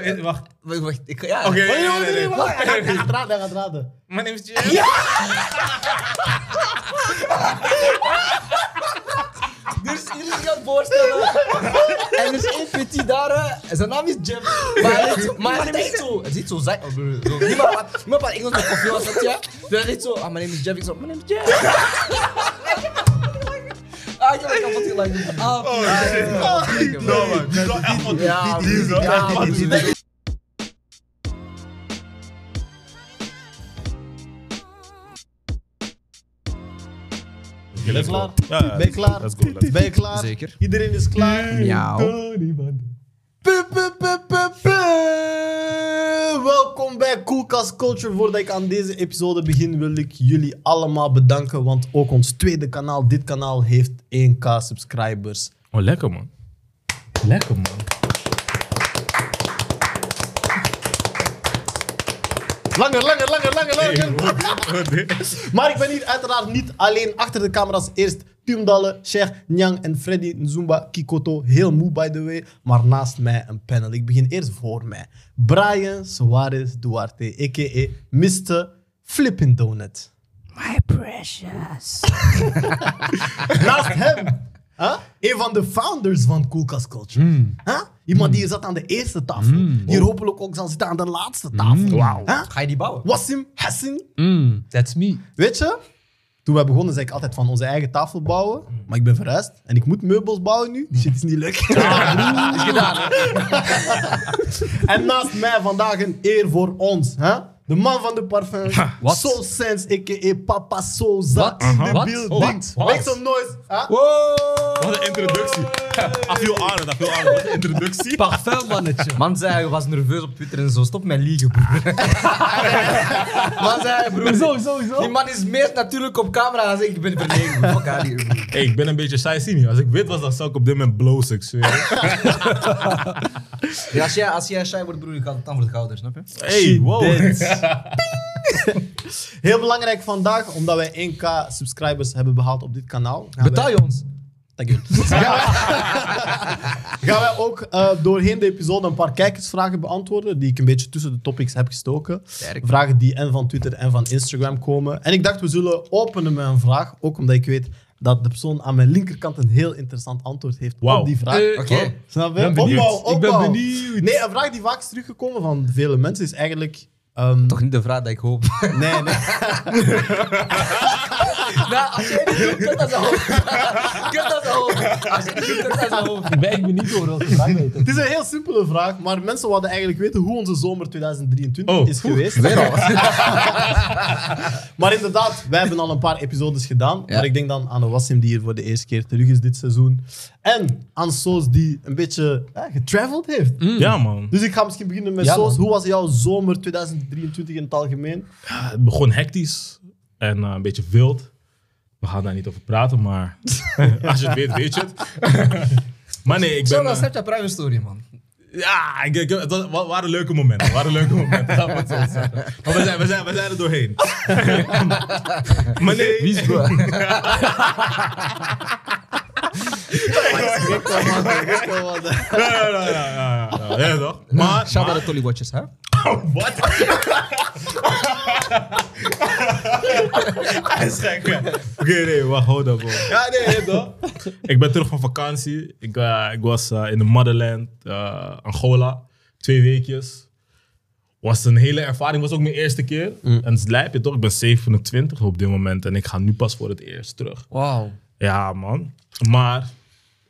eh, wacht. Wacht, Oh, wacht, ik, ja. Oké, Wacht, nee, wacht, nee, nee. wacht, wacht, Hij gaat- hij gaat raden, hij gaat raden. Mijn name is Jim. Ja! Dus jullie gaan voorstellen. en er is één petit daar, hè. zijn naam is Jim. Maar hij is- maar het is niet zo, het is niet zo zijn. Oh, broer, zo. Niemand praat- niemand praat Engels met confiance, weet je. Dus hij is niet zo, ah, mijn naam is Jim. Ik zo, mijn naam is Jim. Ah, ik heb het kapot gelijk. Ah, ah, ja, ja. No, man. Die is wel echt wat. Ja, Die is wel ja, echt wat. broer. Let's je go. klaar? Ja, ja, Ben je let's go, klaar? Let's go. let's go. Ben je klaar? Zeker. Iedereen is klaar. Miauw. Pup, pup, pup, pup, pup. Welkom bij Koelkast Culture. Voordat ik aan deze episode begin, wil ik jullie allemaal bedanken. Want ook ons tweede kanaal, dit kanaal, heeft 1k subscribers. Oh, lekker, man. Lekker, man. Langer, langer, langer, langer, langer. Hey, Maar ik ben hier uiteraard niet alleen. Achter de camera's eerst Tumdalle, Sheikh, Nyang en Freddy Nzumba Kikoto. Heel moe, by the way. Maar naast mij een panel. Ik begin eerst voor mij. Brian Suarez Duarte, a.k.a. Mr. Flippin' Donut. My precious. Naast hem, hè, een van de founders van Koelkast Culture. Hè? Iemand die zat aan de eerste tafel. Die er hopelijk ook zal zitten aan de laatste tafel. Hmm. Hè? Ga je die bouwen? Wassim Hassin. That's me. Weet je, toen we begonnen zei ik altijd van onze eigen tafel bouwen. Maar ik ben verhuisd en ik moet meubels bouwen nu. Die shit is niet leuk. Is gedaan. en naast mij vandaag een eer voor ons. Hè? De man van de parfum. wat? Soul Sense, a.k.a. Papa Soza. Wat? in the Wat? building. Wat? Wat? Make some noise. Hè? Wat een introductie. Dat viel aan, dat viel aan. Wat een introductie. Parfum, mannetje. Man zei, hij was nerveus op Twitter en zo. Stop met liegen, broer. man zei, broer. Zo, zo, zo. Die man is meest natuurlijk op camera gaan zeggen, ik ben verlegen. broer. Fuck haar hier, broer. Hey, ik ben een beetje saai senior. Als ik wit was, dan zou ik op dit moment blozen. ik zweer. Ja, als jij, als jij shy wordt, broer, ik had het dan voor het gouden, snap je? Hey, wow. Heel belangrijk vandaag, omdat wij 1k subscribers hebben behaald op dit kanaal. gaan Betaal je ons? Dank u. Gaan wij ook eh, doorheen de episode een paar kijkersvragen beantwoorden, die ik een beetje tussen de topics heb gestoken. Sterk. Vragen die en van Twitter en van Instagram komen. En ik dacht, we zullen openen met een vraag, ook omdat ik weet dat de persoon aan mijn linkerkant een heel interessant antwoord heeft Wauw. op die vraag. Eh, Oké. Snap je? ben benieuwd. Opbouw, Ik ben opbouw. benieuwd. Nee, een vraag die vaak is teruggekomen van vele mensen is eigenlijk... ehm, Toch niet de vraag dat ik hoop. nee, nee. nou, als jij niet doet, kut aan zijn hoofd. Kut aan zijn hoofd. Als jij niet doet, kut aan zijn hoofd. Ik ben echt benieuwd over wat vraag weten. Het is een heel simpele vraag, maar mensen wilden eigenlijk weten hoe onze zomer 2023 Oh, is oeh, geweest. maar inderdaad, wij hebben al een paar episodes gedaan. Ja. Maar ik denk dan aan de Wassim die hier voor de eerste keer terug is dit seizoen. En aan Soos die een beetje eh, getraveld heeft. Ja, man. Dus ik ga misschien beginnen met Ja, Soos. man. Hoe was jouw zomer 2023 in het algemeen? Het begon hectisch en eh, een beetje wild. We gaan daar niet over praten, maar als je het weet, weet je het. maar nee, ik Zo, ben... dan eh, snap je private story, man. ja, ik, ik- het was- wa- waren leuke momenten. waren leuke momenten, laat me het zo zeggen. Maar we zijn, we, zijn, we zijn er doorheen. maar nee... Wie is bro? Ja, ja, ja, ja, ja, ja, ja, ja, toch? Maar... Shout out maar- to Tolly Watchers, hè? Oh, wat? Hij is gek, hè? Oké, nee, wacht, hold up, hoor. Ja, nee, nee, toch? ik ben terug van vakantie. Ik, eh, ik was eh, in de motherland, eh, Angola, twee weekjes. Was een hele ervaring, was ook mijn eerste keer. En het lijp je toch, ik ben 27 op dit moment en ik ga nu pas voor het eerst terug. Wauw. Ja, man. Maar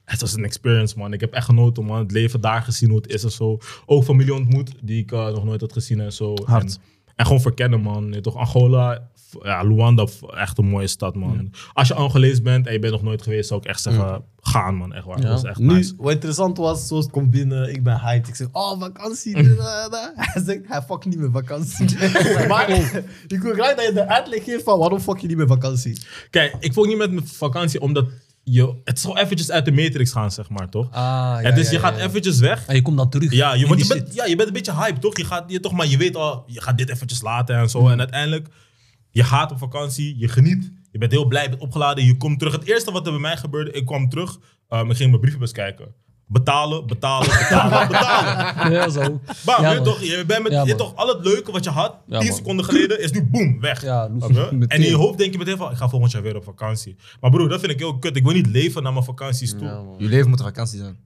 het was een experience, man. Ik heb echt genoten, man. Het leven daar gezien, hoe het is en zo. Ook familie ontmoet, die ik eh, nog nooit had gezien en zo. Hard. En, en gewoon verkennen, man. Je toch, Angola, f- ja, Luanda, f- echt een mooie stad, man. Als je Angolees bent en je bent nog nooit geweest, zou ik echt zeggen, gaan, man. Echt waar. Dat is echt nu, nice. wat interessant was, zoals komt binnen, ik ben hyped. Ik zeg, oh, vakantie. dit, dat, dat. Hij zegt, hij fuck niet met vakantie. maar ik wil graag dat je de uitleg geeft van waarom fuck je niet met vakantie. Kijk, ik volg niet met mijn vakantie, omdat je, het zou eventjes uit de matrix gaan, zeg maar, toch? Ah, ja, het is, ja, je ja, gaat ja. eventjes weg. En je komt dan terug. Ja, je, in want je, die bent, ja, je bent een beetje hype, toch? Je, gaat, je, toch maar je weet al, je gaat dit eventjes laten en zo. En uiteindelijk, je gaat op vakantie, je geniet. Je bent heel blij, je bent opgeladen, je komt terug. Het eerste wat er bij mij gebeurde, ik kwam terug. ehm, ik ging mijn brievenbus kijken. Betalen, betalen, betalen, betalen. Ja, zo. Bam, Ja, je, man. toch, je bent met Ja, je man. toch al het leuke wat je had, Ja, 10 man. seconden geleden, is nu boem, weg. Ja, Snap je? en meteen. in je hoofd denk je meteen van, ik ga volgend jaar weer op vakantie. Maar broer, dat vind ik heel kut. Ik wil niet leven naar mijn vakanties toe. Je leven moet een vakantie zijn.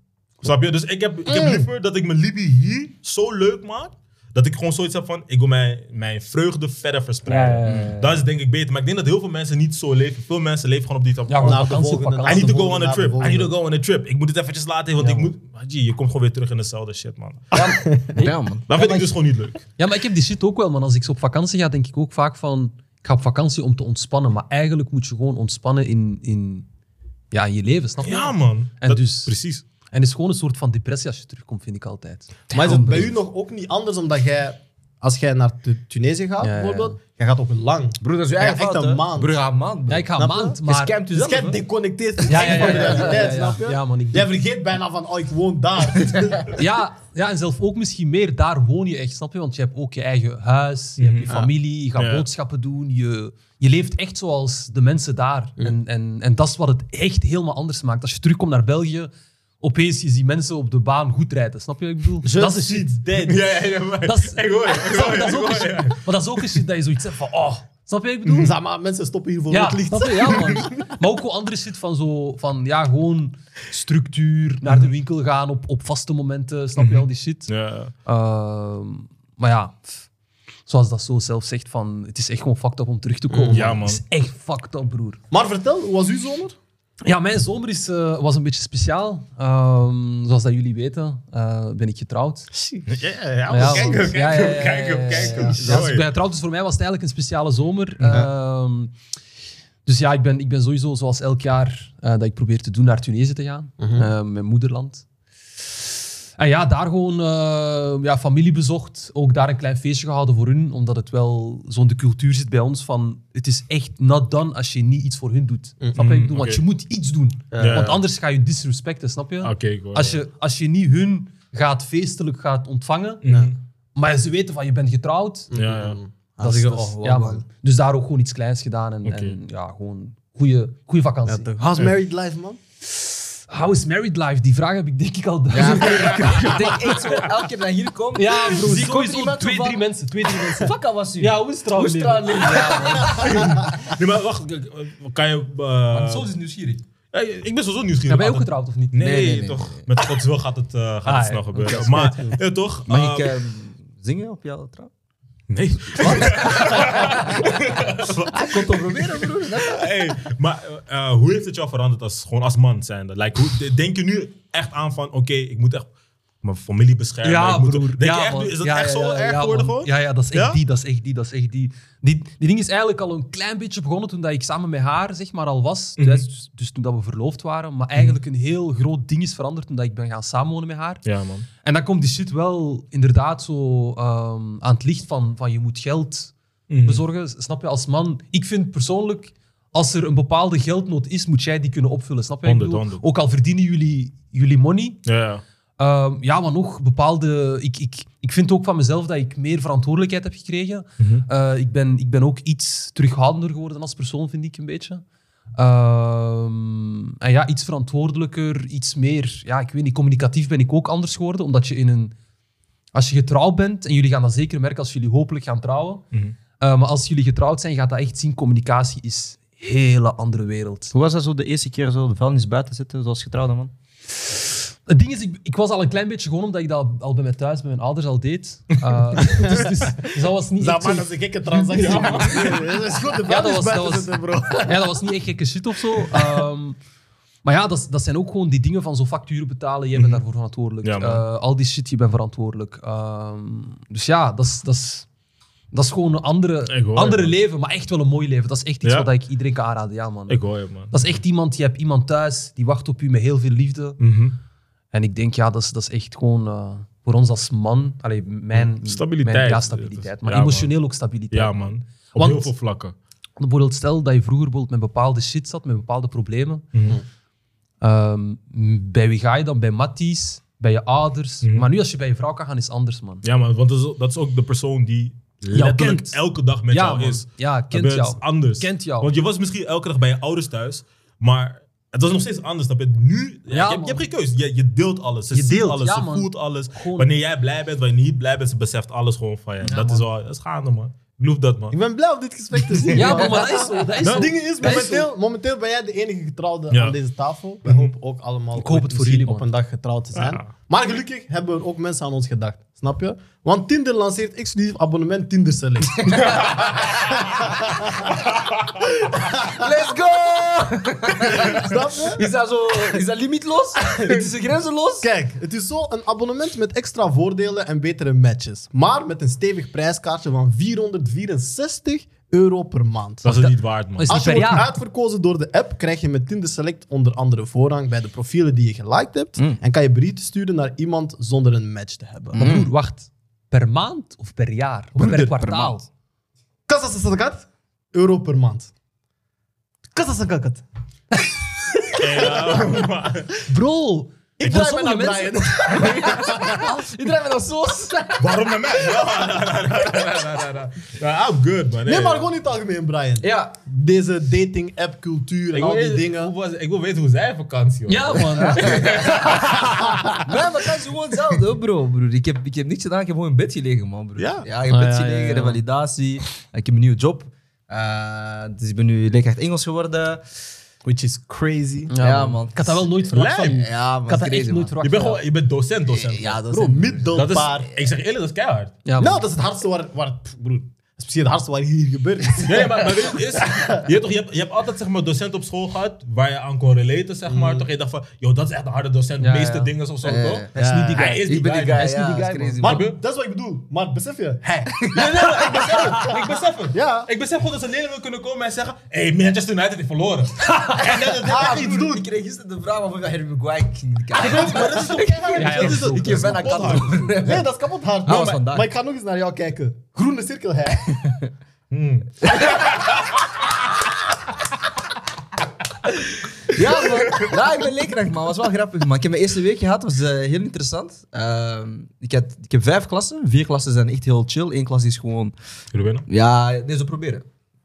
Snap je? Dus ik heb, ik heb liever dat ik mijn Libi hier zo leuk maak. Dat ik gewoon zoiets heb van, ik wil mijn, mijn vreugde verder verspreiden. Ja, ja, ja, ja. Dat is denk ik beter. Maar ik denk dat heel veel mensen niet zo leven. Veel mensen leven gewoon op die trap. Ja, Oh, man. Nou, de vakantie, volgende, vakantie. na I de need to go volgende, on na a de trip. I need volgende. to go on a trip. Ik moet dit eventjes laten, want Ja, ik man. Ah, moet... Maar gee, je komt gewoon weer terug in dezelfde shit, man. Ja, man. Dat vind maar ik dus gewoon niet leuk. Ja, maar ik heb die shit ook wel, man. Als ik zo op vakantie ga, denk ik ook vaak van... Ik ga op vakantie om te ontspannen. Maar eigenlijk moet je gewoon ontspannen in, in, ja, in je leven, snap je? Ja, man. En Dat- dus- Precies. En het is gewoon een soort van depressie als je terugkomt, vind ik altijd. Maar is het bij u nog ook niet anders omdat jij, als jij naar Tu- Tunesië gaat Ja, ja. bijvoorbeeld, jij gaat ook lang. Broer, dat is je Ja, eigen echt fout, een hè? maand. Broer, ja, een maand. Ja, broer. ik ga Nou, Snap je? maand, Je maar... scamt Dus jezelf, jij hè? deconnecteert Ja, ja, ja, van de ja, ja, realiteit, ja, ja. snap je? Ja, man, ik- Jij vergeet bijna van, oh, ik woon daar. Ja, ja, en zelf ook misschien meer. Daar woon je echt, snap je? Want je hebt ook je eigen huis, je hebt je familie, je gaat Mhm. Ja. boodschappen doen. Je, je leeft echt zoals de mensen daar. En, en, en dat is wat het echt helemaal anders maakt. Als je terugkomt naar België, opeens je ziet mensen op de baan goed rijden. Snap je wat ik bedoel? dat is shit. dead. Ja, ja, ja. maar- Dat is, Ik hoor je, ik snap hoor je? je, Dat is ik ook een hoor je. Mm, shit. Maar dat is ook een shit dat je zoiets hebt van, oh, snap je wat ik bedoel? Zeg maar, mensen stoppen hier voor Ja, het licht. snap je? Ja, man. Maar ook wel andere shit van zo, van ja, gewoon structuur, naar de Mhm. winkel gaan op, op vaste momenten, snap je al die shit? Ja. Ehm, maar ja, pff, zoals dat zo zelf zegt, van, het is echt gewoon fucked up om terug te komen. Mm, Ja, man. Het is echt fucked up, broer. Maar vertel, hoe was uw zomer? Ja, mijn zomer is, eh, was een beetje speciaal. Ehm, zoals dat jullie weten, eh, ben ik getrouwd. Ja, ja, ja. Ja, Kijk want- hem, ja, kijk ja, hem, ja, kijk ja, hem, ja, kijk ja. hem. Ja, dus ik Sorry. ben getrouwd, dus voor mij was het eigenlijk een speciale zomer. Ehm, dus ja, ik ben, ik ben sowieso zoals elk jaar eh, dat ik probeer te doen naar Tunesië te gaan, eh, mijn moederland. En ja, daar gewoon eh, ja, familie bezocht. Ook daar een klein feestje gehouden voor hun, omdat het wel zo'n de cultuur zit bij ons van het is echt not done als je niet iets voor hun doet. Snap je? wat ik bedoel? Want oké. je moet iets doen, Ja. want anders ga je disrespecten, snap je? Oké, ik Ah, hoor Als je, als je niet hun gaat feestelijk gaat ontvangen, maar ze weten van je bent getrouwd. Ja, ja. Mm-hmm. Dat is, is- dat oh, dat is- ja, man. Ehm, Dus daar ook gewoon iets kleins gedaan. En, Oké. en ja, gewoon goede goede vakantie. How's married life, man? How is married life? Die vraag heb ik denk ik al duizend keer gekregen. Ik denk echt zo, elke keer dat ik hier kom. Ja, bro. zie ik ooit Sowieso iemand twee, van- drie mensen. Twee, drie mensen. Fuck, dat was u. Ja, hoe is het Hoe trouwens? is het trouwens leven? Nee, maar wacht. ik- Kan je... eh, is nieuwsgierig. Ja, ik ben sowieso nieuwsgierig. Ja, ben je Altijd- ook getrouwd of niet? Nee, Ehm, Nee, nee, nee, toch. Met Gods wil gaat het, eh, gaat Ah, het ja. snel gebeuren. maar ja, toch? Mag ik eh, ehm, zingen op jouw trouw? nee. Ah, Ik kon het toch proberen, broer. Dat- hey, maar eh, eh, hoe heeft het jou veranderd als, gewoon als man zijnde? Like, hoe, denk je nu echt aan van, oké, ik moet echt mijn familie beschermen? Ja, ik moet- broer. Denk ja, je echt, nu- man. is dat Ja, echt ja, zo ja, erg ja, geworden man. gewoon? Ja, ja, dat is echt Ja? die, dat is echt die, dat is echt die. die. Die ding is eigenlijk al een klein beetje begonnen toen dat ik samen met haar zeg maar, al was. Mhm. dus, dus toen dat we verloofd waren. Maar eigenlijk een heel groot ding is veranderd toen dat ik ben gaan samenwonen met haar. Ja, man. En dan komt die shit wel inderdaad zo ehm, aan het licht van, van je moet geld Mhm. bezorgen. Snap je, als man. Ik vind persoonlijk, als er een bepaalde geldnood is, moet jij die kunnen opvullen. Snap je? Ik Honderd, bedoel, honderd. Ook al verdienen jullie, jullie money. Ja. Ehm, ja, maar nog bepaalde. Ik, ik, ik vind ook van mezelf dat ik meer verantwoordelijkheid heb gekregen. Eh, ik, ben, ik ben ook iets terughoudender geworden als persoon, vind ik een beetje. Ehm, en ja, iets verantwoordelijker, iets meer. Ja, ik weet niet, communicatief ben ik ook anders geworden. Omdat je in een. Als je getrouwd bent, en jullie gaan dat zeker merken als jullie hopelijk gaan trouwen. eh, maar als jullie getrouwd zijn, je gaat dat echt zien. Communicatie is een hele andere wereld. Hoe was dat zo de eerste keer zo de vuilnis buiten zitten, zoals getrouwde man? Het ding is, ik, ik was al een klein beetje gewoon omdat ik dat al bij mij thuis, bij mijn ouders al deed. Eh, dus, dus, dus dat was niet Zeg echt maar, zo- dat is een gekke transactie. Ja, man. dat is goed, de Ja, ja, dat was- is buiten dat was- zitten, bro. ja, dat was niet echt gekke shit of zo. Ehm, maar ja, dat, dat zijn ook gewoon die dingen van zo facturen betalen. Jij bent daarvoor verantwoordelijk. Mhm. Ja, man. Eh, al die shit, je bent verantwoordelijk. Ehm, dus ja, dat is, dat is, dat is gewoon een andere, Ik hoor je, andere man. leven, maar echt wel een mooi leven. Dat is echt iets Ja? wat ik iedereen kan aanraden. Ja, man. Ik hoor je, man. Dat is echt iemand, je hebt iemand thuis, die wacht op u met heel veel liefde. Mhm. En ik denk, ja, dat is, dat is echt gewoon eh, voor ons als man, allee, mijn, Stabiliteit. mijn- ja, stabiliteit. Maar Ja, man. emotioneel ook stabiliteit. Ja, man. Op Want- heel veel vlakken. Want bijvoorbeeld, stel dat je vroeger bijvoorbeeld met bepaalde shit zat, met bepaalde problemen. Mhm. Ehm, m- bij wie ga je dan? Bij Matties, bij je ouders. Mhm. Maar nu als je bij je vrouw kan gaan, is anders, man. Ja, man. Want dat is, dat is ook de persoon die letterlijk kent. elke dag met ja, jou man. is. Ja, Dat kent is jou. anders. Kent jou. Want je was misschien elke dag bij je ouders thuis, maar Het was nog steeds anders, snap je? Nu, ja, je, man. hebt, je hebt geen keus. Je, je deelt alles. Ze Je ziet deelt, alles, ja, ze man. voelt alles. Gewoon. Wanneer jij blij bent, wanneer je niet blij bent, ze beseft alles gewoon van je. dat is wel, dat is gaande, man. Ik geloof dat, man. Ik ben blij om dit gesprek te zien. Ja, man. maar dat is zo. Dat is Het zo. ding is, Dat is momenteel, momenteel ben jij de enige getrouwde Ja. Mhm. aan deze tafel. We hopen ook allemaal Ik hoop ooit het voor misschien jullie, op man. een dag getrouwd te zijn. Ja. Maar gelukkig hebben er ook mensen aan ons gedacht. Snap je? Want Tinder lanceert exclusief abonnement Tinder Select. Let's go! snap je? Is dat zo, is dat limietloos? is de grenzen los? Kijk, het is zo een abonnement met extra voordelen en betere matches. Maar met een stevig prijskaartje van 464 euro per maand. Dat is het niet waard, man. is Als je niet per wordt jaar. uitverkozen door de app, krijg je met Tinder Select onder andere voorrang bij de profielen die je geliked hebt. Mm. En kan je berichten sturen naar iemand zonder een match te hebben. Maar broer, wacht. Per maand of per jaar? Of per kwartaal? Kassa sasakat, euro per maand. Kassa sasakat. Ja, nou, man. Bro! Ik draai sommige mij naar mensen... Iedereen met een soos? Waarom naar mij? Ja, na, na, na, na, na, na. Nou, I'm good, man. Nee, Hey, maar ja. gewoon in het algemeen, Brian. Ja. Deze dating-app-cultuur en Ik al die wil- dingen. hoe was- Ik wil weten hoe zij vakantie was. Ja, man. Mijn vakantie is gewoon hetzelfde, hoor, bro. broer. Ik, heb, ik heb niks gedaan, ik heb gewoon in bed gelegen, man. Broer. Ja? ik heb in Ah, bed ja, ja, gelegen, ja. revalidatie. Ik heb een nieuwe job. Eh, dus ik ben nu leerkracht Engels geworden. Which is crazy. Ja, man. Ik had dat wel nooit verwacht van... Lijp. Ja, Ik man. had is dat echt crazy, nooit man. verwacht. Je bent van- gewoon je bent docent, docent. Ja, dat is Bro, echt- dat middelbaar. is, ik zeg eerlijk, dat is keihard. Ja, man. Nou, dat is het hardste waar... waar pff, broer, dat is precies het hardste waar hier gebeurt. Nee, maar, maar weet je, is, je, hebt toch, je, hebt, je hebt altijd zeg maar, docent op school gehad waar je aan kon relaten, zeg maar. Toch, je dacht van, joh, dat is echt een harde docent, Mm. Ja, meeste ja. dingen of zo, Ja, toch? eh, ja. Hij is niet die guy. Hij is die Ik ben guy, die guy, man. ja, die guy, dat is man. crazy, Maar man. dat is wat ik bedoel. Maar besef je? Hij. Nee, nee, nee, ik besef het. Ik besef het. Ja. Ik besef gewoon dat ze leerlingen kunnen komen en zeggen, hey, Manchester United heeft verloren. en dat het echt Ah, iets broer, doet. Ik kreeg gisteren de vraag of ik naar Harry Maguire ging kijken. Maar dat is toch keihard? Ja, ja, Dat is bro. toch- Ik heb bijna kapot, kapot. Nee, dat is kapot hard. was Nee, maar, vandaag. maar ik ga nog eens naar jou kijken. Groene cirkel, hij. Ja, man. Ja, ik ben leerkracht, man. was wel grappig, man. Ik heb mijn eerste week gehad. was eh, heel interessant. Ehm, ik, had, ik heb vijf klassen. Vier klassen zijn echt heel chill. Eén klas is gewoon... Ja, nee, ze proberen.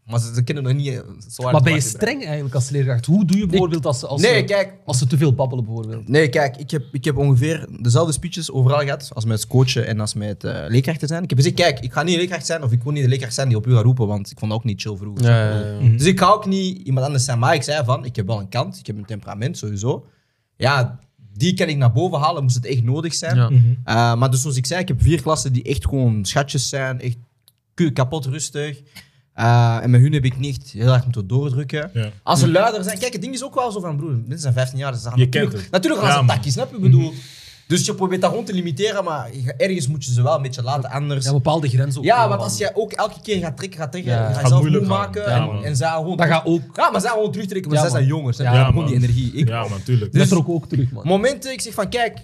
Maar ze, ze kennen nog niet eh, zo hard Maar ben je te maken. streng eigenlijk als leerkracht? Hoe doe je bijvoorbeeld als ze, als Nee, ze, kijk. als ze te veel babbelen, bijvoorbeeld? Nee, kijk. Ik heb, ik heb ongeveer dezelfde speeches overal gehad als met coachen en als met eh, leerkrachten zijn. Ik heb gezegd, kijk, ik ga niet leerkracht zijn of ik wil niet de leerkracht zijn die op u gaat roepen, want ik vond dat ook niet chill vroeger. Mhm. Dus ik ga ook niet iemand anders zijn. Maar ik zei van, ik heb wel een kant, ik heb een temperament sowieso. Ja, die kan ik naar boven halen, moest het echt nodig zijn. Ja. Mhm. Eh, maar dus zoals ik zei, ik heb vier klassen die echt gewoon schatjes zijn, echt ku- kapot rustig. Eh, en met hun heb ik niet heel hard moeten doordrukken. Ja. Als ze luider zijn, kijk, het ding is ook wel zo van broer, mensen zijn 15 jaar, ze gaan Je natuurlijk- kent het. Natuurlijk gaan Ja, ze man. takkie, snap je? Ik bedoel, Mhm. dus je probeert dat gewoon te limiteren, maar je- ergens moet je ze wel een beetje laten anders. Ja, bepaalde grenzen ook. Ja, wel, want man. als jij ook elke keer gaat trekken, gaat trekken, Ja. ga je Gaat zelf moeilijk moe gaan. maken. Ja, en, man. en zij gewoon... Dat gaat ook... Ja, maar zij gewoon terugtrekken, want Ja, zij man. zijn jongers. hè. Ja, Die man. hebben gewoon die energie. Ik, Ja, man, tuurlijk. Dus... Dus- Dat er ook, ook terug, man. Momenten, ik zeg van kijk,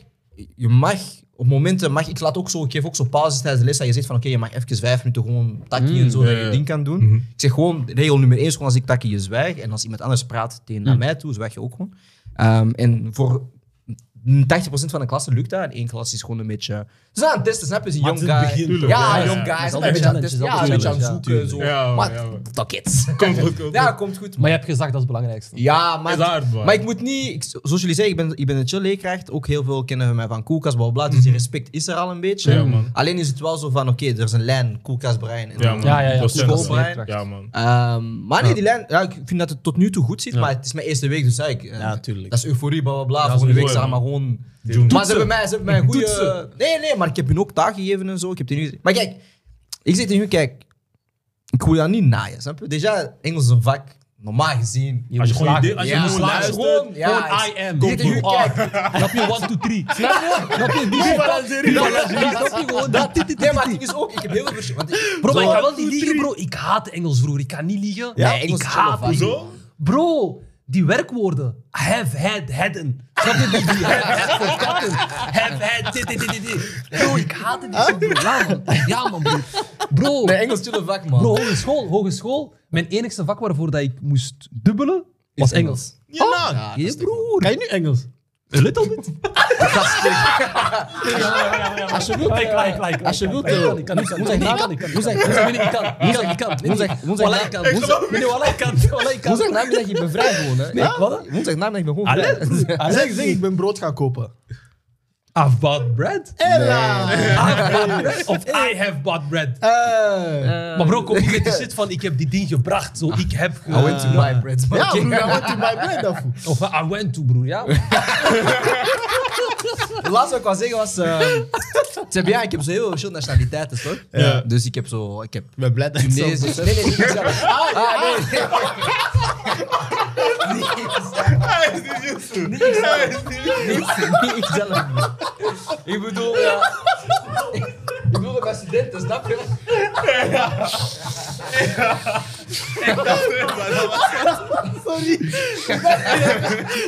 je mag... Op momenten mag ik laat ook zo, ik geef ook zo pauzes tijdens de les dat je zegt van oké, je mag even vijf minuten gewoon takkie en zo ja, dat je ja. je ding kan doen. Ik zeg gewoon, regel nummer één is gewoon als ik takkie, je zwijg. En als iemand anders praat tegen naar mij toe, zwijg je ook gewoon. Ehm, en voor 80% van de klassen lukt dat. En één klas is gewoon een beetje... Ze zijn aan het testen, snap je? Ze Maar Young het is het guy. begin, toch? ja, Ja, young ja. guy. Het is Ze altijd zijn een beetje aan het challenge, testen. het is Ja, een beetje aan het altijd challenge, zoeken. Zo. Ja, man, maar ja, man. fuck it. Komt goed, komt Ja, goed. komt goed. Maar je hebt gezegd, dat is het belangrijkste. Ja, maar, Is hard, man. maar ik moet niet... ik- zoals jullie zeggen, ik ben, ik ben een chill leerkracht. Ook heel veel kennen mij van koelkast, bla bla. bla, Dus die respect is er al een beetje. Mhm. Ja, man. Alleen is het wel zo van, oké, er is een lijn, koelkast Brian. En Ja, man. Ja, ja, ja. Docent. Goed, Brian. leerkracht. Ja, man. Ehm, maar nee, die lijn, ja, ik vind dat het tot nu toe goed zit, maar het is mijn eerste week, dus zei ik. eh, Ja, tuurlijk. Dat is euforie, bla bla bla. Volgende sowieso, week ja, zijn we maar man. gewoon. Doen. Maar ze hebben mij, ze hebben mij een goede. Toetsen. Nee, nee, maar ik heb hun ook taak gegeven en zo. Ik heb tegen hun gezegd- Maar kijk, ik zeg tegen hun, kijk, ik wil dat niet naaien, snap je? Déjà, Engels is een vak, normaal gezien. Je Als je moet gewoon, je slagen. ding- als je Ja, gewoon slagen. luistert, Gewoon, ja, gewoon is- I am. Kom, You bro. are. Snap je? 1, 2, 3. Snap je? Snap je? Die Snap je gewoon? Dat, dit, dit, Nee, dit, maar dit. het ding is ook, ik heb heel veel verschil. want ik- Bro, maar Zo- ik ga wel niet liegen, bro. Ik haat Engels, broer. Ik ga niet liegen. Ja, Nee, Engels ik is chill, haat man. Engels. Hoezo? Bro, die werkwoorden. Have, had, hadden. Snap je? Die, die have, had, forgotten. Have, had, dit, dit, dit, dit, dit. Bro, ik haat het. niet zo, broer. Ja, man. Ja, man, broer. Bro, Nee, Engels chille vak, man. bro hogeschool, hogeschool. Mijn enigste vak waarvoor dat ik moest dubbelen, was Engels. Oh, Ja, nou. Hé, broer. Kan je nu Engels? A little bit? Als je wilt, Like, like, like. Als je wilt, eh, Ik kan niet. woensdag na- woensdag- Ik kan woensdag- niet. woensdag Wallah, na- ik kan. Meneer, wallah, ik kan. Wallah, ik kan. Woensdagnamiddag je bevrijd gewoon, hè? Ja, woensdagnamiddag ben ik gewoon vrij. Zeg, zeg, ik ben brood gaan kopen. I've bought bread. Ella! I've bought bread. Of I have bought bread. Eh. Maar bro, kom niet met die shit van ik heb die ding gebracht. Zo, ik Ah, heb oh. gewoon. I went to buy bread. Ja, broer, I want to buy bread daarvoor. Of I went to, broer. Ja. Het laatste wat ik wou zeggen was... eh, Ze hebben ja, ik heb zo heel veel nationaliteiten, toch? Ja. Dus ik heb zo... Ik heb Ik ben blij dat je het zelf Tunesisch... Nee, nee, niet zelf. Ah, nee. Niet ikzelf. Niet ikzelf. Ik bedoel, ja... Ik bedoel, ik ben studenten, snap je? dus Sorry.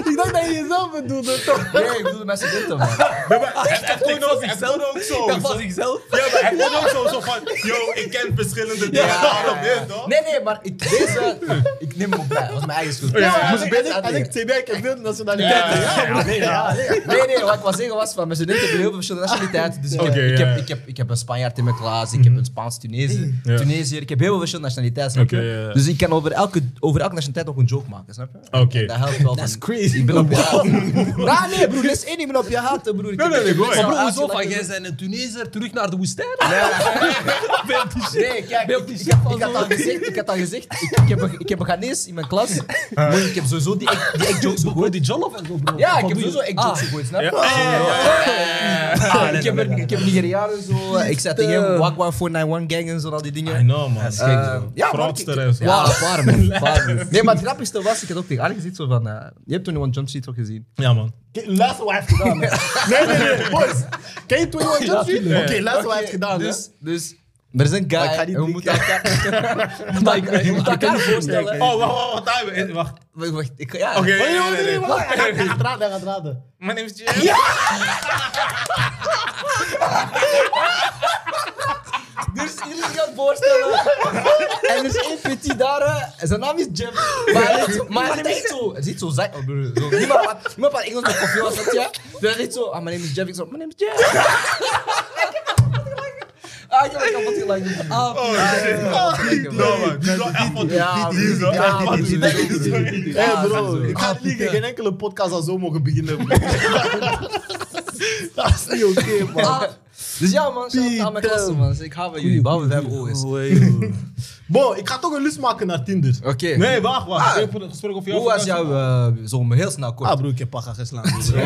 Ik dacht dat je jezelf bedoelde, toch? Nee, ik bedoel, mijn studenten, man. Toen ook, en toen ook zo. Dat zo- was ikzelf. Ja, maar hij kon ook zo, zo van, yo, ik ken verschillende dingen. daarom, hè, toch? Nee, nee, maar ik, deze... Ik neem hem op mij. Dat was mijn eigen schuld. Oh, Ja, Ik moest en best ik- en uitleggen. ik zei, nee, ik heb veel nationaliteiten. Nee, nee, wat ik wou zeggen was, van mijn studenten hebben heel veel verschillende nationaliteiten. Dus ik heb, Oké, ik, ja, heb, ja. ik, heb, ik heb een Spanjaard in mijn klas, ik heb een Spaans Tunesië, Ja. Tunesiër, ik heb heel veel verschillende nationaliteiten. snap je? Oké, ja, ja. Dus ik kan over elke, over elke nationaliteit ook een joke maken, snap je? Oké. Dat helpt wel. That's crazy. Ik ben op je haat. Ah, nee, broer, les één, ik ben op je haat, broer. Ik Nee, heb- nee, nee, ik heb broer. niks Ah, Maar bro, aan hoezo haat, van ik- jij zijn een Tuneser terug naar de woestijn? Nee, kijk, ik, ik, had- ik had al gezegd, ik had al gezegd, ik, ik, heb, een, ik heb een Ghanese in mijn klas, Eh. maar ik heb sowieso die ek- die ek-jokes Bro, gegooid. die Jollof en zo, bro. Ja, ik Wat heb doe je? sowieso ek-jokes gegooid, snap je? Ah, nee, ik, heb, nee, nee, ik heb Nigerianen zo. eh, Ik zei tegen Eh. hem, Wagwan 491 gang en zo, al die dingen. Ah, I know, man. Eh, ja, man, ik- Fraudster en zo. Ja, paar man. paar, man. Nee, maar het grappigste was, ik had ook tegen Arjen gezien zo van, eh, je hebt 21 Jump Street toch gezien? Ja, man. Oké, Luister wat hij heeft gedaan. hè. Nee, nee, nee, boys. Ken je 21 Jump Street? Oké, luister wat hij heeft gedaan. hè. Dus, dus er is een guy, ga en niet we drinken. moeten elkaar... maar ik, je moet elkaar voorstellen. Oh, wacht, wacht, wacht. hij- eh, Wacht. Wacht, wacht, ik, ja. Oké. Nee, nee, nee, nee, nee, nee. wacht, Hij gaat raden, hij gaat raden. Mijn naam is Jim. Ja! Dus iedereen kan voorstellen. En er is één petit daar, hè. zijn naam is Jim. Maar hij heeft- Maar hij heeft echt zo, het is niet zo zijn. oh, broer, zo. Niemand praat- niemand praat Engels met koffie, was dat ja? Dus hij is zo, ah, mijn naam is Jim. Ik zo, mijn naam is Jim. Ah, ik heb het kapot gelachen. Ah, Oh, Oh, No, man. Die is wel echt van Ja, Die is wel echt van Hé bro, ik ga liegen. Geen enkele podcast zou zo mogen beginnen. bro. Dat is niet oké, man. Ah, Dus ja, man, shout out aan mijn klasse, man. Dus Ik hou van jullie, behalve 5 OS. Oké. Bo, ik ga toch een lust maken naar Tinder. Nee, wacht, wacht. Ah. Ik heb gesproken over jou. Hoe was jouw eh, zomer? Heel snel kort. Ah bro, ik heb paga geslaan. bro. I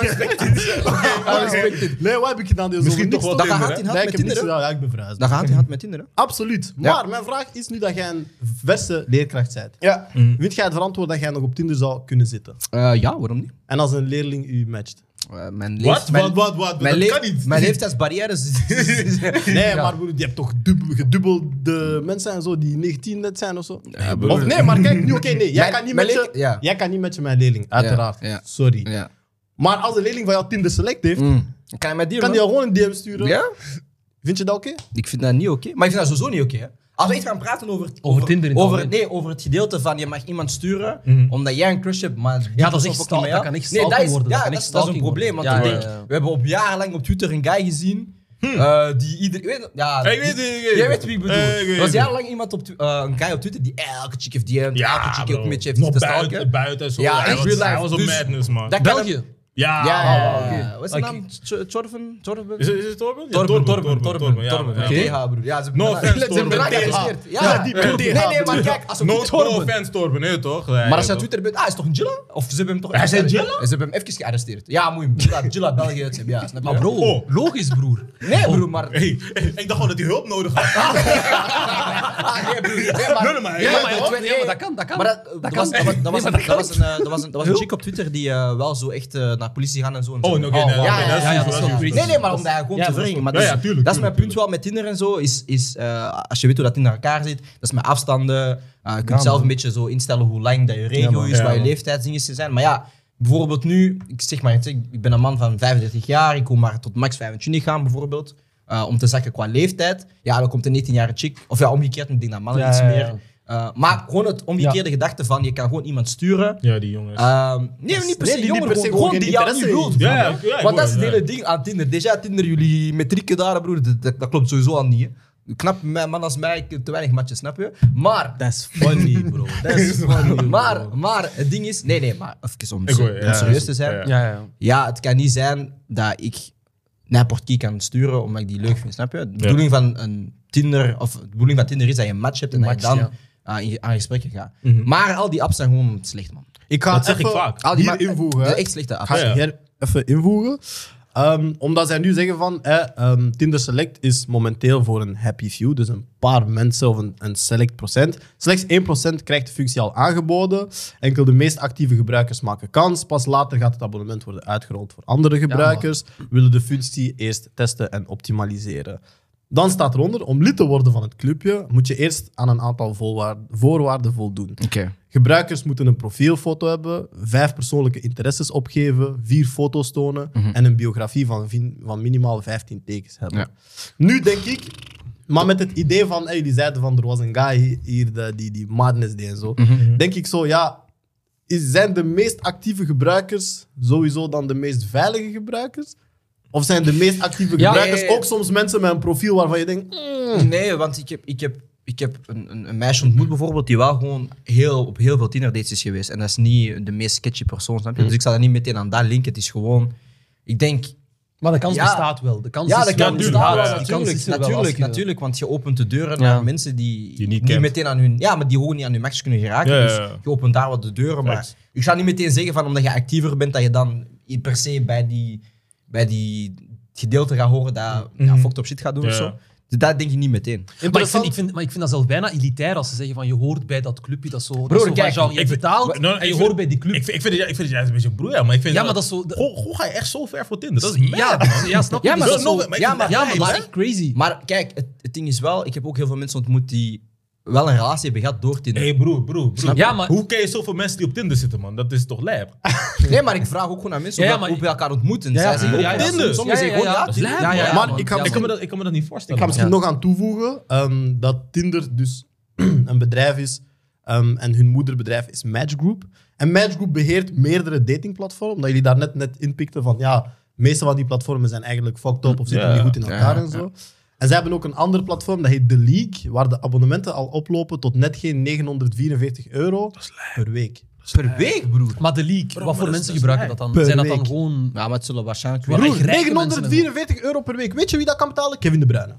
respect it. Nee, wat heb ik gedaan deze Misschien toch zomer? Dat Niks gaat hand in hand toch? Nee, met ik heb niks Tinder. hè? gedaan. Ja, ik ben verhuisd. Dat gaat hand in hand met Tinder. hè? Absoluut. Maar mijn vraag is nu dat jij een verse leerkracht bent. Ja. Vind jij het verantwoord dat jij nog op Tinder zou kunnen zitten? Eh, ja, waarom niet? En als een leerling u matcht? Eh, mijn leef- Wat, mijn- wat, wat, wat? Mijn, Dat leef- kan niet. mijn leeftijdsbarrières. Nee, maar broer, je hebt toch dubbel, gedubbelde mensen en zo die 19 net zijn of zo? broer. of nee, maar kijk, nu oké, nee. Jij, Mijn- kan niet mijn matchen, leer- ja. jij kan niet matchen met mijn leerling, uiteraard. ja. Sorry. ja. Maar als de leerling van jou Tinder select heeft, Mm. Kan je met die kan die jou gewoon een DM sturen. Ja? Vind je dat oké? Ik vind dat niet oké. Maar ik vind dat sowieso niet oké. hè. Als we echt gaan praten over, Tinder in het over, algemeen. nee, over het gedeelte van je mag iemand sturen Mhm. omdat jij een crush hebt, maar die dat is persoon echt fuckt niet met stalking, dat jou. kan echt nee, dat stalking is, worden, dat Ja, kan dat, echt is, dat is een stalking probleem. Want worden. ik Ja, denk, ja, ja. Hmm. we hebben op jarenlang op Twitter een guy gezien eh, die iedereen. Weet, ja, Ik weet het, die- ik weet Jij het. weet wie ik bedoel. Eh, ik weet er was het. jarenlang iemand op, Twi- eh, een guy op Twitter die elke chick heeft die elke chick ook bro. een beetje Nog heeft te buiten, stalken. buiten en zo. Ja, hij echt was, real hij life. was op Dus- madness, man. Dat kan- België. Ah, Ja, Ja, ja, ja, ja. man. Wat is zijn Oké. naam? Jo- Jorven? Jorven? Is het, is het Torben? Ja, Torben, Torben, Torben, Torben, ja, Torben. man, ja, Oké, man. ja, broer. Ja, ze No offense, Ze hebben Torben. eraan TH. geïnteresseerd. Ja, die met Nee, nee, TH, maar broer. kijk, als op No, Twitter- no offense, Torben, nee toch? Maar als je op Twitter bent, ah, is toch een Jilla? Of ze hebben hem toch... Hij zei Ze Jilla? hebben hem even gearresteerd. Ja, moet je hem. Jilla, Jilla, België, het hebben, ja, snap je? Maar bro, Oh. logisch, broer. Nee, broer, maar... Hey, ik dacht gewoon dat hij hulp nodig had. Ah, nee, broer, nee, maar... Nee, nee, maar- Ja, ja, maar maar- dat- ja, maar dat kan, dat kan. Maar dat- dat was- dat was- dat was een- dat was een, eh, dat was een- dat was een chick op Twitter die eh, wel zo echt eh, naar politie gaan en zo. en zo. Oh, oké, nee, oké, ja, dat is ja, ja, goed, dat is wel goed. crazy. Nee, nee, maar omdat hij gewoon te verringen. Maar Ja, dus, ja, tuurlijk, dat is mijn tuurlijk, punt wel met Tinder en zo. Is, is, eh, als je weet hoe dat in elkaar zit, dat is met afstanden. Eh, je kunt zelf een beetje zo instellen hoe lang dat je regio is, Ja, waar je man. leeftijdsdingen zijn. Maar ja, bijvoorbeeld nu, ik zeg maar, iets, ik ik ben een man van 35 jaar, ik wil maar tot max 25 gaan bijvoorbeeld. eh, om te zakken qua leeftijd. Ja, dan komt een 19-jarige chick. Of ja, omgekeerd, ik denk dat mannen Ja, iets ja, ja. meer Eh, maar gewoon het omgekeerde gedachte van, je kan gewoon iemand sturen. Ja, die jongens. Ah, Ehm, nee, niet per se die niet jongeren, per se gewoon, gewoon geen die jou niet interesse wilt. Ja, ja, snap ik- je? ja, ik Want dat is hoor, het ja. hele ding aan Tinder. Déjà Tinder, jullie metrieken daar, broer, dat, dat, dat klopt sowieso al niet. hè. Knap mijn man als mij, ik heb te weinig matjes, snap je? Maar Dat is funny, bro. Dat is funny. bro. maar, maar het ding is, nee, nee, maar even om, Ik hoor je, om ja, serieus ja. te zijn. Ja, Ja. ja. Ja, ja. het kan niet zijn dat ik naar wie kan sturen omdat ik die leuk vind, snap je? De bedoeling van een Tinder, of de bedoeling van Tinder is dat je een match hebt en Match, dat je ja. dan aan in aan gesprekken gaat. Maar al die apps zijn gewoon slecht, man. Ik ga Dat zeg ik even vaak. Al die Hier ma- invoegen. de hè. echt slechte apps. ga Ja, ja. ik hier eh, even invoegen. Ehm, omdat zij nu zeggen van eh, ehm, Tinder Select is momenteel voor een happy few, dus een paar mensen of een, een select procent. Slechts 1% krijgt de functie al aangeboden. Enkel de meest actieve gebruikers maken kans. Pas later gaat het abonnement worden uitgerold voor andere gebruikers. willen de functie eerst testen en optimaliseren. Dan staat eronder, om lid te worden van het clubje, moet je eerst aan een aantal voorwaar- voorwaarden voldoen. Oké. Gebruikers moeten een profielfoto hebben, vijf persoonlijke interesses opgeven, vier foto's tonen en een biografie van, vin- van minimaal 15 tekens hebben. Ja. Nu denk ik, maar met het idee van, hey, jullie zeiden van er was een guy hi- hier de- die, die madness deed en zo, denk ik zo, ja, is, zijn de meest actieve gebruikers sowieso dan de meest veilige gebruikers? Of zijn de meest actieve Ja, gebruikers ja, ja, ja. ook soms mensen met een profiel waarvan je denkt, mm, Nee, want ik heb, ik heb, ik heb een, een, een meisje ontmoet bijvoorbeeld die wel gewoon heel, op heel veel tienerdates is geweest. En dat is niet de meest sketchy persoon, snap je? Dus ik zal dat niet meteen aan dat linken. Het is gewoon... Ik denk, Maar de kans Ja. bestaat wel. De kans ja, is dat wel kan natuurlijk, bestaan. inderdaad. ja, Die kans natuurlijk, is er wel natuurlijk, als je- natuurlijk, want je opent de deuren Ja. naar mensen die, Die die niet niet, kent. meteen aan hun, ja, maar die gewoon niet aan hun max kunnen geraken. Ja, ja, dus ja. je opent daar wat de deuren, maar Facts. ik ga niet meteen zeggen van omdat je actiever bent dat je dan i- per se bij die, bij die gedeelte gaat horen dat ja, Mhm. fucked up shit gaat doen Ja. of zo. Dus dat denk je niet meteen. Maar ik, vind, interessant. ik vind, maar ik vind dat zelf bijna elitair als ze zeggen van je hoort bij dat clubje. Dat is zo, dat Broer, is zo van, kijk, Jean, je ik vind- betaalt Nou, ik en je vind- hoort bij die club. Ik vind, ik, vind het, ju- ik vind het juist een beetje broer, ja, maar ik vind ja, maar dat is zo... dat- Goh, goh, ga je echt zo ver voor Tinder? Dat is mad. ja, man. ja, snap je? Ja, maar Dus dat is zo- nog- maar ik ja, vind maar, dat ja, maar lijp, dat hè? is echt crazy. Maar kijk, het, het ding is wel, ik heb ook heel veel mensen ontmoet die wel een relatie hebben gehad door Tinder. hey, broer, broer, broer. je? Ja, maar- Hoe ken je zoveel mensen die op Tinder zitten, man? Dat is toch lijp? Nee, maar ik vraag ook gewoon aan mensen hoe Ja, ja, dat- maar- hoe we elkaar ontmoeten. Ja, ja, Zij zeggen ja, ook ja, Tinder. ja. Sommigen Ja, zeggen ja, ja. gewoon ja, Ja, ja, ja, man. Maar ik Ja, kan, ik, ik kan me dat, ik kan me dat niet voorstellen. Ik man. ga misschien nog aan toevoegen ehm, dat Tinder dus een bedrijf is ehm, en hun moederbedrijf is Match Group. En Match Group beheert meerdere datingplatformen, omdat jullie daar net, net inpikten van ja, de meeste van die platformen zijn eigenlijk fucked up of zitten Ja, niet goed in elkaar ja, en zo. En zij hebben ook een ander platform, dat heet The League, waar de abonnementen al oplopen tot net geen 944 euro per week. Per week, broer. Maar de leak, wat voor mensen gebruiken dat dus dan? Per Zijn dat dan week. gewoon... Ja, maar het zullen waarschijnlijk Broer, wel Broer, echt- rijke mensen 944 euro per week. Weet je wie dat kan betalen? Kevin De Bruyne.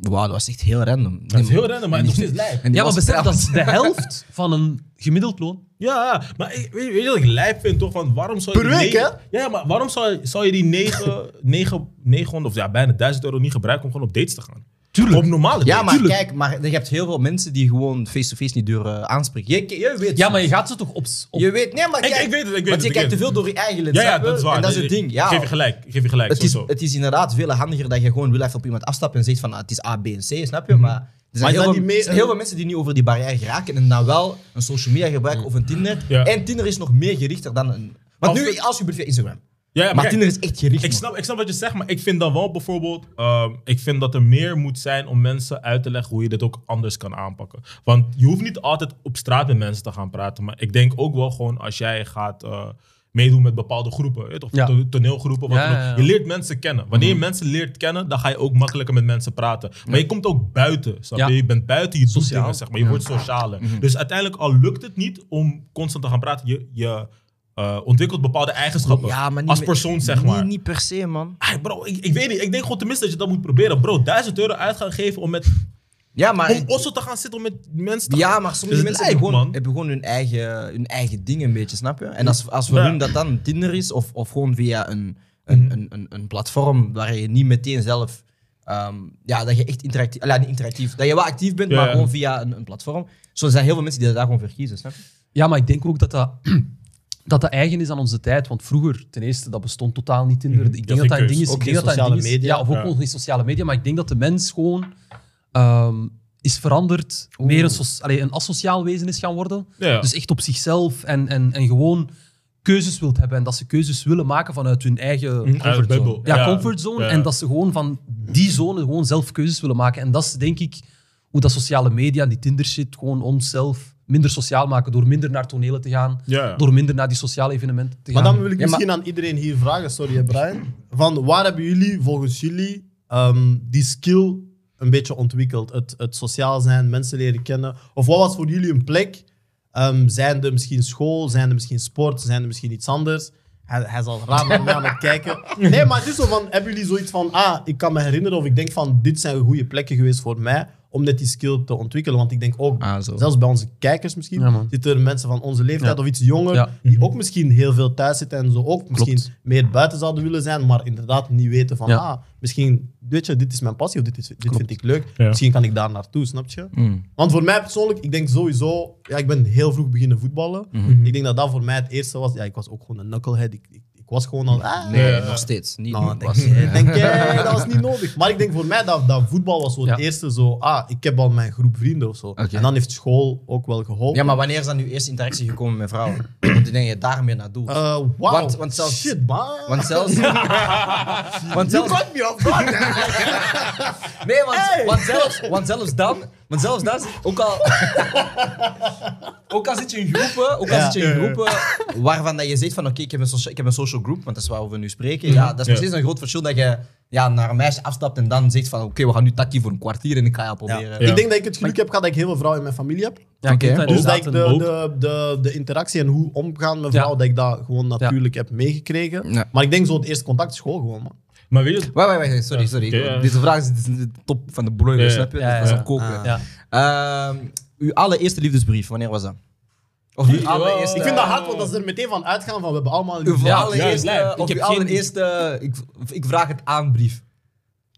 Wauw, dat was echt heel random. Dat is heel random, maar nog steeds lijp. Ja, maar besef, dat is de helft van een gemiddeld loon. Ja, maar ik- weet, je- weet je wat ik lijp vind toch? Van waarom zou je Per die week, negen- Ja, maar waarom zou, zou je die 9, 9, 900 of ja, bijna 1000 euro niet gebruiken om gewoon op dates te gaan? Tuurlijk. Op normale Ja, maar dates. kijk, maar je hebt heel veel mensen die gewoon face-to-face niet durven aanspreken. Je, je weet Ja, ze. maar je gaat ze toch op... op Je weet, nee, maar Ik- kijk, ik weet het, ik weet want het, je ik kijkt weet het. te veel door je eigen lens. Ja, ja, snap je? dat is waar. En dat is Nee, het nee, ding. Ja, Ik geef je gelijk, ik geef je gelijk. het, is, sowieso. het is inderdaad veel handiger dat je gewoon wil even op iemand afstappen en zegt van ah, het is A, B en C, snap je? Mhm. Maar er Maar zijn, is heel dat veel, niet mee- er zijn heel veel mensen die niet over die barrière geraken en dan wel een social media gebruiken of een Tinder. Mhm. Ja. En Tinder is nog meer gerichter dan een... Want Of nu, het- als je bijvoorbeeld Instagram. ja, ja, maar kijk, Tinder is echt gericht. Ik man. snap, ik snap wat je zegt, maar ik vind dan wel bijvoorbeeld... ehm, ik vind dat er meer moet zijn om mensen uit te leggen hoe je dit ook anders kan aanpakken. Want je hoeft niet altijd op straat met mensen te gaan praten. Maar ik denk ook wel gewoon als jij gaat eh, meedoen met bepaalde groepen. weet je, Of Ja. to- toneelgroepen. Wat Ja, dan ook. ja, Mhm. ja. Je leert mensen kennen. Wanneer je mensen leert kennen, dan ga je ook makkelijker met mensen praten. Maar je komt ook buiten, snap je? Ja. Je bent buiten, je doet Sociaal. Mhm. dingen, zeg maar. Je wordt socialer. Dus uiteindelijk, al lukt het niet om constant te gaan praten, je... je eh, ontwikkelt bepaalde eigenschappen Ja, maar niet als met- persoon, zeg niet- maar. Niet per se, man. Ah, bro, ik, ik weet niet. Ik denk gewoon tenminste dat je dat moet proberen. Bro, 1000 euro uit gaan geven om met Ja, maar... om osso te gaan zitten, om met mensen te Ja, gaan- maar sommige Dus het mensen lijkt, hebben gewoon, man. hebben gewoon hun, eigen, hun eigen ding een beetje, snap je? En als, als voor Ja. Mhm. hun dat dan Tinder is, of, of gewoon via een, een, een, een, een platform waar je niet meteen zelf... ehm, ja, dat je echt interactief... Ja, niet interactief. Dat je wel actief bent, Ja, maar ja. gewoon via een, een platform. Zo zijn heel veel mensen die dat daar gewoon verkiezen, snap je? Ja, maar ik denk ook dat dat, dat dat eigen is aan onze tijd. Want vroeger, ten eerste, dat bestond totaal niet Tinder. Ik denk geen dat dat een keus. ding is. Ook ik denk geen dat dat een sociale ding is- media. Ja, of ook Ja. nog geen sociale media. Maar ik denk dat de mens gewoon ehm, is veranderd. Meer een, soc- allee, een asociaal wezen is gaan worden. Ja. Dus echt op zichzelf en, en, en gewoon keuzes wilt hebben. En dat ze keuzes willen maken vanuit hun eigen... Uit de bubbel. Ja, comfortzone. Ja. En dat ze gewoon van die zone gewoon zelf keuzes willen maken. En dat is denk ik hoe dat sociale media en die Tinder shit gewoon onszelf minder sociaal maken door minder naar tonelen te gaan, Ja. door minder naar die sociale evenementen te Maar gaan. dan wil ik Ja, maar- misschien aan iedereen hier vragen, sorry hè, Brian, van waar hebben jullie volgens jullie ehm, die skill een beetje ontwikkeld? Het, het sociaal zijn, mensen leren kennen. Of wat was voor jullie een plek? Ehm, zijn er misschien school, zijn er misschien sport, zijn er misschien iets anders? Hij, hij zal raar naar mij aan het kijken. Nee, maar het is zo van, hebben jullie zoiets van, ah, ik kan me herinneren of ik denk van, dit zijn goede plekken geweest voor mij om net die skill te ontwikkelen. Want ik denk ook, Ah, zo. zelfs bij onze kijkers misschien, Ja, man. zitten er mensen van onze leeftijd Ja. of iets jonger Ja. die ook misschien heel veel thuis zitten en zo ook misschien meer buiten zouden willen zijn, maar inderdaad niet weten van, Ja. ah, misschien, weet je, dit is mijn passie of dit, is, dit vind ik leuk, Ja. misschien kan ik daar naartoe, snap je? Want voor mij persoonlijk, ik denk sowieso, ja, ik ben heel vroeg beginnen voetballen. Ik denk dat dat voor mij het eerste was. Ja, ik was ook gewoon een knucklehead. Ik, ik, ik was gewoon al, ah, Nee, Ja. nog steeds. Niet nou, nu denk, pas. jij, denk jij, dat was niet nodig. Maar ik denk voor mij dat, dat voetbal was zo het Ja. eerste zo, ah, ik heb al mijn groep vrienden of zo. En dan heeft school ook wel geholpen. Ja, maar wanneer is dan nu eerst interactie gekomen met vrouwen? Want ik denk je daar meer naartoe. Eh, wauw. Want- want zelfs- Shit, man. Want zelfs. want zelfs nee, want, want, zelfs, want zelfs dan. Want zelfs dan. zit- Ook al. ook al zit je in groepen. Ook al Ja. zit je in groepen. waarvan dat je zegt van oké, ik heb een social- ik heb een social group. Want dat is waar we nu spreken. Ja, dat is Ja. nog steeds een groot verschil dat je ja, naar een meisje afstapt. en dan zegt van oké, we gaan nu takkie voor een kwartier. en ik ga jou Ja. proberen. Ik denk dat ik het geluk heb gehad dat ik heel veel vrouwen in mijn familie heb. Ja, ik vind dat Dus dat inderdaad ik de, een- de, de, de interactie en hoe omgaan met vrouwen, dat ik dat gewoon natuurlijk heb meegekregen. Ja. Maar ik denk zo het eerste contact is school gewoon, man. Maar weet je, Wacht, wacht, wacht, sorry, Ja, sorry. oké, ja. Deze vraag is, dit is de top van de blogger, Ja, ja. snap je? Ja, ja, Dat was ja. een koken. Ja. Ehm, uw allereerste liefdesbrief, wanneer was dat? Of uw allereerste... Ik vind dat hard, want dat ze er meteen van uitgaan van we hebben allemaal... Uw ja. allereerste... Ja, of uw allereerste... Ik, ik vraag het aan, brief.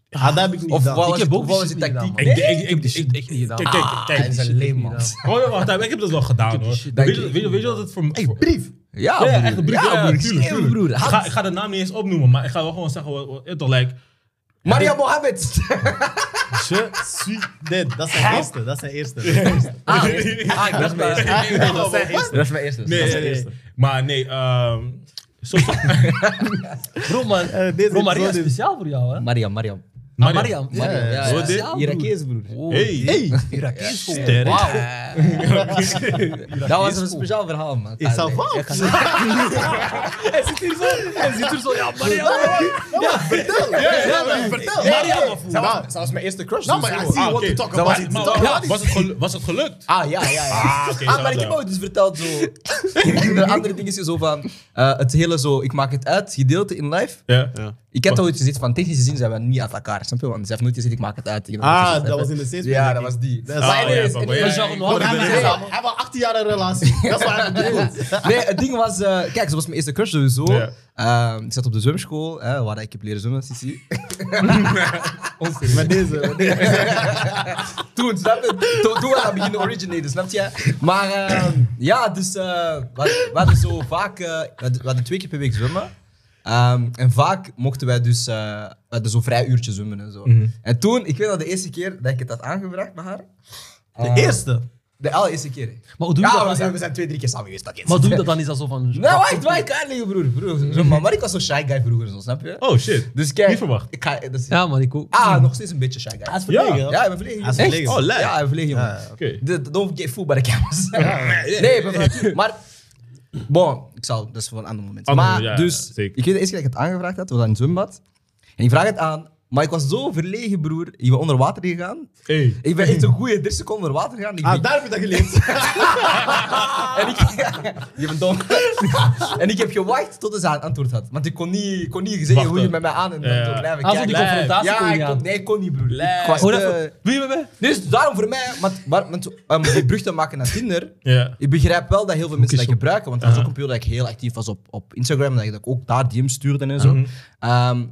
Ah, dat heb ik niet Of gedaan. wat Ik was heb het- ook of die wat was shit het niet tactiek? gedaan, ik, Nee? ik, Ik heb ik, die shit echt niet gedaan. Kijk, kijk, kijk. Hij is een leemman. Oh, ja, wacht, ik heb dat wel gedaan hoor. shit, Maar Weet dank je- je. weet je weet je wat het voor mij. brief. Ja, Ja, broer. echt een brief. Ja, broer, tuurlijk, schreeuw, tuurlijk. broer. Ik Had- ga, ik ga de naam niet eens opnoemen, maar ik ga wel gewoon zeggen, wat- wat- toch, like, Maria Mohammed. Je suis dead. Dat is zijn eerste. Dat is zijn eerste. Dat is zijn eerste. Ah, ah, ik dacht mijn eerste. Dat is zijn eerste. Dat is mijn eerste. nee, nee, nee. Maar nee, ehm soms. Bro, man, Eh, deze bro, Maria is episode is- speciaal voor jou, hè? Mariam, Mariam. Ah, Mariam. Mariam. Ja, ja, ja. Zo dit? Speciaal, broer. Irakees, broer. Wow. Hey. Hey, Irakees, broer. Dat was een speciaal verhaal, man. Ah, is dat Uiteindelijk. fout? Hij zit hier zo, hij zit er zo, ja, Mariam. Ja, Dat was mijn eerste crush. Nou, dus maar I zo. see you want to talk about it. Ah, Maar Talk wa- about it. was, het gelu- was het gelukt? Ah, ja, ja, ja. Ah, oké, ah, maar zo, ik heb zo. ooit eens verteld zo. de andere ding is zo van. eh, het hele zo, ik maak het uit, gedeelte in live. Ja. Ik heb ooit gezegd van technisch gezien zijn we niet uit elkaar. Snap je? Want ze heeft nooit gezegd ik maak het uit. Ik heb nooit Ah, gezegd, dat snap was je? in de steeds. Ja, dat was die. Dat is- Maar Ah, ja, anyways, papa, anyways, ja, we zagen ja, nog- ik hoorde Nee, het Hij heeft al 18 jaar een relatie. Dat is waar hij bedoelt. Nee, het ding was, eh, kijk, ze was mijn eerste crush sowieso. Ja. Ehm, ik zat op de zwemschool, eh, waar ik heb leren zwemmen, Sissi. Met deze. met deze. toen, snap je? Toen, toen we dat beginnen originaten, snap je? Maar ehm, ja, dus eh, we, we hadden zo vaak, eh, we hadden- we hadden twee keer per week zwemmen. Ehm, en vaak mochten wij dus, eh, we hadden zo vrij uurtje zwemmen en zo. Mhm. En toen, ik weet dat de eerste keer dat ik het had aangebracht bij haar. Ehm, De eerste. De allereerste keer. Maar hoe doe je ja, dat we dan? zijn, we zijn twee, drie keer samen geweest. Dat is- Maar doe je dat dan eens als zo van... Nee, wacht, wacht, Nou, ik uitleggen, broer. broer zo, maar, maar ik was zo'n shy guy vroeger, zo, snap je? Oh shit. Dus kijk. Niet verwacht. Ik ga, dat is- Ja, man, ik ook. Ah, nog steeds een beetje shy guy. Hmm. Hij is Ja. verlegen. Ja, ik ben verlegen. Hij is jongen. verlegen. Echt? Oh, leuk. Ja, ik ben verlegen, man. Oké. De- Don't get fooled by the cameras. nee, ik ben verlegen. Maar, bon, ik zal, dat is voor een ander moment. Ander maar, moment, ja, dus, ja, zeker. ik weet de eerste keer dat ik het aangevraagd had, was aan het zwembad. En ik vraag het aan, maar ik was zo verlegen, broer. Ik ben onder water gegaan. Hey. Ik ben echt een goede 30 seconden onder water gegaan. Ik ben- Ah, daar heb je dat geleerd. En ik, je bent dom. en ik heb gewacht tot ze haar antwoord had. Want ik kon niet, ik kon niet zeggen Wachten. hoe je met mij aan en dan Ja. zo blijven Ah, van die kijken. confrontatie kon Ja, je ik kon, aan. nee, ik kon niet, broer. Ik was, Hoor eh, even, wie ben je? dus daarom voor mij, want- maar, want, om die brug te maken naar Tinder, Ja. ik begrijp wel dat heel veel mensen dat zo. gebruiken. Want dat was ook een periode dat ik heel actief was op, op Instagram, dat ik ook daar DM's stuurde en Mhm. zo. Ehm,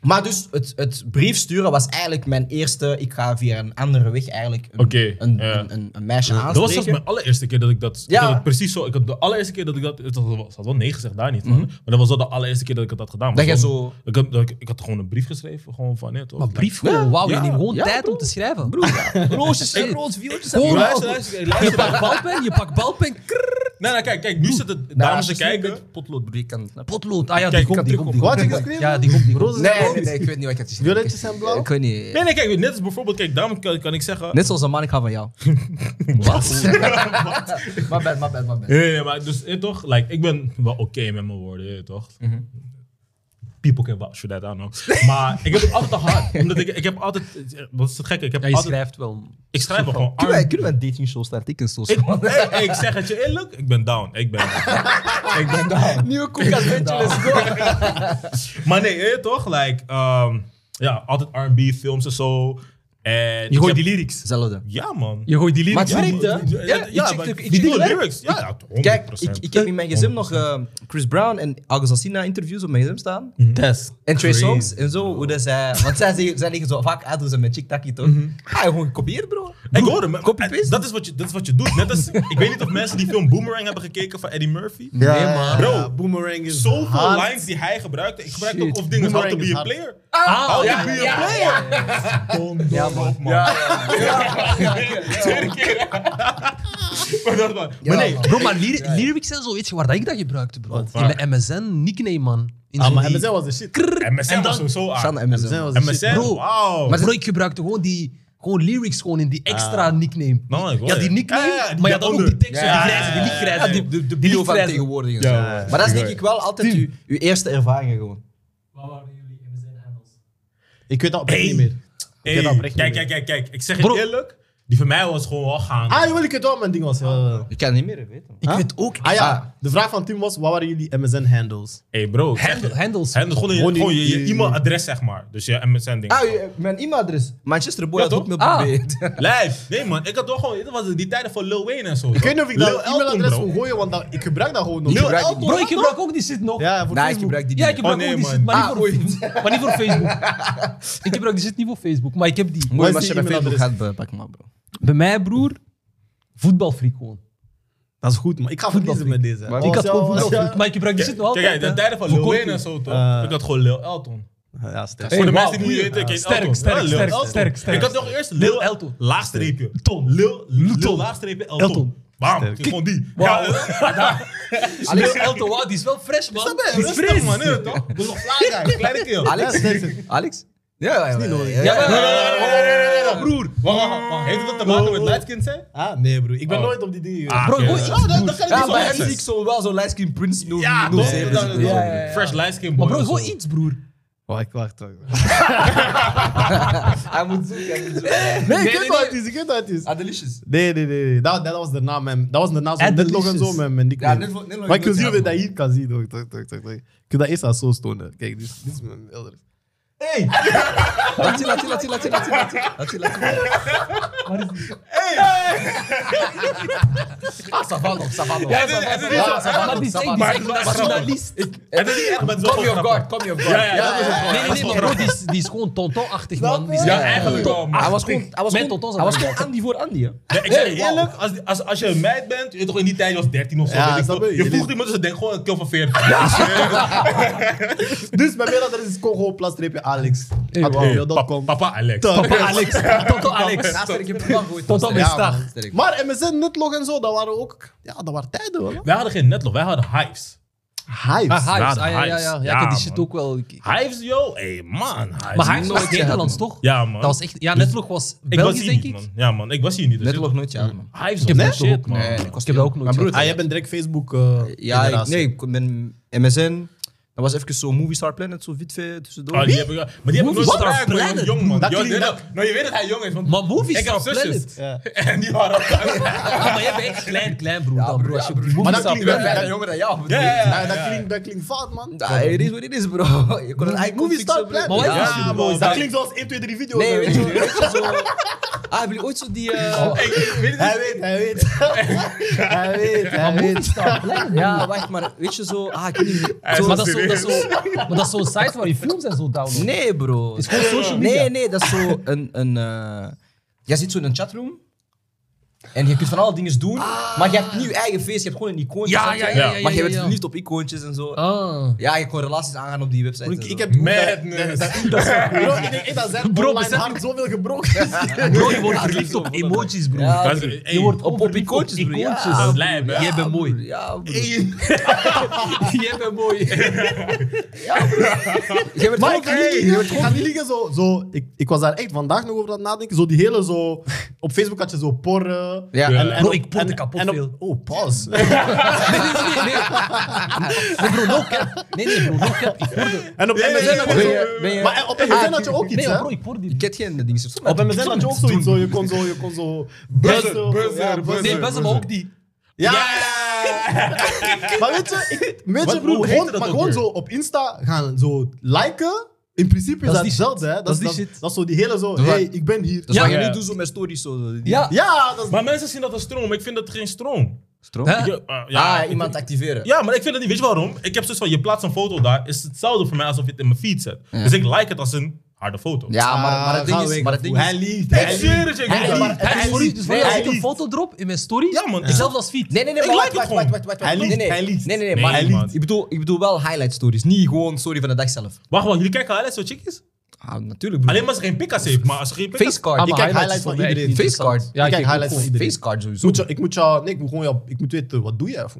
maar dus het, het brief sturen was eigenlijk mijn eerste. Ik ga via een andere weg eigenlijk een, Oké, een, ja. een, een, een meisje aanspreken. Dat was zelfs mijn allereerste keer dat ik dat. Ja. Ik had het precies zo. Ik had de allereerste keer dat ik dat. Ik had wel- ik had wel nee gezegd daar niet van. Maar dat was wel de allereerste keer dat ik dat had gedaan. Dat jij Want zo- Ik had, dat ik, ik had gewoon een brief geschreven. Gewoon van nee, toch? Maar brief gewoon, wauw, Ja. je neemt gewoon Ja, tijd bro. om te schrijven. Broer, ja. roosjes, Shit. roosjes, viooltjes. Gewoon Luister, wauw. luister, Je luister. pakt balpen, je pakt balpen, krrr, Nee, nee, kijk, kijk, nu zit het. Dames te kijken. potloodbreek kan. Potlood. Ah ja, Kijk, die ik komt, had die die komt, die Wat had je komt. geschreven? Ja, die komt, die komt. Roze zijn Nee, nee, rood, nee, ik weet niet wat ik had geschreven. violetjes zijn blauw. Ik weet niet. Nee, nee, kijk, dit is bijvoorbeeld, kijk, daarom kan, kan ik zeggen. Net zoals een man, ik hou van jou. Wat? Maar bad, maar bad, maar bad. Nee, nee, nee, maar dus, eh, toch, like, ik ben wel oké met mijn woorden, eh, toch? Mhm. People can vouch for that, I don't know. Maar ik heb het altijd al gehad, omdat ik, ik heb altijd, eh, wat is het gekke, ik heb Ja, je altijd, schrijft wel. ik schrijf wel gewoon Kunnen wij, arm. kunnen wij een dating show starten? Ik kan zo Ik, hey, ik zeg het je eerlijk, ik ben down, ik ben ik ben down. Nieuwe koek aan let's go. Maar nee, eh, toch, like, ehm, ja, altijd R&B films en zo. En ik heb- lyrics. Hetzelfde. Ja, man. Je gooit die lyrics. Maar het Ja, werkt, hè? Ja, Ja, ja, ik ja check maar de- ik die check de doen lyrics. lyrics. Ja, ja, 100%. Kijk, ik, ik heb in mijn gezin nog eh, Chris Brown en Augustina interviews op mijn gezin staan. En twee songs en zo, hoe dat zij... Want zij zeggen- zij liggen zo vaak uit hoe ze met Chick Taki toch? Ga je gewoon gekopieerd, bro. Ik hoor hem. Copy-paste. Dat is, wat je, dat is wat je doet. Net als, ik weet niet of mensen die film Boomerang hebben gekeken van Eddie Murphy. Ja, Nee, ja, man. ja, Bro, ja, Boomerang is Zoveel hard. lines die hij gebruikte. Ik gebruik Shit. ook of dingen als how to Boomerang be is a hard. player. Oh, how to be a player. Don, don, don, man. Tweede keer. Maar dat man. Maar nee. Bro, maar lyri- lyrics zijn zo, weet je waar dat ik dat gebruikte, bro? In fuck. mijn MSN nickname, man. In Ah, zo'n maar die- MSN was de shit. MSN was sowieso aan. Sanne en mijn MSN gezin. was de shit. MSN, Bro. wauw. Maar bro, ik gebruikte gewoon die gewoon lyrics gewoon in die extra nickname. Nou, ik hoor ja, die je. nickname, Ja, ja, die maar ja, dan ook onder. die tekst, Ja, die ja, grijze, ja, die niet ja, grijze. ja. die- De die bio niet van grijze. tegenwoordig en zo. Ja, Ja. Maar dat is denk ik wel altijd uw, uw eerste ervaringen gewoon. Ik weet dat oprecht niet meer. Hey, heb dat oprecht Kijk, niet kijk, kijk, kijk. Ik zeg Bro. het eerlijk. Die van mij was gewoon wel gaan. Ah, jawel, ik weet wat mijn ding was. ja, ja, ja. Ik kan niet meer weten. Ik Huh? weet ook... Ah ja, de vraag van Tim was, wat waren jullie MSN-handles? Hey bro. ik zeg Handel- je. Handels. Handel, gewoon je, Gewoon die- gewoon je, je die- e-mailadres, zeg maar. Dus je MSN-ding. Ah, uw- mijn e-mailadres. Manchester Boy Ja, had toch? ook nog Ah. beet. Lijf. Nee, man. Ik had toch gewoon... Dit was die tijden van Lil Wayne en zo. Ik weet niet of ik dat Lil Elton, e-mailadres bro. wil gooien, want dat, ik gebruik dat gewoon nog. Lil gebruik die Elton. Bro, ik gebruik ook die shit nog. Ja, voor Nee, ik Facebook. gebruik die Ja, ik niet. gebruik Oh, ook nee, die man. shit, maar, Ah, niet voor, maar niet voor Facebook. ik gebruik die shit niet voor Facebook, maar ik heb die. Mooi, is maar als je die bij Facebook e-mailadres? gaat, be- pak maar, bro. Bij mij, broer, voetbalfreak gewoon. Dat is goed, maar ik ga verliezen met deze. ik had zo, gewoon zo, voetbalfreak, maar ik gebruik die shit nog Kijk, kijk, altijd. de hè. tijden van Hoe Lil komt Wayne die? en zo, toch? Eh. Ik had gewoon Lil Elton. ja. Ja, sterk. Voor de wauw, mensen die het niet goeie. weten, ik heet Sterk, Elton. sterk, Ja, Lil sterk, Elton. sterk, sterk. Ik had nog eerst Lil Lil Elton. Elton. Laagstreepje. Ton. Lil, Lil, laagstreepje Elton. Elton. Bam, gewoon die. Wauw. Ja, eh, Alex Elton, wow, die is wel fresh, man. Die is Rustig, fris. man. hè, toch? Dat is nog fly guy. Kleine keel. Alex? Alex? Ja, ja, ja. ja, Ja, ja. maar- Nee, nee, nee, nee, nee, nee, nee, nee, Broer, wacht, wacht, wacht. Heeft het wat te maken met light zijn? Ah, nee bro, ik ben Oh. nooit op die dingen. Ah, Bro, oké. gooi- Ja, dat- dat kan ik Ja, niet zo bij hem zie zeggen. ik zo wel zo'n Lightskin Prince noemen. Ja, toch? Dat- dat- Ja, Fresh light skin boy. Maar bro, of zo. gewoon iets, broer. Oh, Wacht, wacht, wacht. Hij moet zoeken, hij moet Nee, ik nee, weet wat nee. het is, ik weet wat het is. Ah, Adelicious. Nee, nee, nee. nee. Dat, dat was daarna mijn... Dat was daarna zo'n netlog en zo, Adelicious. mijn, mijn nickname. netlog- netlog maar ik wil is zien of ook je dat hier kan zien. hoor. Toch, toch, toch, toch. Ik wil dat eerst aan zo stonden. Kijk, dit, is- dit is mijn elders. Laat je, laat je, laat je, laat je, laat je, laat je, laat je, laat je. Ah, ça va nog, ça va nog. Ja, dit- dit is Ja, zo- ça va Maar nog, die ça va nog. zijn Maar- die zijn nationalist. Het is niet echt, maar het is wel Come your grappig. guard, come your Ja, ja, guard. dat is het gewoon. Nee, nee, Dat is nee, wel maar bro, die is, die is gewoon tonton-achtig, man. Die is Ja, echt eigenlijk wel, man. Hij was gewoon, hij was Met gewoon, totons hij was aan gewoon Andy voor Andy, hè. Ja, ik zeg je Hey, wauw. eerlijk, als, als, als je een meid bent, je weet toch in die tijd, je was 13 of zo. Ja, weet ik snap veel. je? je Jullie- voegt iemand, dus ze denkt gewoon een kill van 40. Ja, Dus mijn mailadres is congo-alex. papa, papa Alex. Papa Alex. Tonton Alex. Sterk, je hebt het wel goed. Tonton Ja, is dag. man. Maar MSN, netlog en zo, dat waren ook... Ja, dat waren tijden, hoor. Wij hadden geen netlog, wij hadden Hives. Hypes. Ah, Hives. de Ah, ja, ja, Hives. ja. Ja, ik heb die Ja, shit man. ook wel. ik- Hives, yo. Hey, man. Hives. Maar Hives was nooit echt Nederlands, toch? Ja, man. Dat was echt... Ja, Netlog was ik was Belgisch, hier denk niet, ik. man. Ja, man. Ik was hier niet. Dus Netlog nooit, ja, man. Hives Ik heb was dat shit, ook- man. Nee, Ik heb dat ook nooit. Maar broer, gehad. Ah, jij bent direct Facebook eh Ja, ik, generatie. nee, ik ben MSN. Dat was even zo'n Movie Star Planet, zo wit eh, tussendoor. Ah, die heb ik, maar die heb ik nooit Movistar gebruikt, maar Planet. jong, man. Dat Yo, klinkt- nee, dat- dat- Nou, je weet dat hij jong is. want- Maar Movistar Ik heb zusjes. Planet. Ja. En die waren Ah, maar jij bent echt klein, klein, broer. dan, broer. Als je Maar Movistar dat klinkt wel... Planet... Dat, jonger dan jou. Ja, ja, ja, ja. dat klinkt, dat klinkt fout, man. Nee, dit is wat dit is, bro. Je kon het eigenlijk Movie niet Star fixen, bro. Planet. Maar wat is Ja, dat, broer? man. Dat klinkt zoals 1, 2, 3 video's. Nee, hè. weet je, weet je zo... Ah, hebben jullie ooit zo die... eh, Hey, weet je dit? Hij weet, hij weet. hij weet, hij weet. Ja, wacht, maar weet je zo... Ah, ik weet niet. Zo, Maar dat is zo- dat is zo- maar dat is zo'n site waar je films en zo downloadt. Nee, bro. Het is gewoon social media. Nee, nee, dat is zo een... een eh, Jij zit zo in een chatroom. En je kunt van alle dingen doen, maar je hebt niet je eigen feest. Je hebt gewoon een icoontje. Ja, snap je? ja, ja, Maar ja, ja, je bent ja. verliefd op icoontjes en zo. Ah. Ja, je kon relaties aangaan op die website. Ik, en ik zo. heb... Madness. Bro, ik denk echt dat zijn Bro, online besef- hart zoveel gebroken is. Bro, je wordt verliefd op emojis, broer. Ja, Dat- broer. hey, Je wordt op- op op, op icoontjes, icoontjes, broer. broer. Ja, Icoontjes. dat is lijp, hè? Jij bent mooi. Ja, broer. Jij bent mooi. Jij bent Maar gewoon ik ga niet verliefd. liegen, ik ga niet liegen, zo, zo, ik, ik was daar echt vandaag nog over aan het nadenken. Zo die hele zo... Op Facebook had je zo porren. Ja. Bro, op- ik porte kapot op- veel. Oh, pauze. Nee, nee, nee. Nee, nee bro, no cap. Nee, nee, bro, no cap. Ik hoorde... En op MSN had Ben je je- zo- ben je- Maar op MSN had je ook iets, Ah, Nee, hè? bro, ik hoorde Ik dit. ken geen dingen. Op MSN had je ook zoiets, zo, je kon zo, je kon zo... buzzen, ja, buzzen. Nee, best wel ook die. Ja! maar weet je, ik, weet je Wat- broer, hoe gewoon, heette dat maar ook gewoon weer? zo op Insta gaan zo liken. In principe is is dat, die hetzelfde, hè? Dat, Dat is is dat, die shit. dat is zo die hele zo, hey, ik ben hier. Dat is wat je Ja. nu doet zo met stories. Zo, die- Ja. Ja, dat is... Maar mensen zien dat als stroom. Ik vind dat geen stroom. Stroom. Hè? Ik- eh, Ja, ik- ah, iemand activeren. Ja, maar ik vind het niet. Weet je waarom? Ik heb zoiets van, je plaatst een foto daar. Is hetzelfde voor mij alsof je het in mijn feed zet. Dus ik like het als een harde foto. Ja, maar, Ah, maar het ding is... Maar het ding is Hij liegt. Ik zweer het je. ik doe Hij dat. liegt. Hij Hij is sorry, liegt. dus Nee, wanneer hij ik een liegt. foto drop in mijn story, Ja, man. zelfs als feed. Nee, nee, nee, Ik like maar wacht, het wacht, gewoon. wacht, wacht, wacht. Hij nee, liegt, nee. hij liegt. Nee, nee, nee, Nee, maar hij liegt. Ik bedoel, ik bedoel wel highlight stories, niet gewoon story van de dag zelf. Wacht, wacht. Jullie kijken alles zo chickies? Ah, natuurlijk, broer. Alleen maar als er geen pika's heeft. Maar als er geen pika's Facecard. Ik Ik- kijk highlights van iedereen. Facecard. Ja, ik kijk highlights ook van iedereen. Facecard Ik sowieso. moet, je, ik moet jou, nee, ik moet gewoon jou, ik moet weten, wat doe jij? of-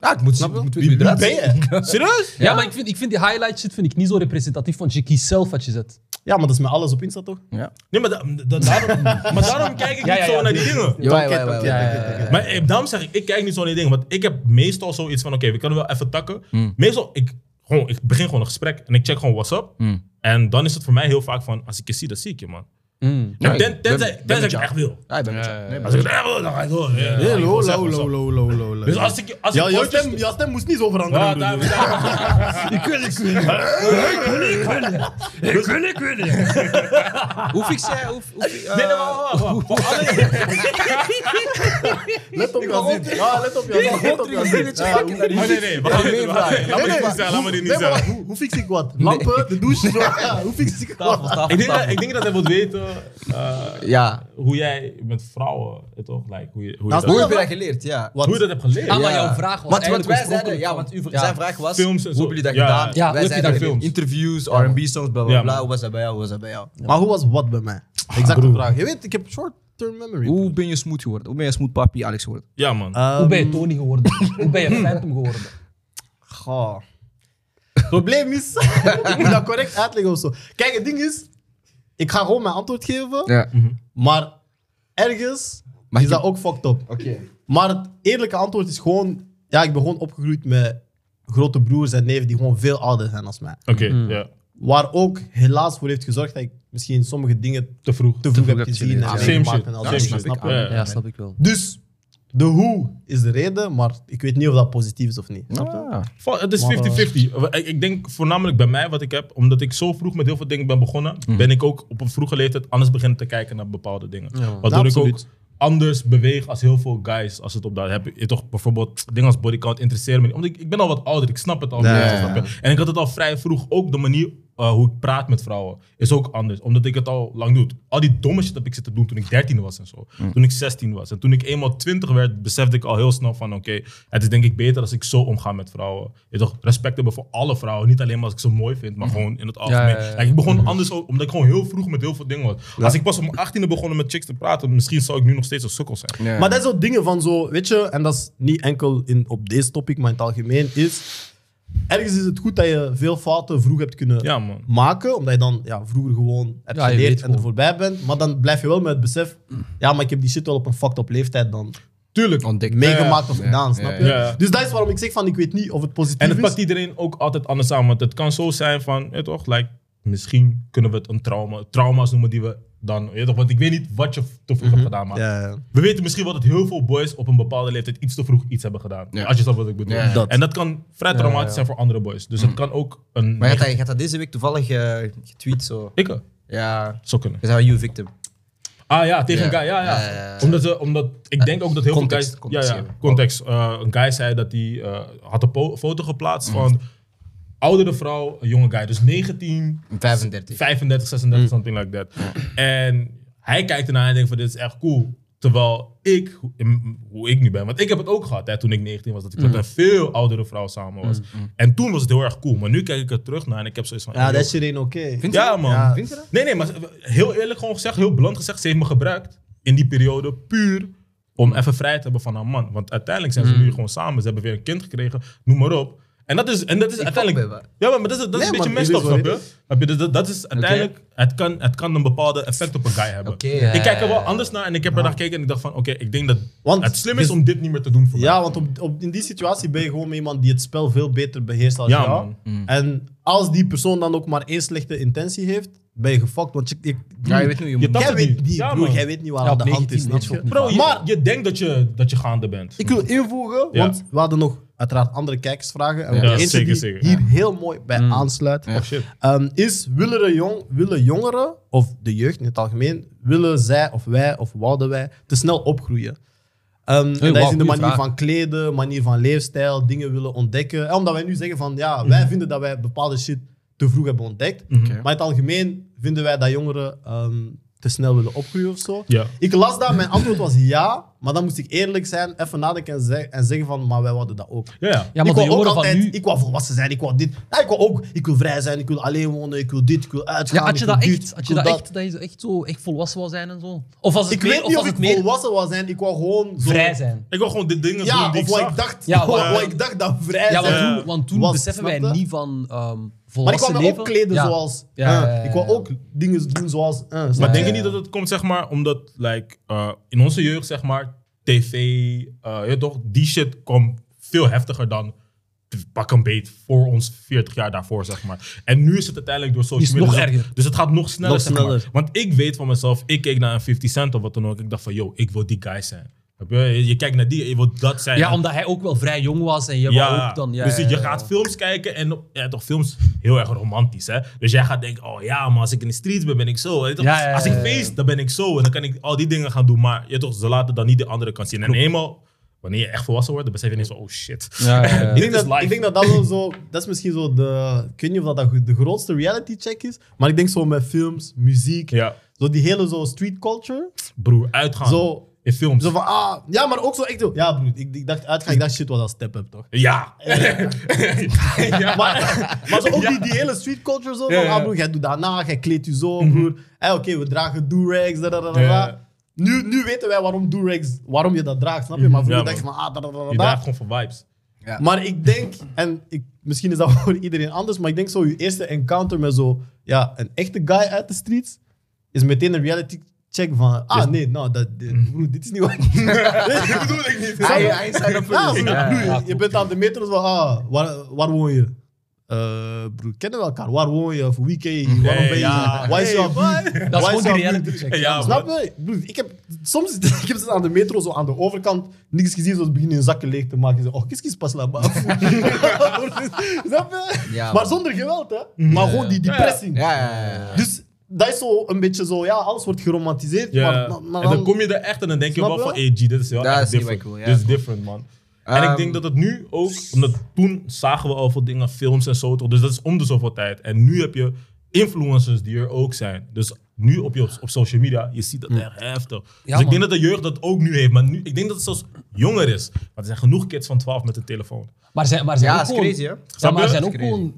Ja, ik moet zien. Ik moet weten wie Wie eruit ben ziet. je? Serieus? Ja, maar ik vind, ik vind die highlight shit vind ik niet zo representatief van je kiest zelf wat je zet. Ja, maar dat is met alles op Insta toch? Nee, maar, da- da- daarom, maar daarom kijk ik Ja, niet ja, zo ja, naar die dingen. Ja, ja, ja, Oké, ja, oké, ja, oké, ja, oké, oké. Maar eh, daarom zeg ik, ik kijk niet zo naar die dingen. Want ik heb meestal zoiets van, oké, we kunnen wel even takken. Meestal, ik, gewoon, ik begin gewoon een gesprek en ik check gewoon WhatsApp. En dan is het voor mij heel vaak van, als ik je zie, dan zie ik je, man. Ja, En ten- ik ben- tenzij ben tenzij met ik het jou. echt wil. Ja, ik ben met jou. Nee, maar- Als ik het echt wil, dan ga ik door. Ja, Hey, ja, ik wil Low, zeggen low, WhatsApp. low, low, low, low, low. Dus als ik... Als Ja, ik jouw ooit- stem, jouw stem moest niet zo veranderen. Ja, broer. daar, daar. Hoe fix jij? Hoe, hoe, eh, Nee, nee, wacht, wacht, wacht. Voor alle- Let op jouw zin. Ja, let op jouw zin. Let op jouw zin. Ja, hoe- Oh, nee, nee, we gaan meer dit- we gaan- vragen. Laat me dit Nee, nee, niet zeggen, laat me dit niet nee, maar zeggen. hoe- Hoe fix ik wat? Lampen, de douche? zo. Ja, Hoe fix ik Tafel, wat? tafel, Ik denk dat- tafel. Ik denk dat hij wil weten eh, Ja. hoe jij met vrouwen, eh, toch, like, hoe je hoe je Nou, Hoe dat- heb je dat geleerd? Ja. hoe je dat hebt geleerd. Ah, maar Ja. jouw vraag was Want wat eigenlijk wij oorspronkelijk zeiden, ja, van- want uw, Ja. zijn vraag was, Films en hoe zo. hebben jullie dat Ja, gedaan? ja. Ja, wij hoe heb je zeiden dat gefilmd? interviews, R&B songs, bla bla Ja, bla. man. Hoe was dat bij jou? Hoe was dat bij jou? Maar hoe was wat bij mij? Exacte vraag. Je weet, ik heb short-term memory. Hoe ben je smooth geworden? Hoe ben je smooth papi Alex geworden? Ja, man. Hoe ben je Tony geworden? Hoe ben je Phantom geworden? Goh. Het probleem is, ik moet dat correct uitleggen of zo. Kijk, het ding is, ik ga gewoon mijn antwoord geven, Ja. Mhm. maar ergens Mag is ik- dat ook fucked up. Maar het eerlijke antwoord is gewoon, ja, ik ben gewoon opgegroeid met grote broers en neven die gewoon veel ouder zijn dan mij. Oké, ja. Waar ook helaas voor heeft gezorgd dat ik misschien sommige dingen te vroeg, te vroeg heb gezien. en ja. meegemaakt Same shit. en al Ja, dat snap shit, ik. snap je? Ja. Ja, snap ik wel. Dus, de hoe is de reden, maar ik weet niet of dat positief is of niet. Snap je? Ah. Va- Het is Maar, eh, 50-50. Ik, ik denk voornamelijk bij mij wat ik heb, omdat ik zo vroeg met heel veel dingen ben begonnen, ben ik ook op een vroege leeftijd anders beginnen te kijken naar bepaalde dingen. Waardoor ik ook Absoluut. anders beweeg als heel veel guys. Als het op dat heb je toch bijvoorbeeld dingen als bodycount interesseren me niet. Omdat ik, ik ben al wat ouder, ik snap het al. Ja, een beetje, ja, ja. snap je? En ik had het al vrij vroeg, ook de manier eh, hoe ik praat met vrouwen is ook anders, omdat ik het al lang doe. Al die domme shit heb ik zitten doen toen ik 13 was en zo. Mm. Toen ik 16 was. En toen ik eenmaal 20 werd, besefte ik al heel snel van oké, het is denk ik beter als ik zo omga met vrouwen. Je toch respect hebben voor alle vrouwen, niet alleen maar als ik ze mooi vind, Mm. maar gewoon in het algemeen. ja, ja. Like, ik Mhm. begon anders ook, omdat ik gewoon heel vroeg met heel veel dingen was. Als ik pas om 18e begon om met chicks te praten, misschien zou ik nu nog steeds een sukkel zijn. Maar dat zijn zo dingen van zo, weet je, en dat is niet enkel in, op deze topic, maar in het algemeen is. Ergens is het goed dat je veel fouten vroeg hebt kunnen Ja, man. maken, omdat je dan ja, vroeger gewoon hebt Ja, je geleerd en weet er gewoon. voorbij bent. Maar dan blijf je wel met het besef, ja, maar ik heb die shit wel op een fucked op leeftijd dan Tuurlijk. Ontdekt. meegemaakt of gedaan, snap je? ja, ja. Dus dat is waarom ik zeg van, ik weet niet of het positief En het is. pakt iedereen ook altijd anders samen. Want het kan zo zijn van, ja, toch, like, misschien kunnen we het een trauma, trauma's noemen die we dan, ja, toch, want ik weet niet wat je te vroeg Mhm. hebt gedaan, maar Ja, ja. we weten misschien wel dat heel veel boys op een bepaalde leeftijd iets te vroeg iets hebben gedaan. Als je snapt wat ik bedoel. Ja, ja. Dat. En dat kan vrij traumatisch zijn voor andere boys. Dus het kan ook een... Maar je had dat- je had dat deze week toevallig eh, getweet zo. Ik, eh, Ja. zou kunnen. We zijn you victim. Ah ja, tegen Ja. een guy, ja, ja. Ja, ja, ja. Omdat, ze, omdat ik denk ook dat heel Context, veel guys... context ja, ja, geven. context. Eh, een guy zei dat hij eh, had een po- foto geplaatst van oudere vrouw, een jonge guy. Dus 19, 35. Mm. 35, 36, something like that. En hij kijkt ernaar en denkt van dit is echt cool. Terwijl ik, hoe- in- hoe ik nu ben, want ik heb het ook gehad hè, toen ik 19 was, dat ik Mm. met een veel oudere vrouw samen was. En toen was het heel erg cool, maar nu kijk ik er terug naar en ik heb zoiets van... Ja, yo, dat is iedereen oké. ja, man. Ja. Vind je dat? Nee, nee, maar heel eerlijk gewoon gezegd, heel blunt gezegd, ze heeft me gebruikt in die periode puur om even vrij te hebben van haar man. Want uiteindelijk zijn ze nu gewoon samen, ze hebben weer een kind gekregen, noem maar op. En dat is, en dat is fuck uiteindelijk... met Ja, maar dat is, dat is Nee, een beetje man, messed ik up, weet snap wat je? Snap je? Dus Dat, dat is uiteindelijk... Het, kan, het kan een bepaalde effect op een guy hebben. Oké, ja, ik kijk er wel ja, ja. anders naar en ik heb er naar gekeken en ik dacht van... Oké, ik denk dat Want- het slim is om dit niet meer te doen voor mij. Ja, want op, op, in die situatie ben je gewoon met iemand die het spel veel beter beheerst dan Ja, jou. man. En als die persoon dan ook maar één slechte intentie heeft, ben je gefokt. Want je, ik, Ja, je weet nu, je moet... tapt jij, het weet niet. niet, Ja, broer, man. jij weet niet waar Ja, aan op de hand 19 is. snap is het je? ook Bro, Oh, je, maar je denkt dat je, dat je gaande bent. ik wil invoegen, Ja. want we hadden nog uiteraard andere kijkersvragen. En Ja, eentje zeker, die zeker. hier heel mooi bij aansluit. Oh shit. Ehm, is willen, jong, willen jongeren, of de jeugd in het algemeen, willen zij of wij of wouden wij te snel opgroeien? Ehm, en dat wauw, is in de goeie manier vraag. van kleden, manier van leefstijl, dingen willen ontdekken. En omdat wij nu zeggen van ja, Mhm. wij vinden dat wij bepaalde shit te vroeg hebben ontdekt. Maar in het algemeen vinden wij dat jongeren ehm, te snel willen opgroeien of zo. Ja. Ik las dat, mijn antwoord was ja, maar dan moest ik eerlijk zijn, even nadenken en, zeg- en zeggen van maar wij wouden dat ook. Ja, ja. Ja, ik maar de wil ook jongeren van altijd, nu... ik wil volwassen zijn, ik wil dit. Ja, ik wil ook, ik wil vrij zijn, ik wil alleen wonen, ik wil dit, ik wil uitgaan. Ja, had je ik wil dat dit, echt? Had je ik wil dat echt? Dat je echt zo echt volwassen wil zijn en zo? Of was het Ik meer... weet of niet was of het ik meer volwassen wil zijn, ik wil gewoon zo... vrij zijn? Ik wil gewoon dit dingen doen Ja, die of ik wat zag. ik dacht, Ja, wat, maar- wat ik dacht dat vrij Ja, zijn. want Eh, toen, want toen was, beseffen snap wij je? niet van ehm Maar ik wil volwassen me leven. opkleden Ja. zoals... Ja, ja, eh, ja, ja. Ik wil ook dingen doen zoals... eh, snap Maar je? denk je niet dat het komt, zeg maar, omdat like, eh, in onze jeugd, zeg maar, tv, eh, ja, toch, die shit kwam veel heftiger dan pak een beet voor ons 40 jaar daarvoor, zeg maar. En nu is het uiteindelijk door Is social het media. nog dus het- erger. Dus het gaat nog sneller, Nog zeg maar. sneller. Want ik weet van mezelf, ik keek naar een 50 cent of wat dan ook. Ik dacht van, yo, ik wil die guy zijn. Snap je? Je je kijkt naar die, je wil dat zijn. Ja, omdat hij ook wel vrij jong was en je wou ook dan... Ja, dus je ja, ja. gaat films kijken en ja, toch films heel erg romantisch, hè? Dus jij gaat denken, oh ja, maar als ik in de streets ben, ben ik zo. hè, toch? Ja, ja, ja, als ik ja. feest, dan ben ik zo en dan kan ik al die dingen gaan doen. Maar je toch, ze laten dan niet de andere kant zien. En eenmaal, wanneer je echt volwassen wordt, dan besef je ineens van, oh shit. Ja, ja, ja. Ik Dit denk, is dat, life. ik denk dat dat wel zo... Dat is misschien zo de... Ik weet niet of dat de grootste reality check is, maar ik denk zo met films, muziek, Ja, zo die hele zo street culture. broer, uitgaan Zo- in films. Zo van, ah, ja, maar ook zo echt. Ja, broer, ik, ik dacht uitgaan, ik dacht shit was dat step-up toch? ja. ja. Maar, maar zo ook die, die hele street culture zo. Ja, van, ja. ah, broer, jij doet daarna, jij kleedt je zo, broer. Hey, Oké, we dragen do-rags, da, da, da, da, da. Ja. Nu, nu weten wij waarom do-rags, waarom je dat draagt, snap je? Maar vroeger Ja, dacht je man. van, ah, da, da, da, da, Je da. draagt gewoon voor vibes. Maar ik denk, en ik, misschien is dat voor iedereen anders, maar ik denk zo je eerste encounter met zo, ja, een echte guy uit de streets, is meteen een reality check van, ah, nee, nou, dat, Mhm. dit, broer, dit is niet wat ik Dit bedoel ik niet. Snap je? Hij is zijn op Ja, broer, ja, broer, ja, je klopt, bent aan de metro van, ah, waar, waar woon je? Eh, broer, kennen we elkaar? Waar woon je? Of wie ken je? Waarom ben je? ja. Waar is jouw buurt? Dat is Waar gewoon die jouw buurt? reality check. Ja, Snap je? Broer, ik heb soms ik heb ze aan de metro zo aan de overkant niks gezien, zoals beginnen hun zakken leeg te maken. Ze oh, qu'est-ce qui se passe là-bas? Snap je? Ja, man. maar zonder geweld, hè? Maar gewoon die depressie. Ja, ja, ja, ja. Dus dat is zo een beetje zo, ja, alles wordt geromantiseerd. Ja. Maar, maar, maar en dan dan- kom je er echt en dan denk je Snap wel je? van, hey G, dit is heel Dat erg is niet different. wat ik wil, ja, dit is klopt. different, man. en Ehm, ik denk dat het nu ook, omdat toen zagen we al veel dingen, films en zo, toch? dus dat is om de zoveel tijd. En nu heb je influencers die er ook zijn. Dus nu op, je, op social media, je ziet Hm. dat echt heftig. dus ik man. denk dat de jeugd dat ook nu heeft, maar nu, ik denk dat het zelfs jonger is. Want er zijn genoeg kids van 12 met een telefoon. Maar zijn, maar zijn Ja, ook is gewoon, crazy, hè? Ja, Snap maar je? er zijn Is ook gewoon...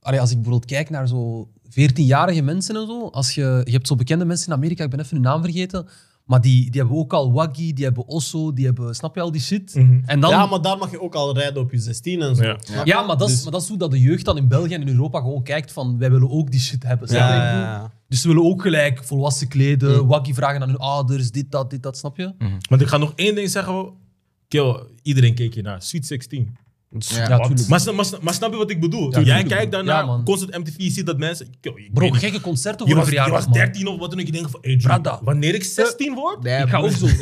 Allee, als ik bijvoorbeeld kijk naar zo 14-jarige mensen en zo. Als je, je hebt zo bekende mensen in Amerika, ik ben even hun naam vergeten. Maar die, die hebben ook al Waggy, die hebben Osso, die hebben... Snap je al die shit? Mhm. En dan... ja, maar daar mag je ook al rijden op je 16 en zo. Ja. Snap je? Ja, maar dat, is, Dus- maar dat is hoe dat de jeugd dan in België en in Europa gewoon kijkt van wij willen ook die shit hebben. snap je wat ik bedoel? Dus ze willen ook gelijk volwassen kleden, Mhm. waggy vragen aan hun ouders, dit, dat, dit, dat, snap je? Want ik ga nog één ding zeggen, kill, iedereen keek je naar, Sweet 16. Ja, Ja, Wat? tuurlijk. maar, sna- maar, sna- maar snap je wat ik bedoel? Jij tuurlijk. kijkt daarnaar, Ja, man. constant MTV, je ziet dat mensen... Kill, ik Bro, weet niet. gekke concerten Je voor een was, je verjaardag, was man. 13 of wat dan ook. Je denkt van, hey, Drew, Brada. wanneer ik 16 word? Nee, Ik ga ook broer. zo.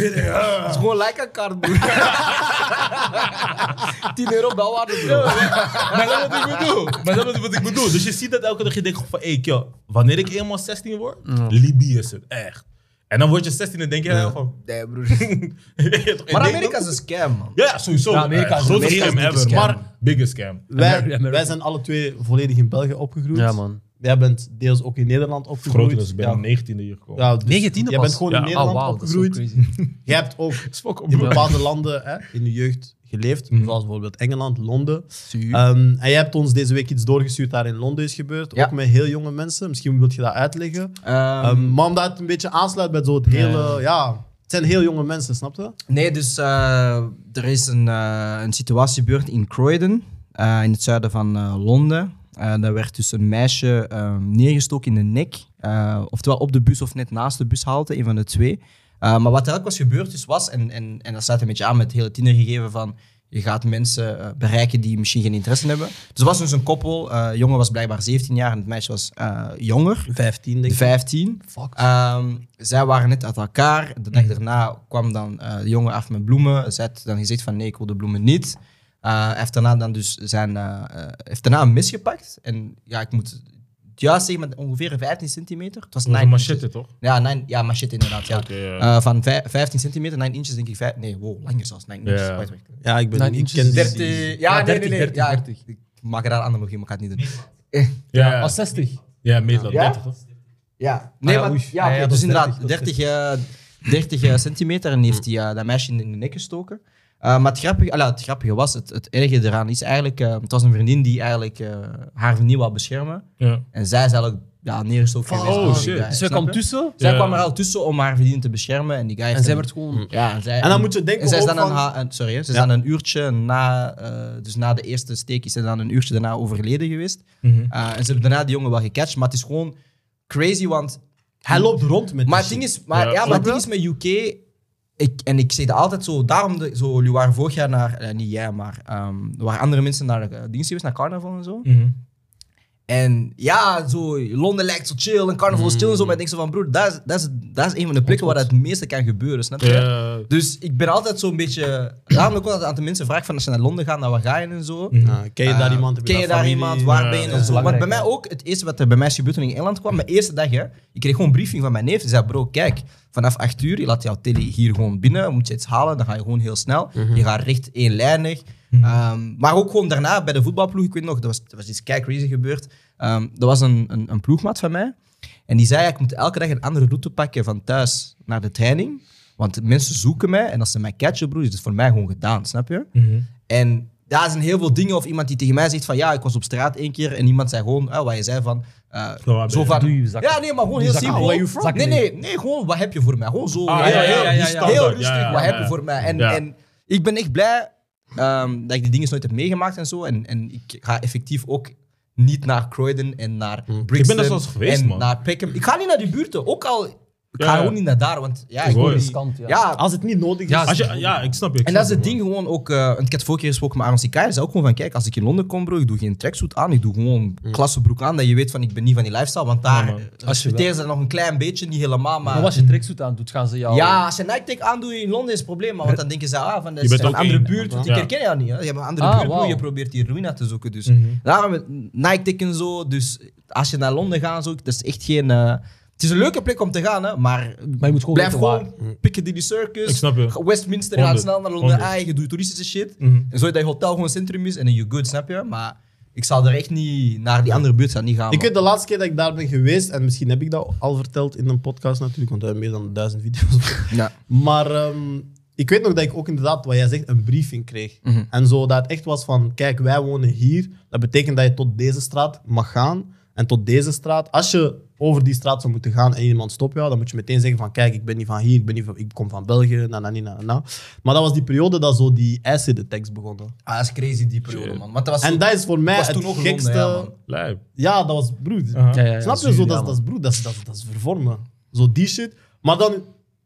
Het is gewoon like een kaart, broer. 10 euro belwaarde, broer. Maar dat is wat ik bedoel. Maar dat is wat ik bedoel. Dus je ziet dat elke dag. Je denkt van, hey, kill, wanneer ik eenmaal 16 word, Libië is het, echt. En dan word je 16 en denk je van... Nee, broer. Maar Amerika is een scam, man. Ja, sowieso. Ja, Amerika is- Grote Amerika is scam een ever. scam. Maar, biggest scam. Wij, Ameri- wij zijn alle twee volledig in België opgegroeid. Ja, man. Jij bent deels ook in Nederland opgegroeid. Groter is, ik ben Ja. in 19 hier gekomen. Ja, dus 19e Jij pas? bent gewoon in Ja. Oh, Nederland wauw, dat is zo opgegroeid. crazy. Jij hebt ook Dat is fucking in bro. bepaalde landen hè, in je jeugd geleefd. Mhm. Zoals bijvoorbeeld Engeland, Londen. Ehm, en jij hebt ons deze week iets doorgestuurd daar in Londen is gebeurd. Ja. Ook met heel jonge mensen. Misschien wilt je dat uitleggen. Ehm, Ehm, maar omdat het een beetje aansluit bij zo het hele... Ja, het zijn heel jonge mensen, snap je? Nee, dus eh, er is een, eh, een situatie gebeurd in Croydon, eh, in het zuiden van eh, Londen. Eh daar werd dus een meisje eh, neergestoken in de nek. eh, oftewel op de bus of net naast de bushalte, een van de twee. Eh, maar wat er ook was gebeurd dus was, en, en, en dat sluit een beetje aan met het hele tienergegeven van... Je gaat mensen eh, bereiken die misschien geen interesse hebben. Dus er was dus een koppel. eh, de jongen was blijkbaar 17 jaar en het meisje was eh, jonger. 15, denk ik. 15. Ehm, zij waren net uit elkaar. De Mhm. dag daarna kwam dan eh, de jongen af met bloemen. Zij had dan gezegd van nee, ik wil de bloemen niet. Eh, hij heeft daarna dan dus zijn, eh, eh, heeft daarna een mes gepakt. En ja, ik moet het juist zeggen, met ongeveer 15 centimeter. Het was Dat is een nine machette, inches. toch? Ja, nine, ja, machette inderdaad. Ja. ja. Eh, van vij- 15 centimeter, 9 inches denk ik. vijf- nee, wow, langer zelfs. 9 inches. Ja. Wacht, wacht. Ja, ik, ben, Nine ik inches ken die... is- 30. Ja, Ja, nee, nee, 30, nee. 30, ja, 30. Ik maak er daar een analogie, maar ik ga het niet doen. Eh, Ja, Ah, ja. 60. ja meestal Ja? 30, toch? Ja, nee, ja, maar, oei. ja, Ah, oké, ja, dat dus is inderdaad, 30, 30, eh, 30 eh, centimeter en heeft hij eh, dat meisje in de nek gestoken. Eh, maar het grappige, allee, het grappige was, het, het erge eraan is eigenlijk, eh, het was een vriendin die eigenlijk eh, haar vriendin wou beschermen. Ja. En zij is eigenlijk ja, neergestoken. geweest oh, door die shit. guy, Dus zij snap kwam je? tussen Zij Ja. kwam er al tussen om haar vriendin te beschermen en die guy heeft en zij hem- werd gewoon... ja, en, zij, En dan moet je denken en zij is dan ook van- een, ha- een- sorry, hè, ze is Ja. dan een uurtje na, eh, dus na de eerste steek is ze dan een uurtje daarna overleden geweest. Mhm. Eh, en ze hebben daarna die jongen wel gecatcht, maar het is gewoon crazy, want Hij loopt rond met maar die het ding shit. is, maar, Ja, ja, maar het snap ding is met UK. Ik, en ik zeg dat altijd zo, daarom de, zo, jullie waren vorig jaar naar, eh, niet jij, maar ehm, er waren andere mensen naar eh, dienst geweest, naar carnaval en zo. Mhm. En ja, zo, Londen lijkt zo chill en carnaval is chill en zo, maar ik denk zo van, broer, dat is, dat is, dat is een van de plekken waar dat het meeste kan gebeuren, snap je? Ja. Dus ik ben altijd zo'n beetje, daarom ook altijd aan de mensen vraag van, als je naar Londen gaat, naar waar ga je en zo? Ah, ken je daar Eh, iemand? Heb Ken je daar familie? iemand? Waar Ja, ben je? ja, en zo. Want bij mij ook, het eerste wat er bij mij is gebeurd toen ik in Engeland kwam, mijn eerste dag, hè, ik kreeg gewoon een briefing van mijn neef. Die zei, bro, kijk, vanaf 8 uur, je laat jouw tele hier gewoon binnen, moet je iets halen, dan ga je gewoon heel snel. Mhm. Je gaat recht eenlijnig. Ehm, maar ook gewoon daarna bij de voetbalploeg, ik weet nog, dat was, dat was iets kei crazy gebeurd. Ehm er was een, een, een ploegmaat van mij en die zei, ik moet elke dag een andere route pakken van thuis naar de training. Want mensen zoeken mij en als ze mij catchen, broer, is het dus voor mij gewoon gedaan, snap je? Mhm. En daar zijn heel veel dingen. Of iemand die tegen mij zegt van ja, ik was op straat één keer en iemand zei gewoon eh, wat je zei van. eh, Zo, waar ben zo je? van, Doe je zakken. ja, nee, maar gewoon heel zakken. simpel. Where you from? Nee, nee, nee, gewoon wat heb je voor mij? Gewoon zo. Ah, heel, ja, ja, heel- ja, heel ja, standaard. ja. heel rustig, Ja, ja, wat ja, heb ja. je voor mij? En, Ja. en ik ben echt blij ehm, dat ik die dingen nooit heb meegemaakt en zo. En, en ik ga effectief ook niet naar Croydon en naar Brixton. Mhm. Ik ben daar zelfs geweest, en man. naar Peckham. Ik ga niet naar die buurten. Ook al, ik Ja, ga ja. gewoon niet naar daar, want ja, is ik wil gewoon niet- riskant, ja. ja, Als het niet nodig Ja, is... Als je, ja, ik snap je. ik en dat is snap het je, ding gewoon ook. eh, want ik heb vorige keer gesproken met Aaron Sikai. zei ook gewoon van: kijk, als ik in Londen kom, bro, ik doe geen tracksuit aan. Ik doe gewoon klassebroek aan. Dat je weet van: ik ben niet van die lifestyle. Want daar Mm. Ja, ja, man. Als je respecteren ze dat nog een klein beetje, niet helemaal. Maar, Maar als je tracksuit aan doet, gaan ze jou... ja, als je Nike-tech aandoet in Londen is het probleem. Maar want dan denken ze: ah, van Je dat is bent een ook andere één. buurt. Want ik Ja. herken jou niet. Hè. Je hebt een andere Ah, buurt, bro. wauw. Mhm. Je probeert die ruïna te zoeken. Dus daarom met Nike-tech en zo. Dus als je naar Londen gaat, zo, dat is echt geen. eh, het is een leuke plek om te gaan, hè, maar, Maar je moet gewoon blijf weten gewoon Piccadilly Circus. Ik snap je. Ga- Westminster gaat Honderd. snel naar Londen. Honderd. Ah, je doet toeristische shit. Mhm. En zodat je hotel gewoon centrum is en dan you good, snap je? Maar ik zou er echt niet naar die andere buurt gaan, niet gaan. Ik man. weet de laatste keer dat ik daar ben geweest, en misschien heb ik dat al verteld in een podcast natuurlijk, want we hebben meer dan duizend video's. Ja. Maar ehm, ik weet nog dat ik ook inderdaad, wat jij zegt, een briefing kreeg. Mhm. En zo dat het echt was van, kijk, wij wonen hier. Dat betekent dat je tot deze straat mag gaan. En tot deze straat. Als je over die straat zou moeten gaan en iemand stopt jou, dan moet je meteen zeggen van, kijk, ik ben niet van hier, ik, ben niet van, ik kom van België, na, na, na, na, na. Maar dat was die periode dat zo die acid tax begonnen. Ah, dat is crazy die periode, man. Want dat was En zo- dat is voor mij was het toen ook gekste... Londen, ja, man. Lijp. Ja, dat was broer. Ja, ja, ja, Snap je zuur, zo? ja, Dat, is- man. dat is broer, dat is, dat, is, dat is vervormen. Zo die shit. Maar dan,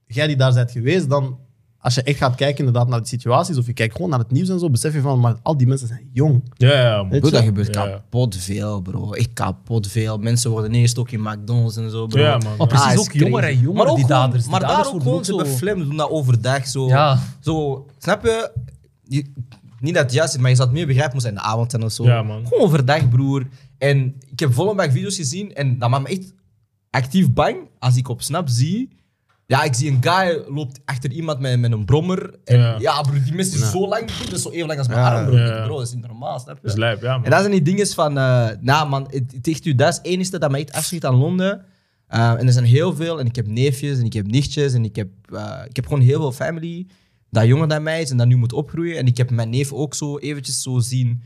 jij die daar bent geweest, dan als je echt gaat kijken inderdaad naar die situaties of je kijkt gewoon naar het nieuws en zo, besef je van, maar al die mensen zijn jong. Ja, ja, man. Weet Bro, je? dat gebeurt Ja. kapot veel, bro. Echt kapot veel. Mensen worden neergestoken in McDonald's en zo, bro. Ja, man. Maar precies, Ah, is ook crazy. jongeren en jongeren, ook die gewoon- daders. Die Maar daar daders ook worden gewoon ook zo zo- beflemd. Doen dat overdag zo. Ja. Zo, snap je? Je- Niet dat het juist is, maar je zou het meer begrijpen moeten zijn in de avond en of zo. Ja, man. Gewoon overdag, broer. En ik heb volop video's gezien en dat maakt me echt actief bang als ik op Snap zie Ja, ik zie een guy loopt achter iemand met, met een brommer. En ja, Ja. bro, die mist is zo lang. broer, Dat is zo even lang als mijn arm, bro. Ja. Bro, dat is niet normaal, snap je? Dat is lijp, ja, man. En dat zijn die dingen van, eh nou man, het, het echt u, dat is het enige dat mij echt afschiet aan Londen. Eh, en er zijn heel veel, en ik heb neefjes en ik heb nichtjes en ik heb, eh, ik heb gewoon heel veel family dat jonger dan mij is en dat nu moet opgroeien. En ik heb mijn neef ook zo eventjes zo zien,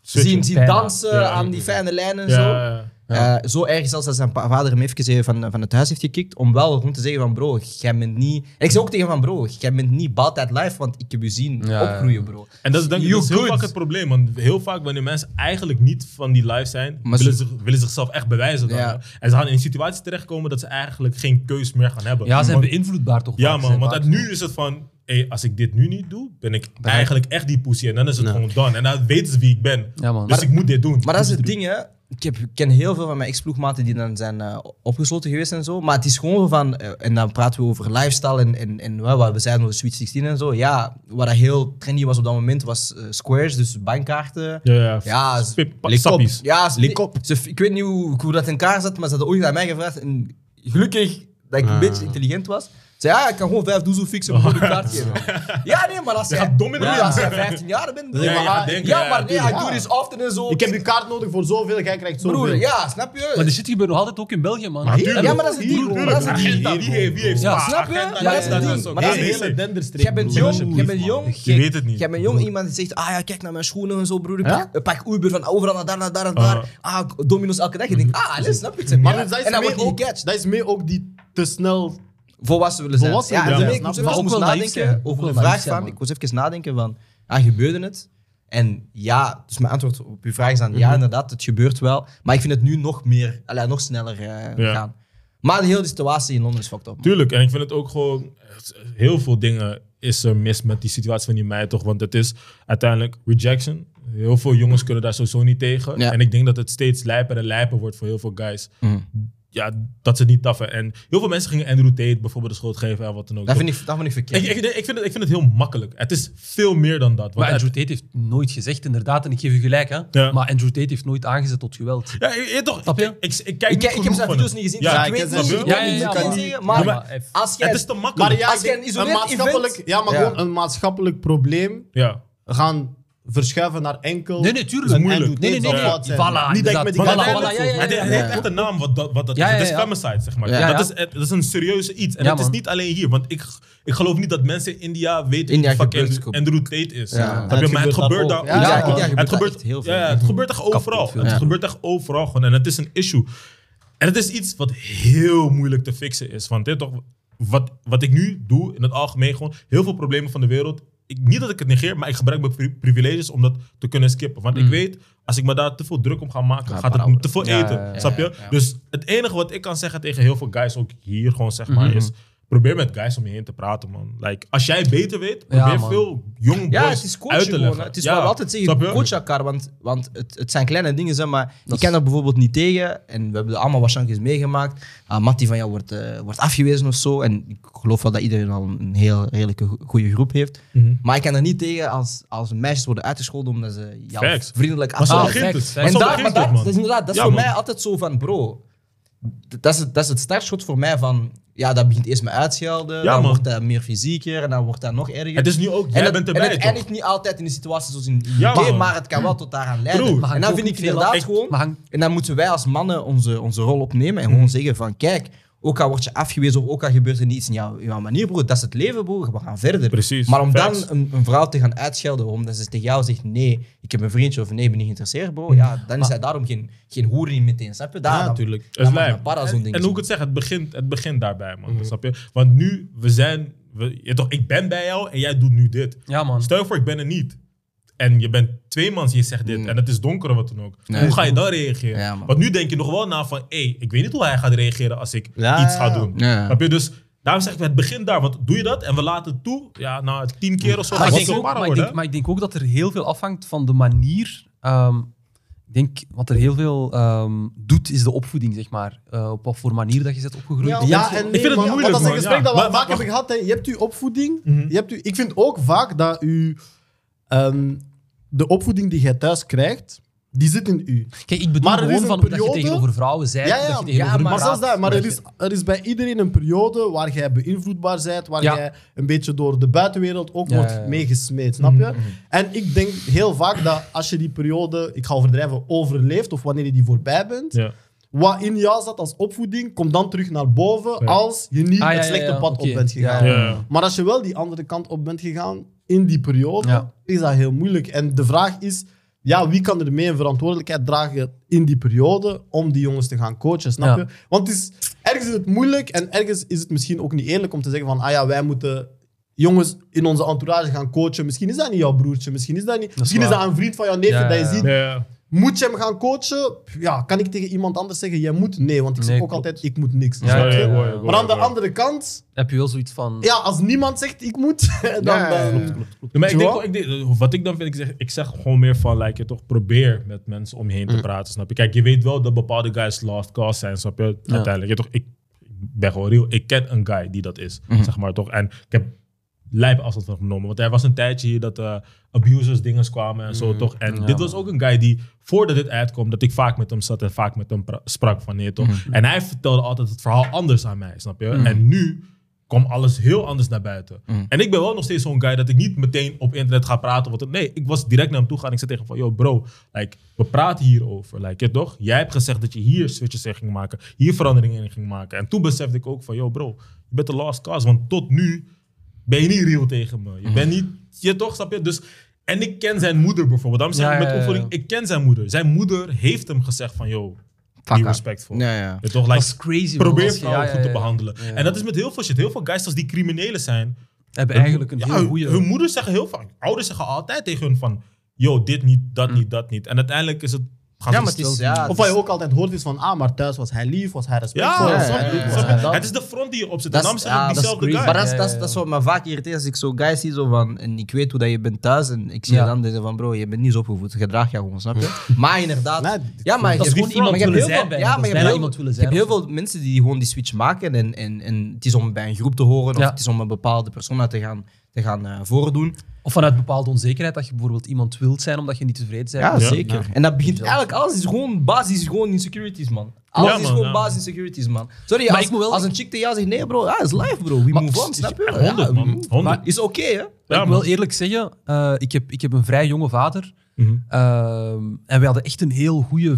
Switchen. zien, zien Bijna. dansen Ja. aan die fijne lijnen en Ja, zo. ja, ja. Eh, zo erg zelfs dat zijn pa- vader hem even eh, van, van het huis heeft gekikt. Om wel gewoon te zeggen van bro, jij bent niet... En ik zei ook tegen hem van bro, jij bent niet bad that life. Want ik heb je zien Ja, ja. opgroeien bro. En dat is denk ik You dat is heel good. vaak het probleem. Want heel vaak wanneer mensen eigenlijk niet van die life zijn, Maar willen, ze- zich- willen zichzelf echt bewijzen. Dan, Ja. hè. En ze gaan in een situatie terechtkomen dat ze eigenlijk geen keus meer gaan hebben. Ja, ze zijn Want- beïnvloedbaar toch? Ja, vaak, man, zijn want vaak dat zo. nu is het van, hey, als ik dit nu niet doe, ben ik eigenlijk echt die pussy. En dan is het gewoon done. En dan weten ze wie ik ben. Ja, man. Dus Maar- ik moet dit doen. Maar dat is het ding, hè. Ik, heb, ik ken heel veel van mijn ex-ploegmaten die dan zijn eh, opgesloten geweest en zo. Maar het is gewoon van... eh, en dan praten we over lifestyle en, en, en wat wat we zijn over Sweet 16 en zo. Ja, wat dat heel trendy was op dat moment was eh, squares, dus bankkaarten. Ja, ja. Ja, ze- Spip- pa- Lik op. sappies. Ja, ze- Lik op. ze- ik weet niet hoe, hoe dat in elkaar zat, maar ze hadden ooit aan mij gevraagd. En gelukkig dat Ah. ik een beetje intelligent was. Ze zei, ja, ik kan gewoon vijf doezel fixen voor de kaart geven. Ja, nee, maar als jij, gaat dom in de ja, wereld. als jij 15 jaar bent, Ja, maar, je gaat ah, denken, ja, ja, maar nee, tuurlijk. hij doet is often en zo. Ik heb die kaart nodig voor zoveel, jij krijgt zoveel. Broer, ja, snap Maar je? die shit gebeurt nog altijd ook in België, man. Natuurlijk. Ja, maar dat is het ding, Tuurlijk. bro. Dat is het ding. Agenda, wie heeft, wie heeft Ja, spa? snap je? Agenda, Ja, dat is dat dat is het is ding. ook. Maar dat is Nee, het nee, hele nee. Jij bent jong, jij bent jong. Je jij- weet het niet. Jij bent jong, iemand die zegt, ah ja, kijk naar mijn schoenen en zo, broer. Ik Pak, ik pak Uber van overal naar daar, naar daar, naar daar. Ah, Domino's elke dag. Je denkt, ah, allez, snap je? Ik zeg, Maar dus ja. dat, en is dan mee wordt je ook, gecatcht. dat is mee ook die te snel... volwassen willen zijn. Volwassen ja, willen en zijn, Ik moest snap even, je? ook Maar wel ook wel naïef nadenken zijn, ook over wel de naïef vraag zijn, van... man. Ik was even nadenken van, ah, gebeurde het? En ja, dus mijn antwoord op uw vraag is dan ja, inderdaad, het gebeurt wel. Maar ik vind het nu nog meer, allee, nog sneller eh, Ja. gaan. Maar de hele situatie in Londen is fucked up. man. Tuurlijk, en ik vind het ook gewoon... Heel veel dingen is er mis met die situatie van die meid, toch? Want het is uiteindelijk rejection. Heel veel jongens kunnen daar sowieso niet tegen. Ja. Mhm. En ik denk dat het steeds lijper en lijper wordt voor heel veel guys. Ja, dat ze het niet taffen. En heel veel mensen gingen Andrew Tate bijvoorbeeld de schuld geven en wat dan ook. Dat vind ik, dat vind ik verkeerd. Ik, ik, ik, vind het, ik vind het heel makkelijk. Het is veel meer dan dat. Maar Want Andrew Tate heeft nooit gezegd, inderdaad, en ik geef u gelijk, hè. Ja. Maar Andrew Tate heeft nooit aangezet tot geweld. Ja, je, je toch, Snap ik, je? ik, ik kijk niet Ik, ik heb genoeg zijn van video's hem. niet gezien, Ja, dus ik ik ken weet zijn niet, ik video's. kan Ja, niet ja, ja, zeggen, man. maar, Ja, maar even- als jij... Het is te makkelijk. Maar ja, Als ik jij denk, een isoleerd maatschappelijk, event- Ja, maar Ja. gewoon een maatschappelijk probleem ja. gaan verschuiven naar enkel... Nee, nee, tuurlijk. en moeilijk. doet Nee, nee, dit nee. zal nee. fout zijn. Voilà, Niet dat ik inderdaad. met die Voilà, kaart voilà, ja, ja, Het, ja, het ja. heeft echt een naam wat dat, wat dat Ja, is. ja, Het is ja. femicide, zeg maar. Ja, ja. Dat, is, het, dat is een serieuze iets. En Ja, het is man. niet alleen hier. Want ik, ik geloof niet dat mensen in India weten India wie fucking gebeurt Andrew, het Andrew Tate is. Ja. Snap Het je? Maar het gebeurt gebeurt daar daar ook. Ja, overal. ja, India Het gebeurt daar gebeurt echt heel veel. Ja, ja, het gebeurt echt overal. veel. Het Mhm. Ja. gebeurt echt overal gewoon. En het is een issue. En het is iets wat heel moeilijk te fixen is. Want dit toch, wat, wat ik nu doe in het algemeen, gewoon heel veel problemen van de wereld. Ik, niet dat ik het negeer, maar ik gebruik mijn pri- privileges om dat te kunnen skippen. Want ik weet, als ik me daar te veel druk om ga maken, gaat het me te veel Mhm. Ja, eten. ja, ja, snap je? Dus het enige wat ik kan zeggen tegen heel veel guys, ook hier gewoon zeg maar, Mhm. is. Probeer met guys om je heen te praten, man. Like, als jij beter weet, probeer man. veel jong boys Ja, het is uit coachen te gewoon. leggen. hè. Het is Ja, wat we altijd zeggen, snap je? coach elkaar. Want, want het, het zijn kleine dingen, zeg maar ik ken er bijvoorbeeld niet tegen. En we hebben er allemaal waarschijnlijk eens meegemaakt. Ah, Mattie van jou wordt, eh, wordt afgewezen of zo. En ik geloof wel dat iedereen al een heel redelijke goede groep heeft. Mhm. Maar ik ken er niet tegen als, als meisjes worden uitgescholden omdat ze jou Facts. vriendelijk Maar zo Ah, begint facts, het. facts. Maar en zo daar- maar begint dat, het, man. dat is inderdaad, dat is Ja, voor man. mij altijd zo van, bro, d- dat is, het, dat is het startschot voor mij van, ja, dat begint eerst met uitschelden, Ja, dan man. wordt dat meer fysieker en dan wordt dat nog erger. Het is nu ook, en jij het, bent en erbij, het toch? eindigt niet altijd in de situatie zoals in Ja, UK, man. maar het kan wel tot daaraan leiden. Broer. Maar en hangt dan ook vind ik niet veel inderdaad af. gewoon, Maar hangt- en dan moeten wij als mannen onze, onze rol opnemen en Mhm. gewoon zeggen van, kijk, ook al word je afgewezen of ook al gebeurt er niet iets in jouw, jouw manier, broer, dat is het leven, broer, we gaan verder. Precies, Maar om dan facts. een, een vrouw te gaan uitschelden omdat ze tegen jou zegt nee, ik heb een vriendje of nee, ik ben niet geïnteresseerd, bro. Ja, dan is hij daarom geen, geen hoer in meteen. Snap je? Daar, Ja, dan- natuurlijk. dan Het is mag lijp. een para zo'n Mhm. En, ding en hoe ik het zeg, het begint, het begint daarbij, man. Snap je? Want nu, we zijn... We, ja, toch, ik ben bij jou en jij doet nu dit. Ja, man. Stel je voor, ik ben er niet. En je bent twee man en je zegt dit. En het is donker of wat dan ook. hoe ga je dan reageren? Ja, man. Want nu denk je nog wel na van... Hé, ik weet niet hoe hij gaat reageren als ik Ja, iets ga ja, ja. doen. Ja, ja. Snap je? Dus daarom zeg ik, het begint daar. Want doe je dat en we laten het toe... Ja, na tien keer of zo... Maar gaat ik, het denk zo ook, para maar, ik worden, denk, maar ik denk ook dat er heel veel afhangt van de manier. ehm, ik denk wat er heel veel ehm, doet, is de opvoeding, zeg maar. Eh, op wat voor manier dat je bent opgegroeid. Ja, Dat ja, mensen- en nee, vind het man, moeilijk, Want dat is een man, gesprek ja. dat we Maar- vaak maar- Mhm. hebben gehad. Hè. Je hebt je opvoeding. je hebt je, ik vind ook vaak dat u, ehm, de opvoeding die jij thuis krijgt, die zit in u. Kijk, ik bedoel Maar er is gewoon een van hoe dat je periode- tegenover vrouwen zei, Ja, ja, dat je tegenover hun maar praat, zelfs dat, maar dat er je- is, er is bij iedereen een periode waar jij beïnvloedbaar bent, waar Ja. jij een beetje door de buitenwereld ook Ja, wordt ja, ja. meegesmeed, snap Mhm, je? En ik denk heel vaak dat als je die periode, ik ga overdrijven, overleeft of wanneer je die voorbij bent, Ja. wat in jou zat als opvoeding, komt dan terug naar boven als je niet Ah, ja, het ja, slechte ja, pad oké. op bent gegaan. Ja, ja. Maar als je wel die andere kant op bent gegaan in die periode, Ja. is dat heel moeilijk. En de vraag is, ja, wie kan er mee een verantwoordelijkheid dragen in die periode om die jongens te gaan coachen, snap Ja. je? Want het is, ergens is het moeilijk en ergens is het misschien ook niet eerlijk om te zeggen van, ah ja, wij moeten jongens in onze entourage gaan coachen. Misschien is dat niet jouw broertje, misschien is dat niet... misschien is waar. dat een vriend van jouw neef Ja, dat je ja, ja. ziet, Ja. moet je hem gaan coachen? Ja, kan ik tegen iemand anders zeggen, jij moet? Nee, want ik zeg Nee, ook klopt. altijd, ik moet niks. Ja, snap Ja, je? ja, ik hoor je, ik hoor Maar aan je, de ik hoor je. andere kant, heb je wel zoiets van... ja, als niemand zegt ik moet, dan... eh, dan- Ja, maar ik denk, Zo? wel- ik denk- wat ik dan vind, ik zeg, ik zeg gewoon meer van, like, je toch probeer met mensen om je heen te praten, snap je? Kijk, je weet wel dat bepaalde guys last cause zijn, snap je? Uiteindelijk, je toch, ik, ik ben gewoon real. Ik ken een guy die dat is, zeg maar, toch? En ik heb lijp afstand van genomen, want er was een tijdje hier dat eh, abusers dingen kwamen en zo, toch? En dit was ook een guy die, voordat dit uitkwam, dat ik vaak met hem zat en vaak met hem pra- sprak van, nee, toch? En hij vertelde altijd het verhaal anders aan mij, snap je? En nu kwam alles heel anders naar buiten. En ik ben wel nog steeds zo'n guy dat ik niet meteen op internet ga praten. Want, nee, ik was direct naar hem toe gaan. Ik zei tegen hem van, yo bro, like, we praten hierover. Like, je toch? Jij hebt gezegd dat je hier switches in ging maken. Hier veranderingen in ging maken. En toen besefte ik ook van, yo bro, je bent de last cause. Want tot nu ben je niet real tegen me. Je bent niet, je toch, snap je? Dus, en ik ken zijn moeder bijvoorbeeld. Daarom zeg Ja, ik ja, met ja, ja. opvoeding, ik ken zijn moeder. Zijn moeder heeft hem gezegd van, yo, be haar. respectful. Ja, ja. Je toch, Dat like, is crazy. want probeer als je- vrouwen ja, ja, goed te ja. behandelen. Ja. En dat is met heel veel shit. Heel veel guys als die criminelen zijn. Hebben eigenlijk een ja, heel hun- goede... Hun moeders zeggen heel vaak. Ouders zeggen altijd tegen hun van... Yo, dit niet, Mm. dat niet, dat niet. En uiteindelijk is het... Gaan Ja, ze maar het is... stil- Ja, Of wat je ook altijd hoort is van, ah, maar thuis was hij lief, was hij respectvol. Ja, Ja, ja, snap je? ja, ja. Snap je? Ja, dat- Het is de front die je opzet. Dat En is- daarom zeg ja, ik dat is diezelfde ah, crazy. guy. Maar dat is, Ja, dat, is, ja, dat is ja. wat me vaak irriteert als ik zo guys zie zo van, en ik weet hoe dat je bent thuis en ik zie Ja. je dan deze van bro, je bent niet zo opgevoed, gedraag je gewoon, snap je? Maar inderdaad, Nee, ja, maar je Dat is hebt- gewoon iemand maar je hebt willen heel zijn veel- bijna. Ja, Dat maar is je bijna hebt heel- iemand willen je hebt zijn heel veel mensen die gewoon die switch maken en, en, en het is om bij een groep te horen Ja. of het is om een bepaalde persona te gaan, te gaan eh, voordoen. Of vanuit bepaalde onzekerheid dat je bijvoorbeeld iemand wilt zijn omdat je niet tevreden bent. Ja, Ja. zeker. En dat begint eigenlijk, alles is gewoon basis, is gewoon insecurities, man. Alles Ja, is man, gewoon ja, man. basis insecurities, man. Sorry, Maar als, ik moet wel- als een chick tegen jou zegt, nee bro, dat is live bro, we Maar- move on, snap je? 100, man. Ja, we move on. 100. Maar Is oké, hè? Ja, ik man. wil eerlijk zeggen, eh, ik, heb, ik heb een vrij jonge vader. Ehm, en wij hadden echt een heel goede,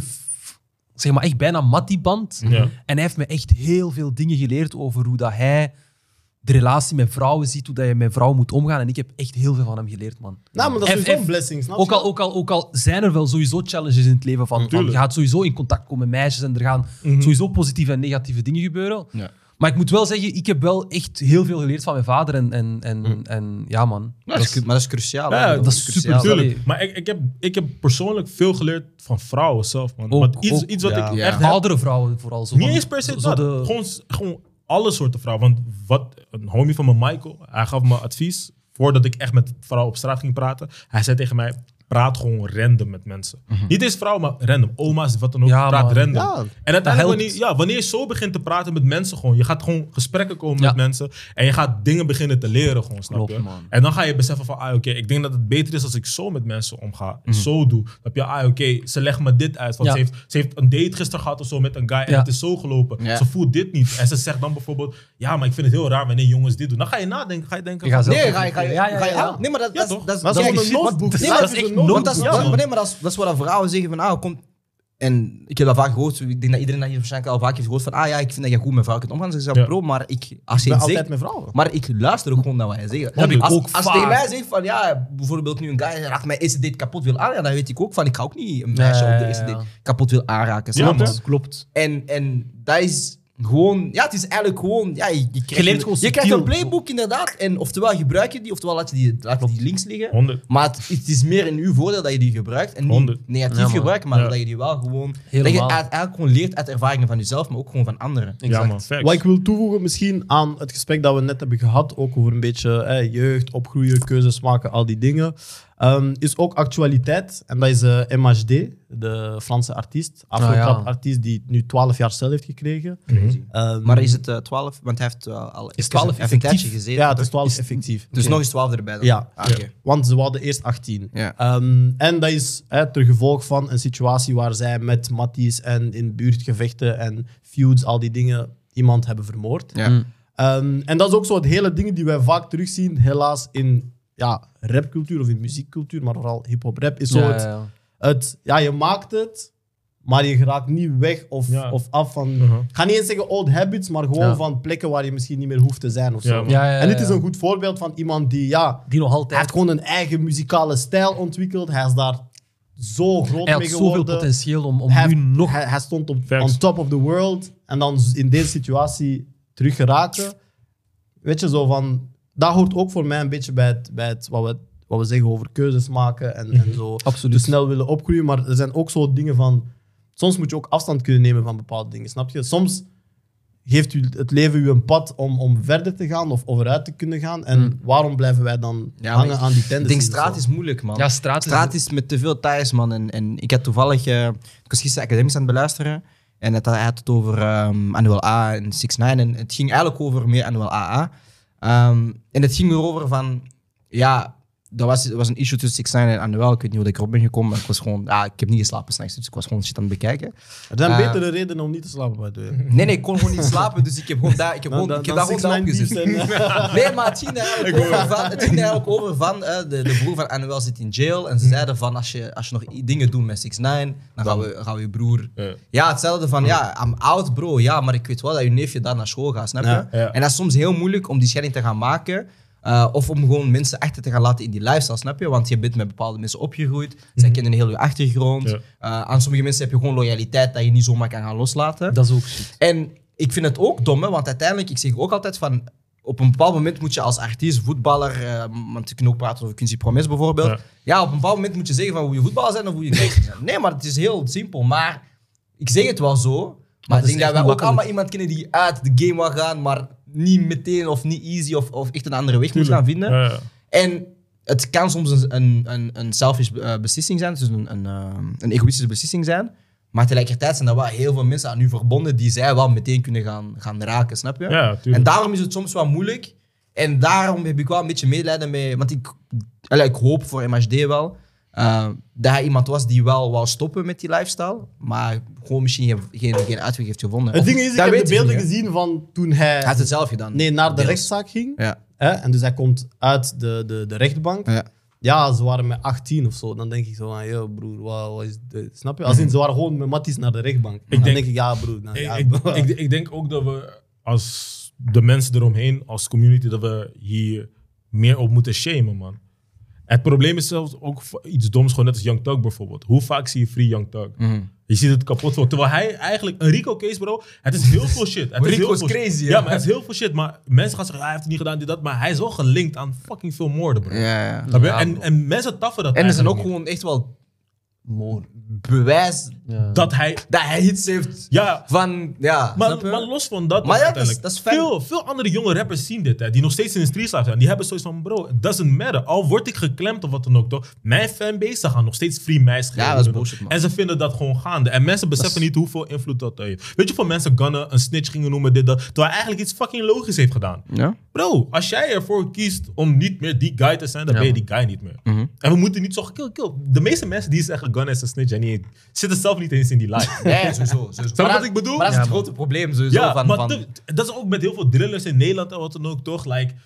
zeg maar echt bijna mattie-band. Ja. En hij heeft me echt heel veel dingen geleerd over hoe dat hij de relatie met vrouwen ziet, hoe dat je met vrouwen moet omgaan. En ik heb echt heel veel van hem geleerd, man. Nou, maar dat is F- sowieso F. een blessing, snap je? Ook al, ook, al, ook al zijn er wel sowieso challenges in het leven van, van je gaat sowieso in contact komen met meisjes en er gaan sowieso positieve en negatieve dingen gebeuren. Ja. Maar ik moet wel zeggen, ik heb wel echt heel veel geleerd van mijn vader en, en, en, en ja man. Dat is, maar dat is cruciaal. Ja, hè, bro. dat is super Cruciaal. tuurlijk. Tuurlijk. Maar ik, ik, heb, ik heb persoonlijk veel geleerd van vrouwen zelf, man. Ook- Want iets, ook, iets wat ja. ik Ja. echt heb Oudere vrouwen vooral. Zo Niet van- eens per se zo- zo dat. de- Gewoon, gewoon alle soorten vrouwen. Want wat een homie van me, Michael, hij gaf me advies voordat ik echt met vrouwen op straat ging praten. Hij zei tegen mij, praat gewoon random met mensen. Niet eens vrouwen, maar random. Oma's, wat dan ook, Mhm. Ja, praat man. random. Ja. En helpt. uiteindelijk, wanneer, ja, wanneer je zo begint te praten met mensen gewoon, je gaat gewoon gesprekken komen Ja. met mensen en je gaat dingen beginnen te leren gewoon, snap Klopt, je? man. En dan ga je beseffen van, ah oké, ik denk dat het beter is als ik zo met mensen omga. Zo doe. Dan heb je, ah oké, ze legt me dit uit. Want Mhm. Ja. ze, heeft, ze heeft een date gisteren gehad of zo met een guy en Ja. het is zo gelopen. Ja. Ze voelt dit niet. En ze zegt dan bijvoorbeeld, ja, maar ik vind het heel raar wanneer jongens dit doen. Dan ga je nadenken, ga je denken. Je gaat van, zelf- Nee, ga je, ga je, Ja, ja, ja, ga je- ja. Nee, maar dat, Ja, dat, toch? dat, is- Maar dat dat is is een notebook. Nee, maar Ja, dat dat is is een Want dat is, notebook. dat- nee, maar dat is, dat is wat dat vrouwen zeggen van, ah, kom... En ik heb dat vaak gehoord, ik denk dat iedereen dat hier waarschijnlijk al vaak heeft gehoord van, ah ja, ik vind dat je goed met vrouwen kunt omgaan. Ze zeggen, Ja. bro, maar ik, als je Ik ben het altijd zegt, met vrouwen. maar ik luister ook gewoon naar wat hij zegt. heb ik als, ook als vaak. tegen mij zegt van, ja, bijvoorbeeld nu een guy raakt mijn eerste date kapot wil aanraken, dan weet ik ook van, ik ga ook niet een meisje op Ja, ja, de ja, eerste ja. date kapot wil aanraken. snap je? man. Klopt. En, en dat is gewoon, ja, het is eigenlijk gewoon, ja, je, je krijgt, leert een- gewoon je krijgt subtiel. een playbook inderdaad. En oftewel gebruik je die, oftewel laat je die, laat je die links liggen. 100. Maar het, het is meer in uw voordeel dat je die gebruikt. En niet Honderd. negatief Ja, man. gebruikt, maar Ja. dat je die wel gewoon. Dat je Helemaal. uit- eigenlijk gewoon leert uit ervaringen van jezelf, maar ook gewoon van anderen. Ja man, facts. Wat ik wil toevoegen misschien aan het gesprek dat we net hebben gehad, ook over een beetje hè, jeugd, opgroeien, keuzes maken, al die dingen. Ehm, is ook actualiteit. En dat is eh, MHD, de Franse artiest. Ah, Afro-trap-artiest die nu 12 jaar cel heeft gekregen. Ehm, Maar is het eh, 12? Want hij heeft wel al is 12 heeft een tijdje effectief? gezeten. ja, het is toch? 12 effectief. Dus nog eens 12 erbij dan? Ja. Ah, oké. Want ze hadden eerst 18. Ja. Ehm, en dat is hè, ter gevolg van een situatie waar zij met Matties en in buurtgevechten en feuds, al die dingen, iemand hebben vermoord. Ja. Ehm, en dat is ook zo het hele ding die wij vaak terugzien, helaas in ja, rapcultuur of in muziekcultuur, maar vooral hip-hop rap. Is zo Ja, het, ja, ja. het, ja, je maakt het, maar je geraakt niet weg of, Ja. of af van. Mhm. Ik ga niet eens zeggen old habits, maar gewoon Ja. van plekken waar je misschien niet meer hoeft te zijn of Ja, zo. man. Ja, ja, ja, En dit is ja. een goed voorbeeld van iemand die, ja, Die nog hij heeft altijd... gewoon een eigen muzikale stijl ontwikkeld. Hij is daar zo groot Hij had mee zoveel geworden. potentieel om, om hij, nu heeft- nog... hij, hij stond op Facts. on top of the world. En dan z- in deze situatie terug geraken. Weet je, zo van... Dat hoort ook voor mij een beetje bij, het, bij het, wat, we, wat we zeggen over keuzes maken en, en zo. Mhm. Absoluut. Te snel willen opgroeien. Maar er zijn ook zo dingen van... Soms moet je ook afstand kunnen nemen van bepaalde dingen, snap je? Soms geeft u het leven u een pad om, om verder te gaan of, of eruit te kunnen gaan. En waarom blijven wij dan Mhm. Ja, maar hangen ik- aan die Ik tendensen? denk of straat zo? is moeilijk, man. Ja, straat is- straat is met te veel thuis, man. En, en ik had toevallig... eh, ik was gisteren academisch aan het beluisteren. En het, hij had het over ehm Annual A en 6 9 En het ging eigenlijk over meer Annual AA. Ehm, en het ging erover van... Ja, dat was, dat was een issue tussen 6 9 en Annual. Ik weet niet hoe ik erop ben gekomen. Maar ik was gewoon... Ja, ik heb niet geslapen s'nachts. Dus ik was gewoon shit aan het bekijken. Er zijn Eh, betere redenen om niet te slapen, by the way. Nee, nee, ik kon gewoon niet slapen. Dus ik heb gewoon daar... Ik heb, gewoon, ik heb daar gewoon daar opgezet. Nee, maar het ging er eigenlijk over van, het ging er eigenlijk over van eh, de, de broer van Anuel zit in jail. En ze zeiden van, als je, als je nog i- dingen doet met 6 9 dan gaan we, gaan we je broer... Ja. Ja, hetzelfde van, ja, I'm out bro. Ja, maar ik weet wel dat je neefje daar naar school gaat, snap je? Ja, ja. En dat is soms heel moeilijk om die scheiding te gaan maken. eh, of om gewoon mensen achter te gaan laten in die lifestyle, snap je? Want je bent met bepaalde mensen opgegroeid. Zij kennen heel je achtergrond. Ja. Eh, aan sommige mensen heb je gewoon loyaliteit dat je niet zomaar kan gaan loslaten. Dat is ook shit. En ik vind het ook dom, hè, want uiteindelijk, ik zeg ook altijd van. Op een bepaald moment moet je als artiest, voetballer, eh, want ik kan ook praten over Quincy Promes bijvoorbeeld. Ja. Ja. op een bepaald moment moet je zeggen van hoe je voetballer zijn of hoe je kijker zijn. Nee, maar het is heel simpel. Maar ik zeg het wel zo, maar, ik denk dat is echt wij ook makkelijk. allemaal iemand kennen die uit de game wil gaan, maar niet meteen of niet easy of, of echt een andere weg moet gaan vinden. Ja, ja. En het kan soms een, een, een, een selfish eh, beslissing zijn, dus een, een, ehm, een egoïstische beslissing zijn. Maar tegelijkertijd zijn er wel heel veel mensen aan u verbonden die zij wel meteen kunnen gaan, gaan raken, snap je? Ja, tuurlijk. en daarom is het soms wel moeilijk. En daarom heb ik wel een beetje medelijden mee. Want ik, allee, ik hoop voor MHD wel eh, dat hij iemand was die wel wou stoppen met die lifestyle. Maar gewoon misschien geen, geen, geen uitweg heeft gevonden. Het Of- ding is, ik dat heb de weet beelden niet, hè. gezien van toen hij, Hij heeft het zelf gedaan. nee, naar de Deels. rechtszaak ging. Ja. Hè? En dus hij komt uit de, de, de rechtbank. Ja. Ja. ze waren met 18 of zo. Dan denk ik zo van, yo broer, wat, wat is dit? Snap je? Als in, ze waren gewoon met Matties naar de rechtbank. dan denk- denk ik, ja broer. Nou, ja, Ik, ik, ik, ik denk ook dat we als de mensen eromheen, als community, dat we hier meer op moeten shamen, man. Het probleem is zelfs ook v- iets doms, gewoon net als Young Thug bijvoorbeeld. Hoe vaak zie je Free Young Thug? Mhm. Je ziet het kapot worden. Terwijl hij eigenlijk, een Rico case bro, het is heel veel shit. Het is Rico heel is veel crazy, shit. hè? Ja, maar het is heel veel shit. Maar mensen gaan zeggen, "Ah, hij heeft het niet gedaan, dit, dat. Maar hij is wel gelinkt aan fucking veel moorden, bro. Ja, ja. Snap je? Ja, en, en mensen taffen dat En er zijn eigenlijk ook niet. gewoon echt wel bewijs Dat hij... dat hij iets heeft Ja, van, ja, snap Maar, je? maar los van dat, Maar ja, dat is- uiteindelijk, dat is fijn. veel, veel andere jonge rappers zien dit, hè, die nog steeds in de streets life zijn. Die hebben zoiets van, bro, it doesn't matter. Al word ik geklemd of wat dan ook, toch? Mijn fanbase, ze gaan nog steeds free mij schrijven. Ja, dat is bullshit, man. En ze vinden dat gewoon gaande. En mensen beseffen niet hoeveel invloed dat heeft. Weet je hoeveel mensen gunnen, een snitch gingen noemen, dit, dat. Terwijl hij eigenlijk iets fucking logisch heeft gedaan. ja? Bro, als jij ervoor kiest om niet meer die guy te zijn, dan ben je die guy niet meer. Mhm. En we moeten niet zo kill, kill. De meeste mensen die zeggen gun is een snitch en die zitten zelf niet eens in die life. Nee, sowieso. sowieso. je Maar wat dat- ik bedoel? Maar dat is Ja, het grote probleem sowieso. Ja, van, maar van, dat- dat is ook met heel veel drillers in Nederland en wat dan ook, toch? Like,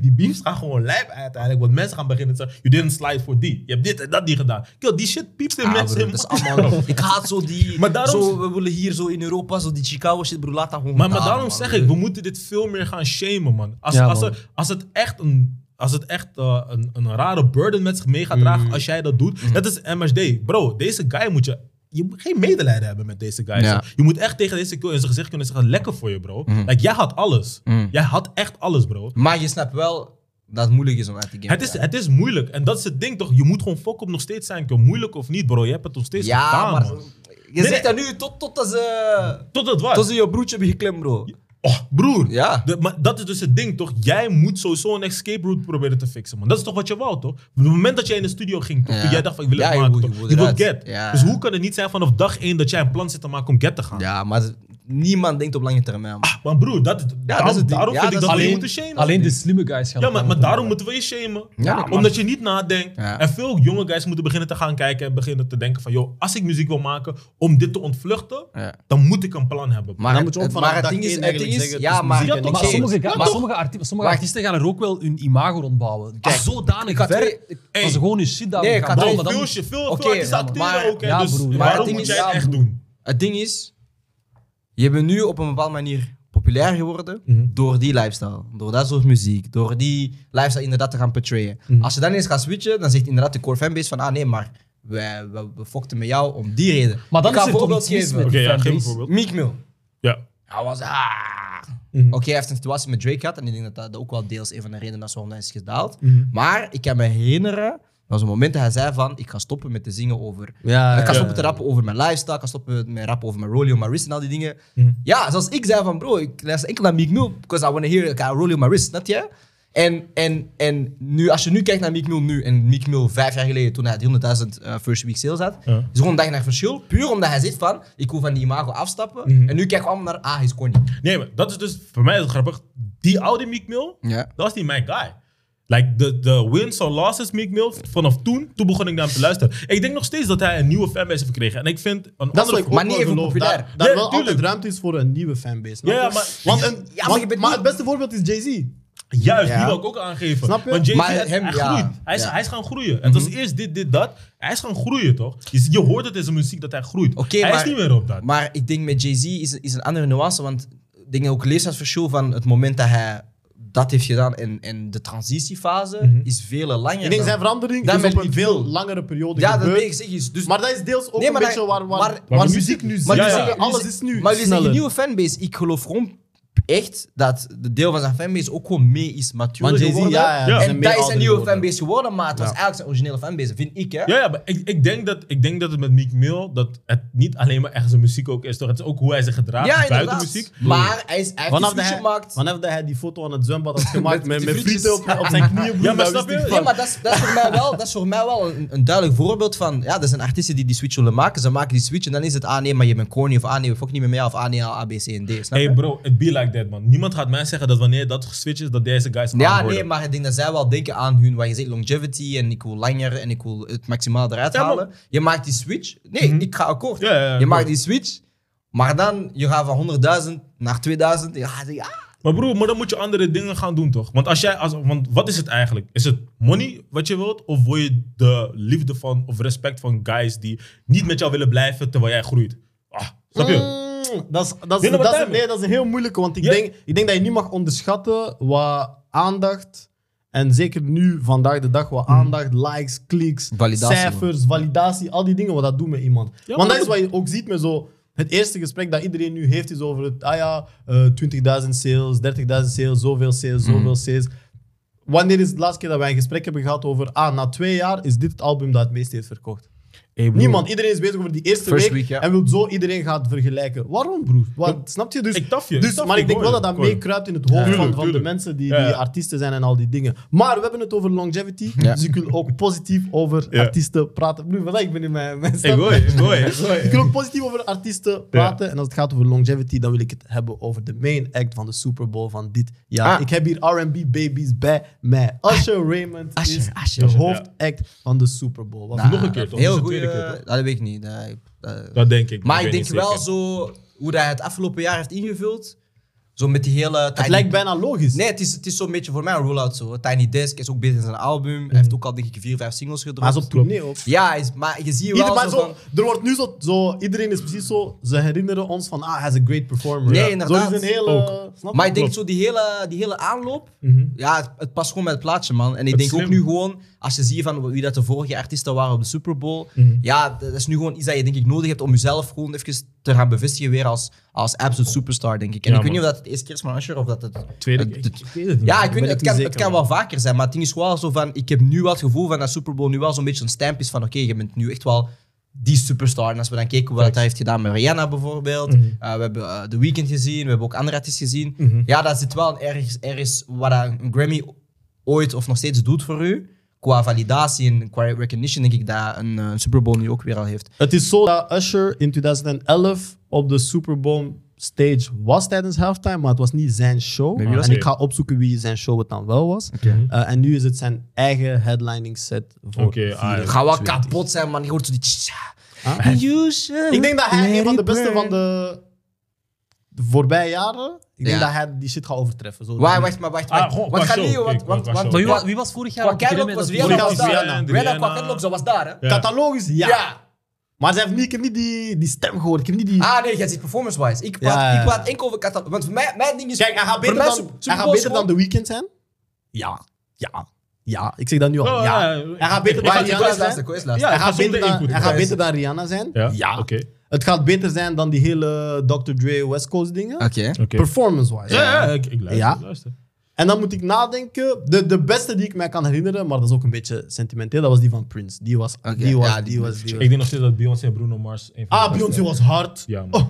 die beefs gaan gewoon lijp uiteindelijk. Want mensen gaan beginnen te zeggen, you didn't slide for die. Je hebt dit en dat niet gedaan. Kill, die shit piept in Ah, mensen. broer, in dat is maat, allemaal, bro. ik haat zo die... Maar daarom- zo, we willen hier zo in Europa, zo die Chicago shit, broer, laat dat gewoon Maar, maar gedaan, daarom man. zeg ik, we moeten dit veel meer gaan shamen, man. Als, Ja, als, man. er- als het echt een... Als het echt eh, een, een rare burden met zich Mm. mee gaat dragen als jij dat doet. Dat is MSD. Bro, deze guy moet je... Je moet geen medelijden hebben met deze guy. Ja. zo. Je moet echt tegen deze kill in zijn gezicht kunnen zeggen... Lekker voor je, bro. Mm. Like, jij had alles. Jij had echt alles, bro. Maar je snapt wel dat het moeilijk is om uit die game Het is, het is moeilijk. En dat is het ding toch. Je moet gewoon fuck op nog steeds zijn. Kill. Moeilijk of niet, bro. Je hebt het nog steeds Ja, gedaan, maar... man. Je Nee, zegt nee. dat nu tot, tot, als, eh Tot het was. tot ze je broertje hebben geklemd, bro. Oh, broer. Ja. De- maar dat is dus het ding, toch? Jij moet sowieso een escape route proberen te fixen, man. Dat is toch wat je wou, toch? Op het moment dat jij in de studio ging, toch? Ja. Toen jij dacht van, ik wil Ja, het je maken, moet- je toch? moet Je wilt eruit. get. Ja. Dus hoe kan het niet zijn vanaf dag één dat jij een plan zit te maken om get te gaan? Ja, maar niemand denkt op lange termijn. man. Maar broer, dat, daarom, dat is het ding. daarom Ja, vind ik dat dat is we je het moeten Alleen, shamen. alleen de slimme guys gaan Ja, op maar, lange maar daarom termijn. moeten we je shamen. Ja, man. Omdat je niet nadenkt. Ja. En veel jonge guys moeten beginnen te gaan kijken en beginnen te denken van... joh, als ik muziek wil maken om dit te ontvluchten, Ja. dan moet ik een plan hebben. Maar, het, Dan moet je ook het- vanaf maar het dag ding één is, het eigenlijk ding is, zeggen, het ja, is maar, muziek. Ja, toch, Maar Oké, sommige, ga- maar maar toch- sommige, arti- sommige Wacht. artiesten gaan er ook wel hun imago rondbouwen. Kijk, zodanig had ver twee- Hey. dat ze gewoon hun shit daar Nee, ik had Bro, twee- maar veel, dan- shit, veel, Oké, veel artiesten ja, maar- acteren ook. Hè, ja, dus broer, maar het waarom ding moet is- jij het ja, echt broer. doen? het ding is, je bent nu op een bepaalde manier populair geworden Mhm. door die lifestyle, door dat soort muziek, door die lifestyle inderdaad te gaan portrayen. Mhm. Als je dan eens gaat switchen, dan zegt inderdaad de core fanbase van, ah nee, maar we, we, we fokten met jou om die reden. Maar dan Ik ga is er toch voorbeeld iets mis geven. met Oké, die ja, geef een fanbase. voorbeeld. Meek Mill. Ja. Hij was... Ah. Oké, hij heeft een situatie met Drake gehad. En ik denk dat dat ook wel deels een van de redenen is waarom hij is gedaald. Maar ik kan me herinneren, dat was een moment dat hij zei van... Ik ga stoppen met te zingen over... ik ga stoppen te rappen over mijn lifestyle. Ik ga stoppen met rappen over mijn rollie on my wrist en al die dingen. Ja, zoals ik zei van... Bro, ik luister enkel naar Meek Mill. Because I want to hear like, rollie on my wrist, snap je? En, en, en nu, als je nu kijkt naar Meek Mill nu en Meek Mill vijf jaar geleden toen hij die 100.000 eh, first week sales had, is gewoon een dag naar verschil. Puur omdat hij zit van, ik wil van die imago afstappen. En nu kijken we allemaal naar, ah, hij is koning. Nee, maar dat is dus... Voor mij is het grappig. Die oude Meek Mill, Ja. dat was niet mijn guy. Like, de, de wins or losses Meek Mill, vanaf toen, toen begon ik naar hem te luisteren. Ik denk nog steeds dat hij een nieueve fanbase heeft gekregen. En ik vind een Dat is andere... wat ik ook maar niet wel even geloof, populair. Daar, daar Ja, wel altijd tuurlijk. ruimte is voor een nieuwe fanbase. snap Ja, je? ja, maar- want een, maar want- je bent maar niet- het beste voorbeeld is Jay-Z. Juist, Ja. die wil ik ook aangeven. Snap je? Want Jay-Z, Maar hij- hem- hij ja. groeit. Hij is, Ja. Mhm. hij is gaan groeien. Het was eerst dit, dit, dat. Hij is gaan groeien, toch? Je, je hoort het in zijn muziek dat hij groeit. Oké, hij maar- is niet meer op dat. Maar ik denk met Jay-Z is, is een andere nuance, want ik denk ook leeftijdsverschil van het moment dat hij dat heeft gedaan en, en de transitiefase Mhm. is veel langer. Ik denk dan- zijn verandering Dan is met op een Meek veel Mill. langere periode Ja, dat gebeurd. weet ik zeg eens. Dus, Maar dat is deels ook Nee, een maar beetje dat- waar, waar, maar- maar waar, muziek- muziek nu zit. maar Ja, jullie ja. zeggen- Alles jullie- is nu Maar jullie zeggen sneller. nieuwe fanbase. Ik geloof gewoon echt dat de deel van zijn fanbase ook gewoon mee is mature Want Jay-Z, geworden. ja, ja, Ja. zijn En meer dat is ouder een nieuwe geworden. fanbase geworden, maar het was eigenlijk zijn originele fanbase, vind ik. Hè? Ja, ja maar ik, ik, denk dat, ik denk dat het met Meek Mill, dat het niet alleen maar echt zijn muziek ook is, toch? Het is ook hoe hij zich gedraagt Ja, buiten inderdaad. muziek. Maar hij, is, hij heeft Vanaf een dat, switch hij, gemaakt. vanaf dat hij die foto aan het zwembad had Met gemaakt met, die met frietjes. frieten op, op zijn knieën. Ja, broer, maar dat snap wist je? ik Nee, van. maar dat is, dat is voor mij wel, dat is voor mij wel een, een duidelijk voorbeeld van... Ja, er zijn artiesten die die switch willen maken. Ze maken die switch en dan is het... Ah nee, maar je bent corny. Of ah nee, we fuck niet met mij. Of ah nee, A, B, C en D. Snap je? Hey bro, it be like that, man. Niemand gaat mij zeggen dat wanneer dat geswitcht is, dat deze guys gaan ja, worden. nee, maar ik denk dat zij wel denken aan hun... Wat je zegt, longevity en ik wil langer en ik wil het maximaal eruit Ja, maar- halen. Je maakt die switch. Nee, ik ga akkoord. Ja, ja, ja, je maakt akkoord. die switch. Maar dan, je gaat van 100.000 naar 2000. Ja, ah, ja. Maar broer, maar dan moet je andere dingen gaan doen, toch? Want als jij, als, want wat is het eigenlijk? Is het money wat je wilt? Of wil je de liefde van, of respect van guys die niet met jou willen blijven terwijl jij groeit? Ah, snap je? Mm, dat is, dat is, Nee, maar dat is, timing. nee, dat is een heel moeilijke, want ik, Ja. denk, ik denk dat je niet mag onderschatten wat aandacht, en zeker nu, vandaag de dag, Hmm. wat aandacht, likes, kliks, Validatie, cijfers, validatie, al die dingen, wat dat doet met iemand. maar want dat is dat- wat je ook ziet met zo... Het eerste gesprek dat iedereen nu heeft is over het, ah ja, eh, 20.000 sales, 30.000 sales, zoveel sales, zoveel sales. Wanneer is het de laatste keer dat wij een gesprek hebben gehad over, ah, na twee jaar is dit het album dat het meest heeft verkocht? Niemand. Iedereen is bezig over die eerste First week, week, ja. en wil zo iedereen gaan vergelijken. Waarom, broer? Wat, snap je? Dus, Ik taf je, Dus, ik taf maar je, ik denk ik wel hoor je, ik dat dat hoor je. meekruipt in het hoofd van, Tuurlijk, van de tuurlijk. mensen die, Ja, ja. die artiesten zijn en al die dingen. Maar we hebben het over longevity, Ja. dus ik wil ook positief over Ja. artiesten praten. Broer, wat ik ben in mijn, mijn Hey, stem. gooi, gooi, Ik gooi. wil ook positief over artiesten praten. En als het gaat over longevity, dan wil ik het hebben over de main act van de Super Bowl van dit jaar. Ah. Ik heb hier R&B babies bij mij. Usher Raymond is de hoofdact van de Super Bowl. Wat Nog een keer, toch? nou, Heel Dat goed. is de tweede keer, toch? Dat weet ik niet. Dat, dat- Dat denk ik. Maar ik weet denk niet wel zeker. zo hoe hij het afgelopen jaar heeft ingevuld. Zo met die hele. Het lijkt bijna logisch. Nee, het is, het is zo'n beetje voor mij een rollout zo. Tiny Desk is ook bezig in zijn album. Hij heeft ook al denk ik vier, vijf singles Hmm. Maar gedropt. hij is op tournee ook. Ja, hij is, maar je ziet Ieder, wel maar zo, zo, van... er wordt nu zo, zo, iedereen is precies zo, ze herinneren ons van, ah, hij is een great performer. Nee, Ja. inderdaad. Zo is een hele, Ook. snap je? Maar ik denk zo die hele, die hele aanloop, ja, het, het past gewoon met het plaatje, man. En ik Mhm. Het denk is ook slim. nu gewoon, als je ziet van wie dat de vorige artiesten waren op de Super Bowl, Mhm. ja, dat is nu gewoon iets dat je denk ik nodig hebt om jezelf gewoon even te gaan bevestigen weer als, als absolute superstar, denk ik. En Ja, ik weet man. niet of dat het eerste keer is van Usher of dat het... Tweede het- keer. het- Ik weet het niet. Ja, ik weet, niet, ben ik het, niet kan, zeker, het kan wel vaker zijn, maar het ding is wel zo van, ik heb nu wel het gevoel van dat Super Bowl nu wel zo'n beetje een stamp is van, oké, je bent nu echt wel die superstar. En als we dan kijken hoe dat hij heeft gedaan met Rihanna bijvoorbeeld. eh, we hebben eh, The Weeknd gezien, we hebben ook andere artiesten gezien. Ja, daar zit wel een ergens, ergens wat een Grammy ooit of nog steeds doet voor u. Qua validatie en qua recognition denk ik dat een eh, Super Bowl nu ook weer al heeft. Het is zo dat Usher in 2011 op de Super Bowl stage was tijdens halftime, maar het was niet zijn show. wie en was ik ga opzoeken wie zijn show het dan wel was. Eh, en nu is het zijn eigen headlining set voor Oké, vier- ah, ja. Ga wel 20. kapot zijn, man. Je hoort zo die... Ik denk dat hij Let een van de it beste burn. van de, de voorbije jaren, ik denk Ja. dat hij die shit gaat overtreffen. Zo Wacht, wacht, maar wacht. Ah, wacht. gewoon wat qua gaat show. Leo? Wat, Kijk, wat, qua wat, show. Maar wie, ja. wa- wie was vorig jaar Qua aan het beginnen Catlock met was dat- Rihanna was Rihanna daar. Rihanna, hè. Rihanna. Rihanna qua Catlock, ze was daar, hè. Ja. Catalogus, ja. Ja. Maar ze heeft niet, ik heb niet die, die stem gehoord. Ik heb niet die... Ah nee, jij zit performance-wise. Ik praat, Ja, ja, ja. ik praat enkel over Catalan. Want voor mij, mijn ding is... Kijk, hij gaat voor beter, mij dan, Super- hij Super gaat Bowl beter is dan The Weeknd zijn. Ja, ja, ja. Ik zeg dat nu al. Oh, ja. ja, ja. Hij gaat beter Ik dan ga- gewoon- Wacht, Rihanna Koos zijn. luister, Koos luister. Ja, Hij ik ga gaat, zonder beter dan, input hij gaat prijzen. beter dan Rihanna zijn. Ja, ja. oké. Het gaat beter zijn dan die hele Dr. Dre West Coast dingen. Oké. Oké. Performance-wise. Ja, ja, ik, ik luister. Ja. ik luister. En dan moet ik nadenken. De, de beste die ik mij kan herinneren, maar dat is ook een beetje sentimenteel, dat was die van Prince. Die was. Die was, ja, die, die was, die Ik was- denk nog steeds dat Beyoncé en Bruno Mars... een van de Ah, beste- Beyoncé was hard. Ja, man. Oh,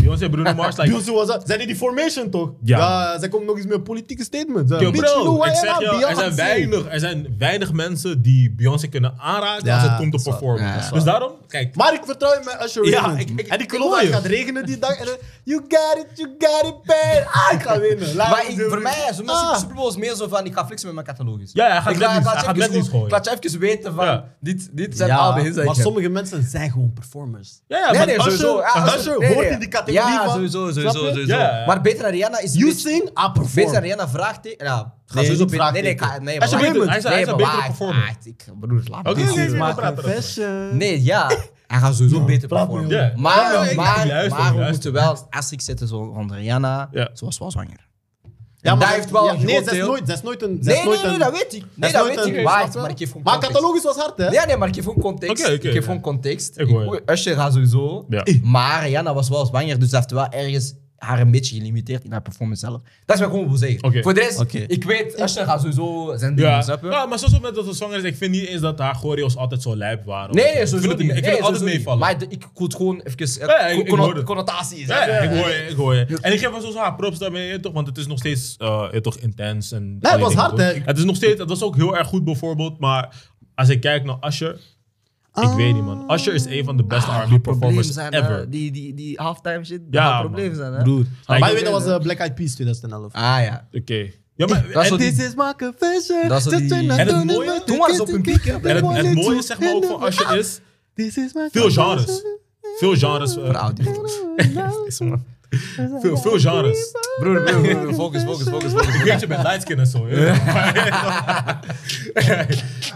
Beyoncé en Bruno Mars, like... Beyoncé was hard. Zijn die die formation toch? Ja. zij komt nog eens met politieke statements. Ja, Yo, bitch, you know bro, why ik I'm zeg not je, er Beyoncé. zijn, weinig, er zijn weinig mensen die Beyoncé kunnen aanraken Ja, als het komt dat op is waar. performance. Ja, dat is Dus daarom, kijk, Maar ik vertrouw in mijn Usher Ja, winnen. ik- ik- en ik ik geloof hoor dat het je. gaat regenen die dag. En dan, you got it, you got it, man. Ah, ik ga winnen. Laat Maar me ik, doen. voor mij, zo Ah. Super Bowl is meer zo van, ik ga flexen met mijn catalogus. Ja, hij gaat Ik laat- medleys- hij laat je gaat even medleys gewoon- gooien. Laat je even weten van, Ja. dit, dit zijn Ja, al de hits maar dat ik heb. sommige mensen zijn gewoon performers. ja, ja, Nee, maar nee, als je- sowieso. Ja, als je- als je- nee, hoort nee. in die categorie Ja, van- sowieso, sowieso, Snap je? sowieso. Ja, ja. Maar beter dan Rihanna is... You is- sing, I Beter dan perform. Rihanna vraagt tegen... Ja, ga Nee, sowieso niet beter. Nee, nee, vraagteken. ga- nee, Als je maar- beter- hij is- hij nee, is een maar betere wacht. performer. Ah, ik- Broer, laat me Oké, dit oké, eens we maken. praten erover. Nee, ja. Hij gaat sowieso beter praat performen. me, joh. Ja. Maar, Ja, ja, ik- maar, luister, maar we luister. moeten wel astig zetten zo rond dus Rihanna. Ja. Ze was wel zwanger. Ja, En maar daar dat- heeft wel ja, een Nee, groot dat is deel- nooit, dat is nooit een... dat is Nee, nee, nooit nee, een- dat weet ik. Nee, is dat nooit weet een- ik. Maar, snap je? maar ik geef gewoon Maar context. catalogus was hard, hè? Ja, nee, maar ik geef gewoon context. Oké, oké, ik geef ja. gewoon context. Ik hoor je. Ik- Usher gaat sowieso. Ja. Maar Rihanna was wel zwanger, dus dat heeft wel ergens haar een beetje gelimiteerd in haar performance zelf. Dat is wat ik gewoon wil zeggen. Oké. Voor de rest, Oké. ik weet, Usher gaat sowieso zijn ding, Ja. Nou, doen, snap je? ja, maar zoals met dat ze zwanger is, ik vind niet eens dat haar choreo's altijd zo lijp waren. Ik Nee, vind nee, het- sowieso Ik niet. vind Nee, het altijd sowieso niet. meevallen. Maar de- ik moet gewoon even... eh, Ja, ja, ik- ik conno- hoor het. Connotaties. Ja, ja, hè. ik hoor je, ik hoor je. En ik geef wel sowieso haar props daarmee, eh, toch? Want het is nog steeds eh, eh, toch intens. En al die het was dingen, hard, toch? hè. Het is nog steeds, het was ook heel erg goed bijvoorbeeld, maar als ik kijk naar Usher, ik weet niet man. Usher is een van de beste Ah, R&B performers ever. eh, die, die, die halftime shit, Ja, gaat man. probleem zijn, hè? Broer. Maar Maar ik- je weet, dat was eh, Black Eyed Peas 2011. Ah ja. Oké. Ja, maar Dat is en- wat die- is my confession. Dat is wat die- Just not En het doing mooie- what Toen you was het op hun piek, hè. think en I het, het wanted mooie to. zeg maar ook van Usher is, This is my veel genres. Veel genres. eh, Vrouw, dit- is, man. Veel, veel genres. Broer, broer, broer, focus, focus, focus, focus. Ik weet je bent lightskin en zo. hè.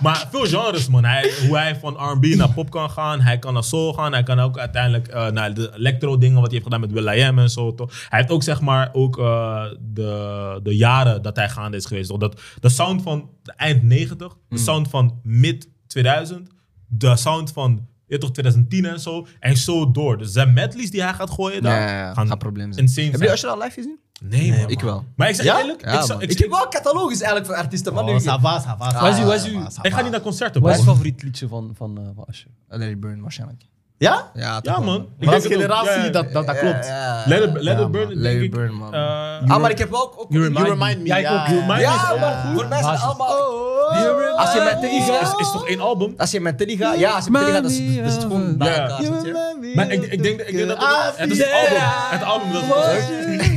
maar veel genres, man. Hij, hoe hij van RB naar pop kan gaan. Hij kan naar soul gaan. Hij kan ook uiteindelijk eh, naar de electro-dingen. Wat hij heeft gedaan met Will.i.am en zo. Toch? Hij heeft ook, zeg maar, ook, eh, de, de jaren dat hij gaande is geweest. Toch? Dat, de sound van de eind 90, Hmm. de sound van mid 2000, de sound van. ja, toch 2010 en zo. En zo door. Dus zijn medleys die hij gaat gooien, daar Ja, ja, ja. Gaat probleem zijn. insane Heb je zijn. Usher al live gezien? Nee, man. Ik wel. Maar ik zeg Ja? eerlijk, Ja, ik, zou- man. ik, ik heb wel een catalogus eigenlijk van artiesten, man. Oh, nu- ça va, ça va. Waar is u- waar is u- ik ga niet naar concerten, Wat is bro. je favoriet liedje van, van, eh, van Asje? Larry Burn waarschijnlijk. Ja? Ja, Ja, man. Ik Maar als denk het ook. generatie, Ja, ja. dat, dat, dat klopt. Let it, let Ja, it man. burn, denk Let it ik. burn, man. Eh, Ah, maar ik heb wel ook... ook You remind me. Ja, ik ook. You Remind Ja, Me is maar voor mij zijn het allemaal... Oh, Als je met Teddy is, gaat... is toch één album? Als je met Teddy gaat... Ja, als je met Teddy gaat, dat is dat is het gewoon bij Ja. elkaar. snap je? Maar ik, ik, denk, ik denk dat Ah, het, het is het album. Het album dat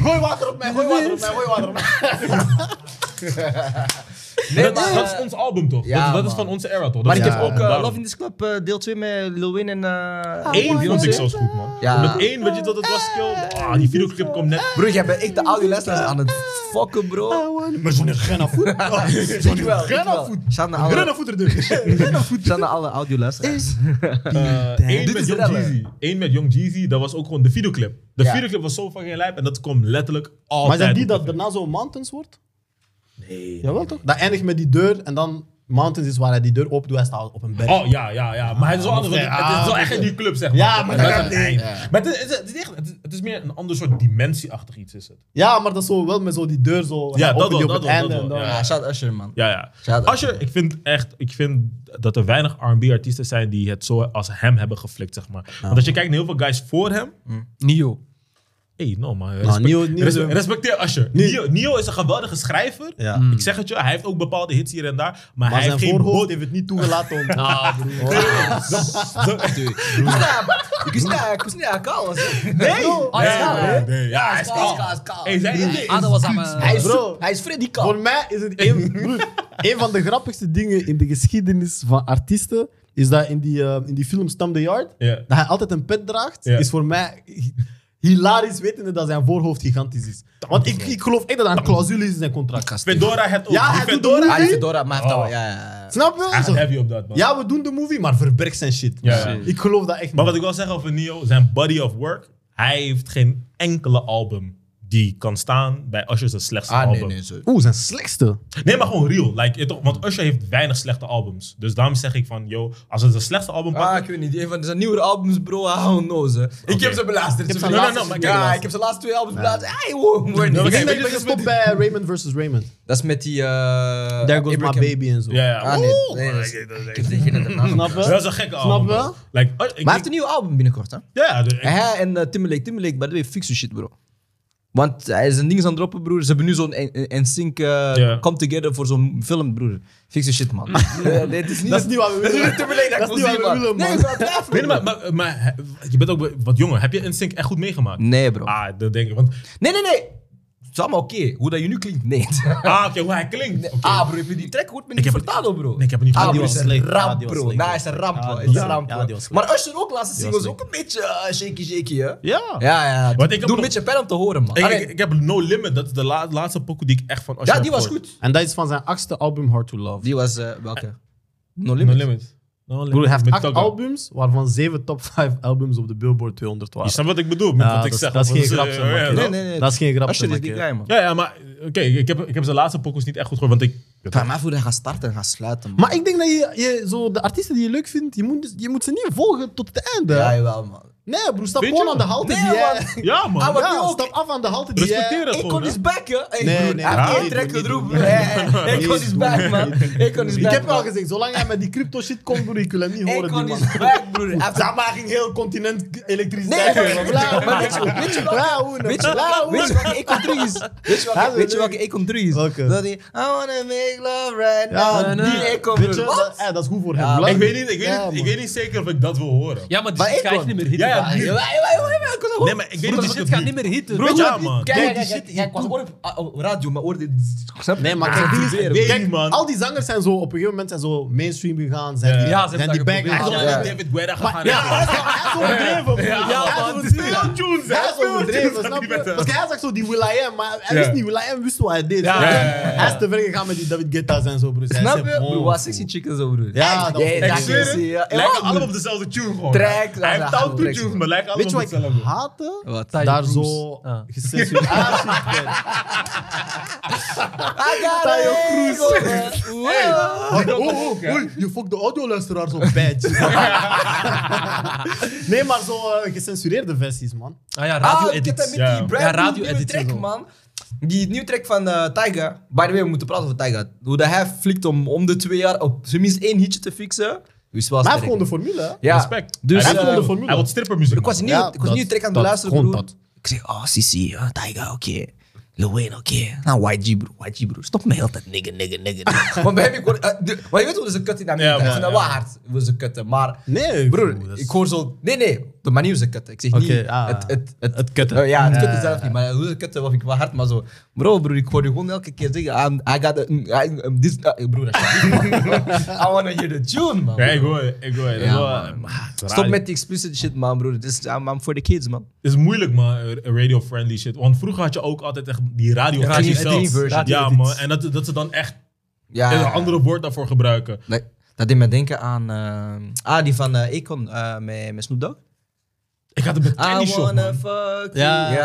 Gooi water op mij, gooi water op mij, gooi water op mij. Nee, dat, maar- dat is ons album toch? Ja, dat dat is man. van onze era toch? Dat Maar is ik heb ons ook album, eh, daarom. Love in This Club eh, deel 2 met Lil Wayne en... eh Eén Beyoncé. vond ik zelfs goed man. Ja. Met één weet je dat het was kill. Ah, die videoclip komt net. Broer, jij bent echt de oude luisteraars aan het fokken, bro. Maar zo'n genafvoet. Ik wel, ik wel. Genafvoet. Shout naar alle- Genafvoet er dus. shout naar alle audio luisteraars. Eén Dit Eh, met is Young sneller. Jeezy. Eén met Young Jeezy. Dat was ook gewoon de videoclip. De Ja. videoclip was zo fucking lijp en dat komt letterlijk altijd. Maar zijn die op dat de- daarna zo mountains wordt? Nee. Jawel toch? Dat eindigt met die deur en dan Mountains is waar hij die deur open doet, hij staat op een berg. Oh ja, ja, ja. Maar het is wel anders. want het- Het is wel echt in die club, zeg maar. Ja, maar dat- is een eind. Maar het is, het, is, het is echt- het is- het is meer een ander soort dimensie-achtig iets, is het? Ja, maar dat is zo wel met zo die deur zo. Ja, hij dat opent die wel, dat op het wel, einde dat en wel, dan- Ja, shout Usher, man. Ja, ja. Shout-out. Usher, ik vind echt, ik vind dat er weinig R&B-artiesten zijn die het zo als hem hebben geflikt, zeg maar. Want Oh. als je kijkt naar heel veel guys voor hem, Nio. hey, no Nou, man. Neo- Neo- respe- respecteer Usher. Nio, Nio is een geweldige schrijver. Ja. Mm. Ik zeg het je, hij heeft ook bepaalde hits hier en daar, maar, Maar hij heeft zijn geen voorhoofd bod. heeft het niet toegelaten Oh. om... Ah, Ik wist niet, ik wist niet dat ik kaal was. hè. Oh, Nee, man. Ah, Ja, hij is kaal. Kaal is kaal. Hey, zijn idee is- was aan Hij is, Bro. hij is Freddy kaal. Voor mij is het een, broer, een van de grappigste dingen in de geschiedenis van artiesten. Is dat in die, eh, in die film Stump the Yard, Ja. dat hij altijd een pet draagt, Ja. is voor mij hi- hilarisch wetende dat zijn voorhoofd gigantisch is. Want ik, ik geloof echt dat dat een clausule is in zijn contract. Fedora heeft ook. Ja, Die hij doet de Fedora- Hij Ah, is movie. Fedora, maar hij heeft Oh. al- ja, ja, ja. Snap je? Ah, Hij gaat Zo, heavy op dat, man. ja, we doen de movie, maar verberg zijn shit. Ja, ja. Ik geloof dat Maar echt niet. wat ik wil zeggen over Neo, zijn body of work, hij heeft geen enkele album die kan staan bij Usher zijn slechtste Ah, album. nee, Nee, nee, zo. Oeh, zijn slechtste. maar gewoon real. Like, je toch- want Usher heeft weinig slechte albums. Dus daarom zeg ik van, yo, als het een slechtste album Ah, pakt... ik weet niet. Een van zijn nieuwe albums, bro. ah, I don't know, ze. Ik heb ze beluisterd. ze heb ze beluisterd. beluisterd, maar ik heb ja, beluisterd. ik heb zijn laatste twee albums beluisterd. Hey, wow, word niet. maar Ik kijk, denk dat weet ik je wat ben gestopt bij Raymond versus Raymond. Dat is met die... eh There goes my Abraham- baby en zo. Ja, ja. Ah, nee. Oeh, Nee, maar dat is- ik- dat is- Ik heb geen idee. Maar Snap je? Dat is een gekke album. je? bro. Like, Usher- ik- hij heeft een nieuw album binnenkort, hè? ja, de- ik- Hij en eh, Timberlake. Timberlake, by the way, fix je shit, bro. Want hij is een ding aan het droppen, broer. Ze hebben nu zo'n NSYNC eh Ja. Come Together voor zo'n film, broer. Fix je shit, man. Eh, nee, het is niet Dat is niet wat we willen. Timberlake dat dat ik is wil niet zien, wat we man. willen, Nee, man. ik wil het laten, Nee, broer. maar, maar, maar he- je bent ook wat jonger. Heb je Instinct echt goed meegemaakt? Nee, bro. Ah, dat denk ik. Want, Nee, nee, nee. Het is allemaal oké. Hoe dat je nu klinkt, nee. ah, oké, hoe hij klinkt. Oké. Ah, bro, heb je die track goed met Ik die heb het- Furtado, bro? Nee, ik heb het niet Ah, gehoord. bro, Die is was een slecht. ramp, Ah, die was bro. slecht. Nee, is een ramp, Ja, bro. die Is was- een ramp, ja, bro. die was slecht. Maar Usher ook laatste was singles slecht. ook een beetje eh, shaky, shaky, hè? Ja. Ja, ja. Want ik heb Doe nog- een beetje pijn om te horen, man. Ik, Allee, ik, ik heb No Limit, dat is de la- laatste pokoe die ik echt van Usher ja, die heb was gehoord. goed. En dat is van zijn achtste album Hard to Love. Die was, eh, welke? No No Limit. Limit. No Limit. Broer, hij heeft Met acht Tugger. albums, waarvan zeven top 5 albums op de Billboard 200 Je waren. snapt wat ik bedoel, met Ja, wat ik dat- zeg. dat is want geen het grap, eh, zeg maar. ja, Nee, nee, nee. Dat is geen grap. Usher te is die maken. guy, man. Ja, ja, maar oké, ik, heb, ik heb zijn laatste pokoes niet echt goed gehoord, want ik... Van mij voor hij gaat starten en gaat sluiten, man. Maar ik denk dat je, je zo de artiesten die je leuk vindt, je moet, dus- je moet ze niet volgen tot het einde. Ja, jawel, man. Nee, broer, stap Vind gewoon je? aan de halte Nee, die jij... man. Ja, man. Ah, maar- Ja, nu ook. stap af aan de halte die jij... Respecteer dat Ik kon gewoon, hè. is back, hè? Hey, Nee, broer, nee, hij heeft nee, één doe track niet, gedroeg, doe bro. niet. Ik kon is back, man. Ik kon is Ik back, heb al man. gezegd, zolang jij met die crypto shit komt, broer, ik wil hem niet Ik horen, die kon man. is back, broer. Hij heeft- Zama ging heel continent Nee, elektriciteit. maar- Lauw, maar weet je- man. weet je wat- Lauw, Weet je lauw. welke- weet je welke Econ 3 is? Weet je Ja, welke- Weet je leuk. welke Econ 3 is? Welke? Dat die I wanna make love right Ja, now. nee, Die nee. Econ Weet je, broer. Wat? dat, eh, dat is goed voor hem. Ja, Laat- ik, weet niet, ik, weet Ja, niet, ik man. weet niet zeker of ik dat wil horen. Ja, maar die Maar shit Econ. gaat niet meer hitten. Ja, ja, daar. nu. Jawel, jawel, jawel, jawel, ik was al- Nee, maar ik weet Broer, niet die of shit ik gaat het- niet meer hitten. Broer, Weet je ja, wat die- man. Kijk, Nee, kijk, die kijk, shit- kijk, ik was horen op- eh, op radio, maar hoorde Nee, maar kijk, Ah, die is- ik weet het kijk, niet, man. al die zangers zijn zo op een gegeven moment zijn zo mainstream gegaan. Zijn, die- Ja, ze hebben zijn die dat bag geprobeerd. Hij is wel gehaald. Ja. naar David Guetta gegaan. Ja, hij is wel- hij is overdreven. broer. Ah, ja, Hij man. is Het is veel overdreven. aan tunes, hè. Hij Veel aan is tunes overdreven, aan snap die je? wetten. Want hij zag zo die Will I Am, maar hij Ja. wist niet, Will I Am wist wat hij deed. Ja, snap je? ja, ja, ja. Hij is te ver gegaan met die David Guetta en zo, broer. Hij Snap zei, je? oh, Broer, wat sexy chicken zo, broer. Ja, dat was- Jij- Ik Ik daar zweer zie het, je- ja, lijken man. allemaal op dezelfde tune gewoon. Tracks, Hij ja, heeft taal tracks, tune, man. maar lijken Weet je allemaal wat op ik dezelfde. haatte? Wat? Daar Cruise. zo Ah. gecensureerd. Ah, shit, man. I got Tayo a Cruz. ego. Wow. Oh, oh, oh, oei, je fokt de audioluisteraar zo bad. nee, maar zo eh, gecensureerde versies, man. Ah ja, Ah, radio ik heb dat met edits. Ja. die brand Ja, new radio nieuwe edits en track, zo. man. Die nieuwe track van eh Tyga. By the way, we moeten praten over Tyga. Hoe dat hij flikt om om de twee jaar op zijn minst één hitje te fixen. Is wel Maar sterk. hij heeft gewoon de formule. hè? ja. Respect. Dus, hij eh, wil gewoon de formule. Hij wil strippermuziek. Ik was nieuw, Ja, ik was dat- nieuw track aan het dat, luisteren, gewoon broer. dat. Ik zeg, oh, Sissi, uh, Tyga, oké. Lil Wayne, oké. Nou, YG, broer. YG, broer. Stop me heel tijd nigga, nigga, nigga. nigga. Want bij hem, ik hoor... eh, de- maar je weet hoe ze kut in Amerika. Ja, Ja, man, ze zijn ja. wel hard, hoe ze kutten. Maar... Nee, Broer, dat is- ik hoor zo... Nee, nee. De manier hoe ze kutten. Ik zeg Oké, niet... ah. het, het, het, Het kutten. Eh, ja, het Ja, kutten ja, zelf niet. Maar hoe ze kutten, wat ik wel hard. Maar zo... Bro, broer, ik hoor je gewoon elke keer zeggen... I'm, I got... a- mm, I, um, this, eh, broer, alsjeblieft, man. I wanna hear the tune, man. Ja, ik hoor je, ik hoor je. Dat Ja, is wel- man. maar het is Stop raar. met die explicit shit, man, broer. This, is- I'm, I'm for the kids, man. Het is moeilijk, man, eh, radio-friendly shit. Want vroeger had je ook altijd echt die radio Radio- versie zelf. die Ah. version. Ja, Radio- man. En dat, dat ze dan echt Ja. een andere woord daarvoor gebruiken. Nee, dat deed me denken aan. eh, ah, die van eh Econ eh, met, met Snoop Dogg. Ik had het met I Candy Shop, wanna man. fuck you. Ja. Ja, Ja, I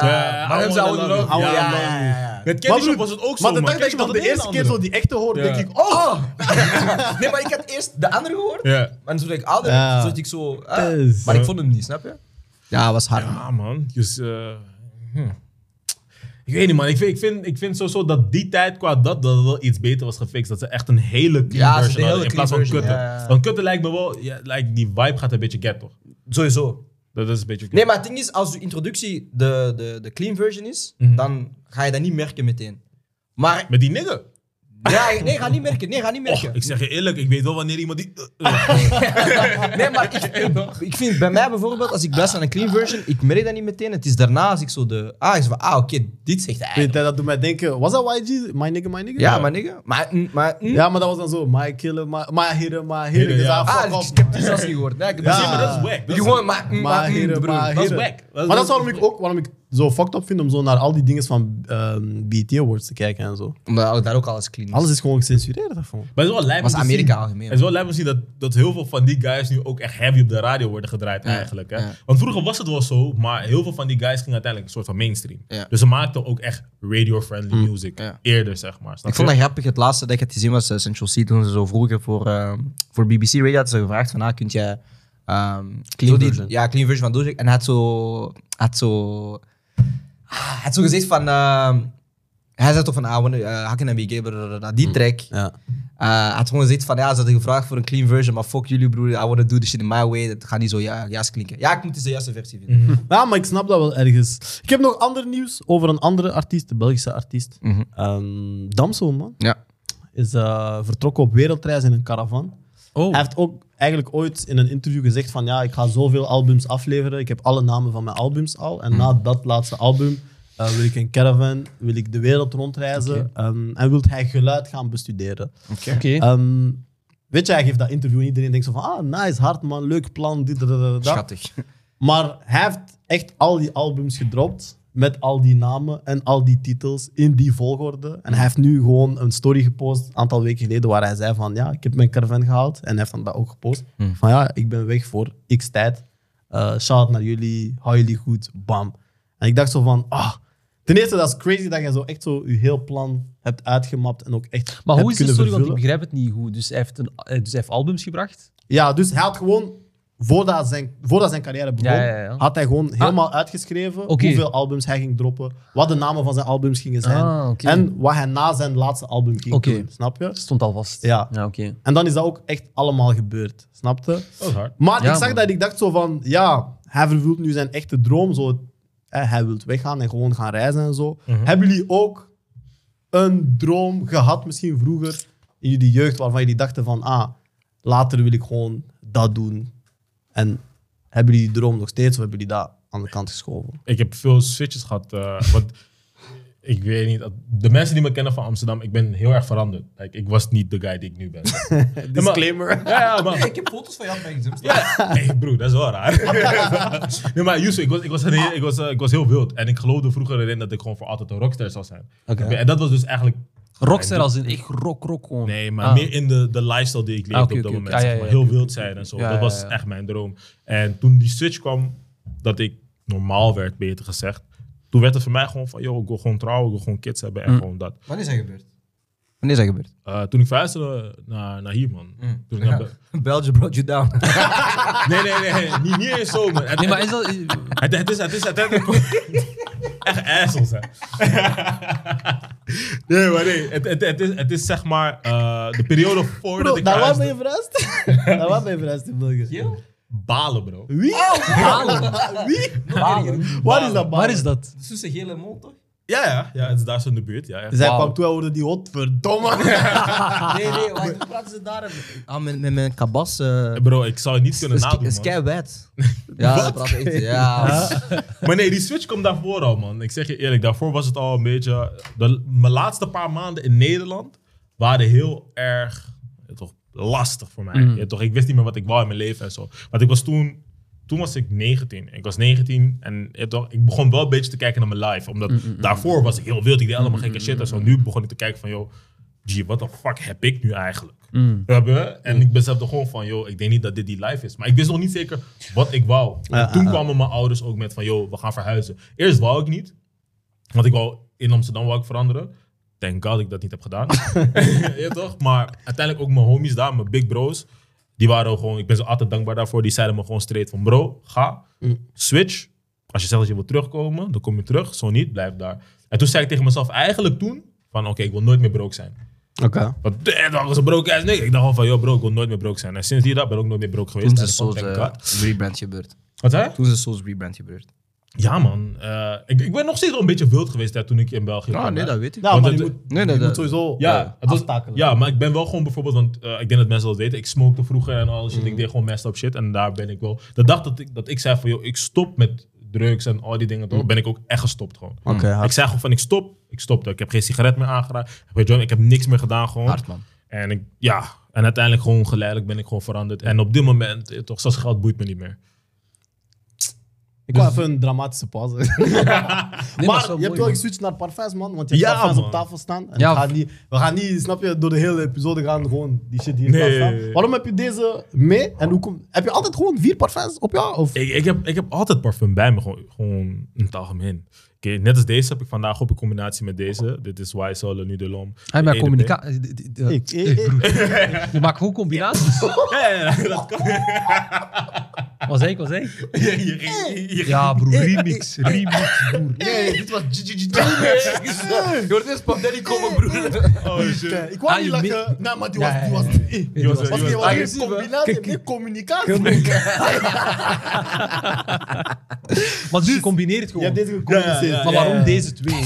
Maar hebben ze wanna oude love love. you. Ja, Ja, ja, love ja, you. ja. Met Candy broer, Shop was het ook zo, Maar de man. dag dat Candy ik Shop dan was de eerste keer zo die echte hoorde, Ja. denk ik, oh, Nee, maar ik had eerst de andere gehoord. Ja. En toen dacht ik, ah, Ja. dan zat ik zo... ah. Tess. Maar ik vond hem niet, snap je? Ja, was hard. Ja, man. Dus, eh, hm. Ik weet niet, man. Ik vind, ik vind, ik vind sowieso dat die tijd qua dat, dat het wel iets beter was gefixt. Dat ze echt een hele clean Ja, ze version deden hadden een in plaats van clean kutten. version, ja, ja. Want kutten lijkt me wel... Ja, lijkt, die vibe gaat een beetje get, toch? Sowieso. Dat is een beetje Nee, maar het ding is, als uw introductie de, de, de clean version is, dan ga je dat niet merken meteen. Maar Met die nigger. ja, nee, ga niet merken. Nee, ga niet merken. Och, Oh, ik zeg je eerlijk, ik weet wel wanneer iemand die... eh, Nee, maar ik, ik, ik vind bij mij bijvoorbeeld, als ik best aan een clean version, ik merk dat niet meteen. Het is daarna als ik zo de. Ah, ik zeg van, ah oké, dit zegt hij. Weet je, dat doet mij denken, was dat YG? My nigga, my nigga? Ja, maar nigga. Maar. mm, maar mm. Ja, maar dat was dan zo, my killer, my, my hitter, my hitter. Hitter, Dus ja. ah, fuck Ah, off. ik heb die zelfs niet gehoord. Nee, ik heb Ja. die- Nee, maar dat is wack. Dat is- Gewoon, maar. mm, Maar maar, mm, heren, broer. maar dat is heren. wack. Dat is- Maar dat is dat is waarom ik ook waarom ik zo fucked up vind om zo naar al die dingen van ehm BET Awards te kijken en zo. Omdat daar ook alles clean is. Alles is gewoon gecensureerd daarvan. Maar het is wel lijp om was te Amerika zien. algemeen. Het is wel lijp om te zien dat, dat heel veel van die guys nu ook echt heavy op de radio worden gedraaid Ja, eigenlijk. Hè? ja. Want vroeger was het wel zo, maar heel veel van die guys gingen uiteindelijk een soort van mainstream. Ja. Mm. Dus ze maakten ook echt radio-friendly music. ja. Eerder, zeg maar. Snap Ik vond je? dat grappig. Het laatste dat ik had gezien was eh, Central City toen ze zo vroegen voor, eh, voor BBC Radio. Hadden ze gevraagd van, ah, kun jij... ehm, zo die- version. Ja, clean version van Doja Cat. En hij had zo... Had zo, ah, hij had zo gezegd van... ehm, hij zei toch van, ah, wanneer- eh, Hakken en Big Gay, blablabla, die track. Ja. Eh, Hij had gewoon gezegd van, ja, ze hadden gevraagd voor een clean version, maar fuck jullie broer, I wanna do this shit in my way. Dat gaat niet zo ja, juist klinken. Ja, ik moet eens de juiste versie vinden. Ja, maar ik snap dat wel ergens. Ik heb nog ander nieuws over een andere artiest, de Belgische artiest. Mhm. Ehm, Damso, man. Ja. Is eh, vertrokken op wereldreis in een caravan. Oh. Hij heeft ook eigenlijk ooit in een interview gezegd van ja, ik ga zoveel albums afleveren. Ik heb alle namen van mijn albums al. En na dat laatste album eh, wil ik een caravan, wil ik de wereld rondreizen. ehm, en wil hij geluid gaan bestuderen. Oké. Ehm, weet je, hij geeft dat interview en iedereen denkt zo van ah, nice, hard man, leuk plan, dit, dat, dat, dat, dat. Schattig. Maar hij heeft echt al die albums gedropt. Met al die namen en al die titels in die volgorde. En hij heeft nu gewoon een story gepost, een aantal weken geleden, waar hij zei van ja, ik heb mijn caravan gehaald. En hij heeft dan dat ook gepost. Hmm. Van ja, ik ben weg voor x tijd. Eh shout naar jullie, hou jullie goed, bam. En ik dacht zo van, ah, ten eerste dat is crazy dat je zo echt zo je heel plan hebt uitgemapt en ook echt Maar hebt hoe is de kunnen story? Want vervullen. ik begrijp het niet goed. Dus hij heeft, een, eh, dus hij heeft albums gebracht. Ja, dus hij had gewoon, voordat zijn, voordat zijn carrière begon, Ja, ja, ja. had hij gewoon helemaal uitgeschreven Oké. hoeveel albums hij ging droppen, wat de namen van zijn albums gingen zijn Ah, oké. en wat hij na zijn laatste album ging Oké. doen, snap je? Stond al vast. Ja. ja oké. En dan is dat ook echt allemaal gebeurd, snap je? Dat is hard. Maar Ja, ik zag man. dat ik dacht zo van, ja, hij vervult nu zijn echte droom. Zo, hè, hij wil weggaan en gewoon gaan reizen en zo. Mhm. Hebben jullie ook een droom gehad misschien vroeger in jullie jeugd waarvan jullie dachten van, ah, later wil ik gewoon dat doen. En hebben jullie die droom nog steeds of hebben jullie dat aan de kant geschoven? Ik heb veel switches gehad. eh, want ik weet niet. De mensen die me kennen van Amsterdam, ik ben heel erg veranderd. Like, ik was niet de guy die ik nu ben. Disclaimer. ja, ja, maar Ik heb foto's van jou op mijn gsm Ja. Hey broer, dat is wel raar. nee, maar Yusuf, ik was, ik, was een heel, ik, was, eh, ik was heel wild. En ik geloofde vroeger erin dat ik gewoon voor altijd een rockster zou zijn. En dat was dus eigenlijk... Rockstar als in echt rock, rock gewoon. Nee, maar Ah. meer in de, de lifestyle die ik leefde Ah, oké, op dat oké, moment. oké. Ah, zeg ja, maar. ja, heel oké, wild oké, zijn en zo. Ja, dat ja, was ja. echt mijn droom. En toen die switch kwam, dat ik normaal werd, beter gezegd. Toen werd het voor mij gewoon van, joh, ik wil gewoon trouwen, ik wil gewoon kids hebben Mm. en gewoon dat. Wanneer is dat gebeurd? Wanneer is dat gebeurd? Eh, toen ik verhuisde naar, naar hier, man. Toen ik naar Be- Belgium brought you down. nee, nee, nee, nee, niet, niet eens zo, man. Het- Nee, maar het- is dat... Het, het is, het is uiteindelijk. Echt assholes, hè? Nee, maar nee. Het, het, het, is, het is zeg maar eh, de periode voordat nou, Bro, ik naar waar ben je verhuisde. verrast? naar waar ben je verrast in België? Balen, bro. Wie? Waar is dat, man? Waar is dat? Tussen gele mond, toch? Ja, ja. Ja, het is daar zo in de buurt. Ja, ja. Zij Wauw. kwam toe en hoorde die hot, verdomme. Ah. Nee, nee, wacht, hoe praten ze daar? Ah, met, met mijn kabas. eh Bro, ik zou het niet kunnen is nadoen, man. is kei wijd. Ja, dat praat echt. Ja. Maar nee, die switch komt daarvoor al, man. Ik zeg je eerlijk, daarvoor was het al een beetje... De, mijn laatste paar maanden in Nederland waren heel erg ja, toch, lastig voor mij. Ja, toch, ik wist niet meer wat ik wou in mijn leven en zo. Want ik was toen... Toen was ik 19. Ik was 19 en ja, toch, ik begon wel een beetje te kijken naar mijn life. Omdat daarvoor was ik heel wild. Ik deed allemaal gekke shit en zo. Nu begon ik te kijken van, joh, gee, what the fuck heb ik nu eigenlijk? Snap je? En ik besefte gewoon van, yo, ik denk niet dat dit die life is. Maar ik wist nog niet zeker wat ik wou. En toen kwamen mijn ouders ook met van, yo, we gaan verhuizen. Eerst wou ik niet, want ik wou in Amsterdam wou ik veranderen. Thank god dat ik dat niet heb gedaan. ja, toch? Maar uiteindelijk ook mijn homies daar, mijn big bros. Die waren ook gewoon, ik ben ze altijd dankbaar daarvoor. Die zeiden me gewoon straight van bro, ga, switch. Als je zegt dat je wilt terugkomen, dan kom je terug. Zo niet, blijf daar. En toen zei ik tegen mezelf eigenlijk toen van oké, ik wil nooit meer broke zijn. Oké. Want eh, dat was een broke ass nigga. Ik dacht al van, yo bro, ik wil nooit meer broke zijn. En sinds die dag ben ik ook nooit meer broke geweest. Toen is eh, de En van, Souls thank eh, God. rebrand gebeurd. Wat zei je? Toen is de Souls rebrand gebeurd. Ja man, Eh, ik, ik ben nog steeds wel een beetje wild geweest hè, toen ik in België Ah, kwam, nee, hè. dat weet ik. Ja, Want maar je dat- moet, nee, nee, je moet dat- sowieso Ja, ja, het was- aftakelen. ja, maar ik ben wel gewoon bijvoorbeeld, want eh, ik denk dat mensen dat weten, ik smokte vroeger en alles shit, Mhm. ik deed gewoon messed up shit en daar ben ik wel. De dag dat ik, dat ik zei van, joh, ik stop met drugs en al die dingen, Mhm. toch, ben ik ook echt gestopt gewoon. Oh, Oké, hard. Ik zei gewoon van, ik stop, ik stopte. Ik heb geen sigaret meer aangeraakt, ik heb geen joint, ik heb niks meer gedaan gewoon. Hard, man. En ik, ja, en uiteindelijk gewoon geleidelijk ben ik gewoon veranderd. En op dit moment, eh, toch, zoals geld boeit me niet meer. Ik Dus wou even een dramatische pauze. maar maar je zo hebt mooi, wel man. geswitcht naar parfums, man. Want je hebt Ja, parfums man. op tafel staan. En Ja. we, gaan niet, we gaan niet, snap je, door de hele episode gaan gewoon die shit hier Nee. staan staan. Waarom heb je deze mee? En hoe kom, heb je altijd gewoon vier parfums op jou? Of? Ik, ik, heb, ik heb altijd parfum bij me, gewoon, gewoon in het algemeen. Oké, net als deze heb ik vandaag op in combinatie met deze. Dit is YSL Le Nu de Lom. Hij maakt Ede P. communicatie. Ik, ik, ik. Je maakt gewoon combinaties. Ja, ja, ja, dat kan. Was ik, was ik? Je- je- je- je- Ja, broer, remix, remix, broer. Nee, dit was Je hoort eerst Pap Daddy komen, broer. Oh, shit. Eh, Ik wou Ah, niet je lachen. Nee, maar die was... Ja, Die was, ja, eh, Je was- je was geen- was- was geen agressief, hè? combinatie, meer communicatie. Maar dus je combineert Je gewoon. hebt deze gecommuniceerd. Ja, ja, ja. Maar waarom deze twee?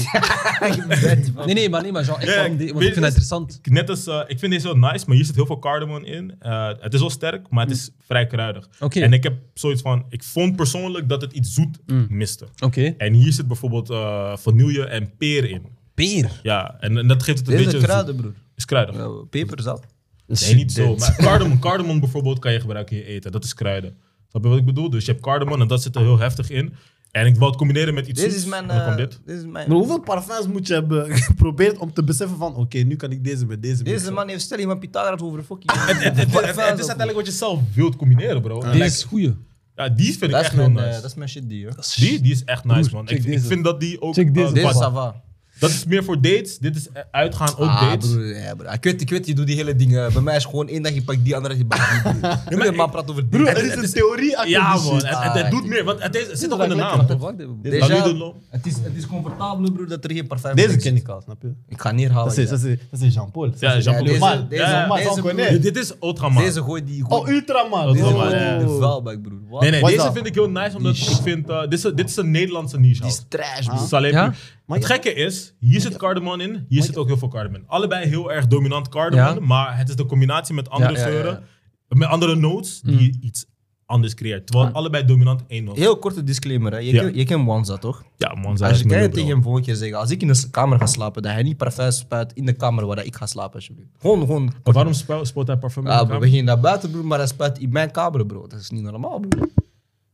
nee, nee, maar, nee, maar Jean, echt, Ja, waarom ik de- want weet ik het. vind het interessant. Net als, eh, ik vind deze wel nice, maar hier zit heel veel cardamom in. Eh, het is wel sterk, maar het is vrij kruidig. Mm. Oké. En ik heb zoiets van, ik vond persoonlijk dat het iets zoet Mm. miste. Oké. En hier zit bijvoorbeeld eh, vanille en peer in. Peer. Ja, en, en dat geeft het een Dit is beetje... een een kruiden, broer. zoet- Is kruidig. Ja, Peper is dat. Nee, niet zo. Maar cardamom, cardamom bijvoorbeeld kan je gebruiken in je eten. Dat is kruiden. Snap je wat ik bedoel? Dus je hebt cardamom en dat zit er heel heftig in. En ik wou het combineren met iets Dit zoets. is mijn... En dan kwam eh, dit. Dit is Maar mijn... hoeveel parfums moet je hebben geprobeerd om te beseffen van... Oké, nu kan ik deze met deze Deze mixen? man heeft stelling van Pythagoras over fucking... Het, het- het is uiteindelijk wat je zelf wilt combineren, bro. En Dit like, is goeie. ja, die vind ik Dat is echt heel mijn, eh, nice. dat is mijn shit die, hoor. die, die is echt nice, Broer, man. check Ik, ik deze. vind dat die ook... Check deze. eh, Dit is past. Sava. dat is meer voor dates. Dit is eh, uitgaan, ook Ah, dates. broer, ja, broer. Ik, weet, ik weet, je doet die hele dingen. Bij mij is gewoon één dag je pakt die, andere dag je pakt die. broer. Nu ben je man praat over Broer, dit. het is een theorie achter Ja, die man. Het, shit. het- het Ah, doet meer. Want het, is, het zit toch in de lekker. naam. Déjà, Laat nu de lom. het, is, het is comfortabeler, broer, dat er geen parfum Deze is. ken ik al, snap je? Ik ga neerhalen. Dat is, ja. dat is, dat is Jean-Paul. Dat Ja, is- Jean-Paul. Normaal, Deze- normaal, deze- normaal, deze Jean-Paul, broer. nee. Dit is Ultraman. Deze gooi die... Oh, Ultraman. Dat is Oh. normaal, Ja, ja. de vuilbak, broer. Wat? Nee, nee, Wat is deze dat? vind ik heel nice, omdat ik vind... eh, dit, is, dit is een Nederlandse niche Die house. is trash, broer. Salem. Ja? Het gekke is, hier zit cardamom in, hier zit ook heel veel cardamom in. Allebei heel erg dominant cardamom, Ja. maar het is de combinatie met andere Ja, ja, ja, ja. geuren, met andere notes, die iets anders creëert. Terwijl allebei dominant één noot. Heel korte disclaimer, hè. Je, Ja. ken, je kent Wanza, toch? Ja man, zij Als is je kan mijn je bro. tegen hem volgende keer zeggen, als ik in de kamer ga slapen, dat hij niet parfum spuit in de kamer waar ik ga slapen, alsjeblieft. Gewoon, gewoon. Maar Waarom spu- spoot hij parfum in de Ja, Ah, bro, kamer? we gingen naar buiten, broer, maar hij spuit in mijn kamer, bro. Dat is niet normaal, broer.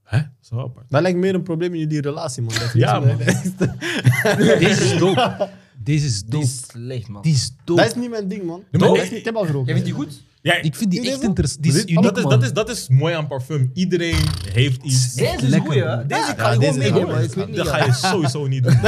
Hè? Zo apart. Dat lijkt meer een probleem in jullie relatie, man. Dat- Ja man. Deze is dope. Deze is Die dope. is slecht, man. Die is Dat dope. is niet mijn ding, man. maar Dat ik- is niet- Ik heb al gerookt. Jij vindt die goed? Ja, Ik vind die Deze? echt interessant. Die is dit- dat, uniek, is, man. dat, is, dat is mooi aan parfum. Iedereen heeft iets. Deze is Lekker, goeie, hè. broer. Deze Ja, kan ik deze gewoon is meegeven. goed. maar ik weet niet, Dat ja. ga je sowieso niet doen.